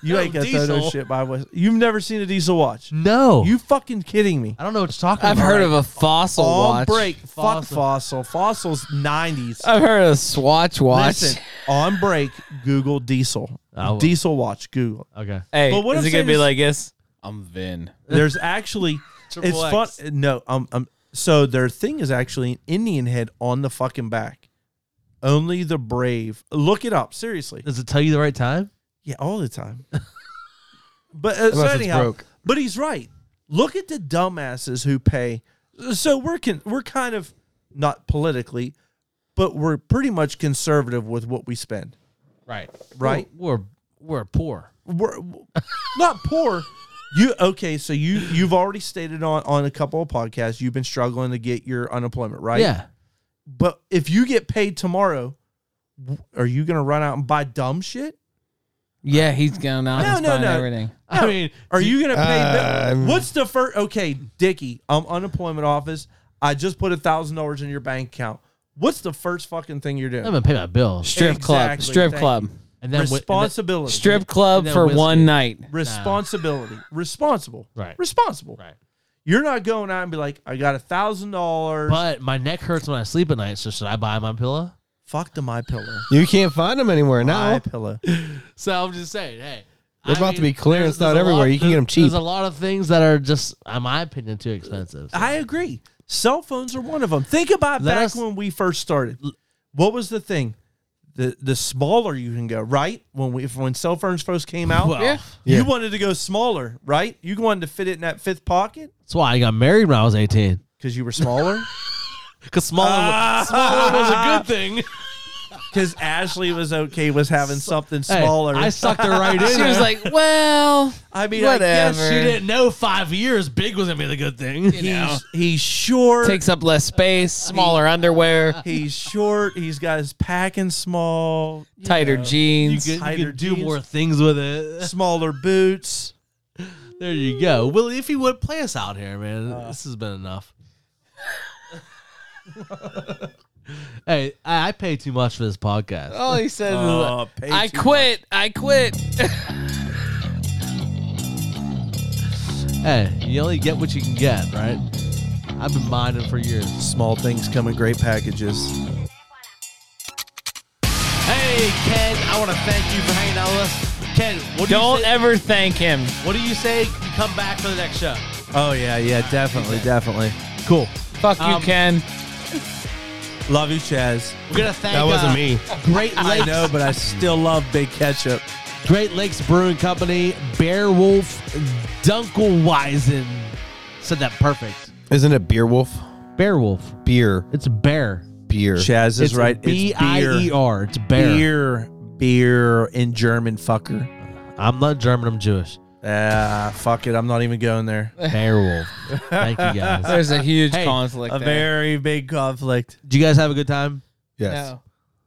D: You
A: No,
D: ain't gonna throw no
A: diesel.
D: shit by West. You've never seen a diesel watch.
A: No.
D: You fucking kidding me?
A: I don't know what you're talking
B: I've
A: about.
B: heard of a fossil
D: On
B: watch.
D: break. Fuck
A: Fossil.
D: fossil. Fossil's nineties.
B: I've heard of a Swatch watch.
D: Listen, on break. Google diesel.
A: I will.
D: Diesel watch. Google.
A: Okay.
B: Hey,
D: But what
B: is
D: I'm
B: it gonna
D: saying
B: be
D: is-
B: like this? I'm Vin.
A: <laughs>
D: There's actually it's
A: Triple
D: fun.
A: X.
D: No, um, um, so their thing is actually an Indian head on the fucking back. Only the brave. Look it up seriously.
A: Does it tell you the right time?
D: Yeah, all
A: <laughs>
D: the time. but uh, so
C: Unless it's
D: anyhow,
C: broke.
D: but he's right. Look at the dumbasses who pay. So we're con- we're kind of not politically, but we're pretty much conservative with what we spend.
A: Right.
D: Right.
A: We're we're, we're poor.
D: We're not poor. You okay? So you you've already stated on on a couple of podcasts you've been struggling to get your unemployment right.
A: Yeah.
D: But if you get paid tomorrow, w- are you gonna run out and buy dumb shit?
B: Yeah, he's going out
D: No,
B: and
D: no,
B: buying
D: no.
B: everything.
A: I mean,
D: Are you gonna pay?
C: Um,
D: them? What's the first? Okay, Dickie, I'm unemployment office. I just put a thousand dollars in your bank account. What's the first fucking thing you're
A: I'm
D: doing?
A: gonna pay my bill.
B: Strip club.
D: Exactly,
B: Strip
D: thank
B: club.
D: you.
A: And then wi- and then-
D: Responsibility.
B: Strip club
A: And then
B: for
A: whiskey.
B: one night.
D: Responsibility. Responsible.
A: Right.
D: Responsible.
A: Right.
D: You're not going out and be like, I got a thousand dollars.
A: But my neck hurts when I sleep at night, so should I buy my pillow?
D: Fuck the my pillow.
C: You can't find them anywhere
D: My
C: now.
D: pillow.
A: So I'm just saying, hey.
C: They're about to be clearance out everywhere. You can get 'em cheap.
A: There's a lot of things that are just, in my opinion, too expensive.
D: I agree. Cell phones are one of them. Think about
A: Let
D: back
A: us-
D: when we first started. What was the thing? The the smaller you can go, right? When we when cell phones first came out,
A: Well,
B: Yeah.
C: Yeah.
D: you wanted to go smaller, right? You wanted to fit it in that fifth pocket
A: that's why I got married when I was 18.
D: because you were smaller.
A: Because smaller,
D: Ah.
A: smaller was a good thing.
D: Because Ashley was okay with having something
A: Hey,
D: <laughs> smaller.
A: I sucked her right in.
D: <laughs>
B: She was
A: there.
B: like, well,
D: I mean,
B: whatever.
D: I
A: she didn't know five years big was gonna be the good thing.
D: guess he's he's short.
B: takes up less space, smaller underwear,
D: he's short. He's got his packing small,
B: tighter
A: You
B: jeans.
A: could, you
D: Tighter
A: could do
D: jeans.
A: more things with it.
D: smaller boots.
A: <laughs> There you go, Willie. If you would play us out here, man,
D: Uh.
A: this has been enough. <laughs> hey, I, I pay too much for this podcast.
B: All he said was,
D: Oh, pay
B: I
D: too
B: quit. I quit. <laughs>
A: Hey, you only get what you can get, right? I've been mining for years.
D: Small things come in great packages.
A: Hey, Ken, I want to thank you for hanging out with us. Ken, what do
B: Don't
A: you say,
B: ever thank him.
A: What do you say? You come back for the next show.
D: Oh yeah, yeah, definitely, definitely.
A: Cool.
B: Fuck you,
A: Um,
B: Ken.
D: Love you, Chaz.
A: We're gonna thank.
C: That
A: uh,
C: wasn't me.
A: Great
D: I
A: Lakes,
D: know, but I still love Big Ketchup.
A: Great Lakes Brewing Company, Bear Wolf Dunkelweizen. Said that perfect.
C: Isn't it beer wolf?
A: Bear Wolf.
C: Beer.
A: It's bear.
C: Beer.
D: Chaz is
A: it's
D: right.
A: B I E R. It's
D: It's
A: bear.
D: beer, beer, beer in German, fucker.
A: I'm not German. I'm Jewish.
D: Ah, fuck it. I'm not even going there.
A: Bear Wolf. Thank you guys.
B: There's a huge
A: uh, Hey,
B: conflict
D: A
B: there.
D: very big conflict.
A: Did you guys have a good time?
C: Yes.
B: No.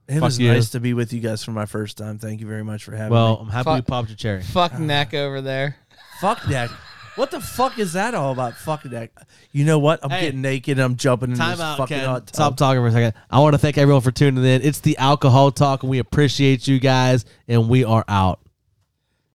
D: It
A: Fuck
D: was
A: you.
D: nice to be with you guys for my first time. Thank you very much for having
A: Well,
D: me.
A: I'm happy
B: Fuck.
A: we popped your cherry.
B: Fuck neck over there.
D: fuck that. What the fuck is that all about? Fuck that. You know what? I'm
A: Hey.
D: getting naked. I'm jumping in
A: Time
D: this
A: out,
D: fucking
A: Ken.
D: hot tub.
A: Stop talking for a second. I want to thank everyone for tuning in. It's the Alcohol Talk, and we appreciate you guys, and we are out.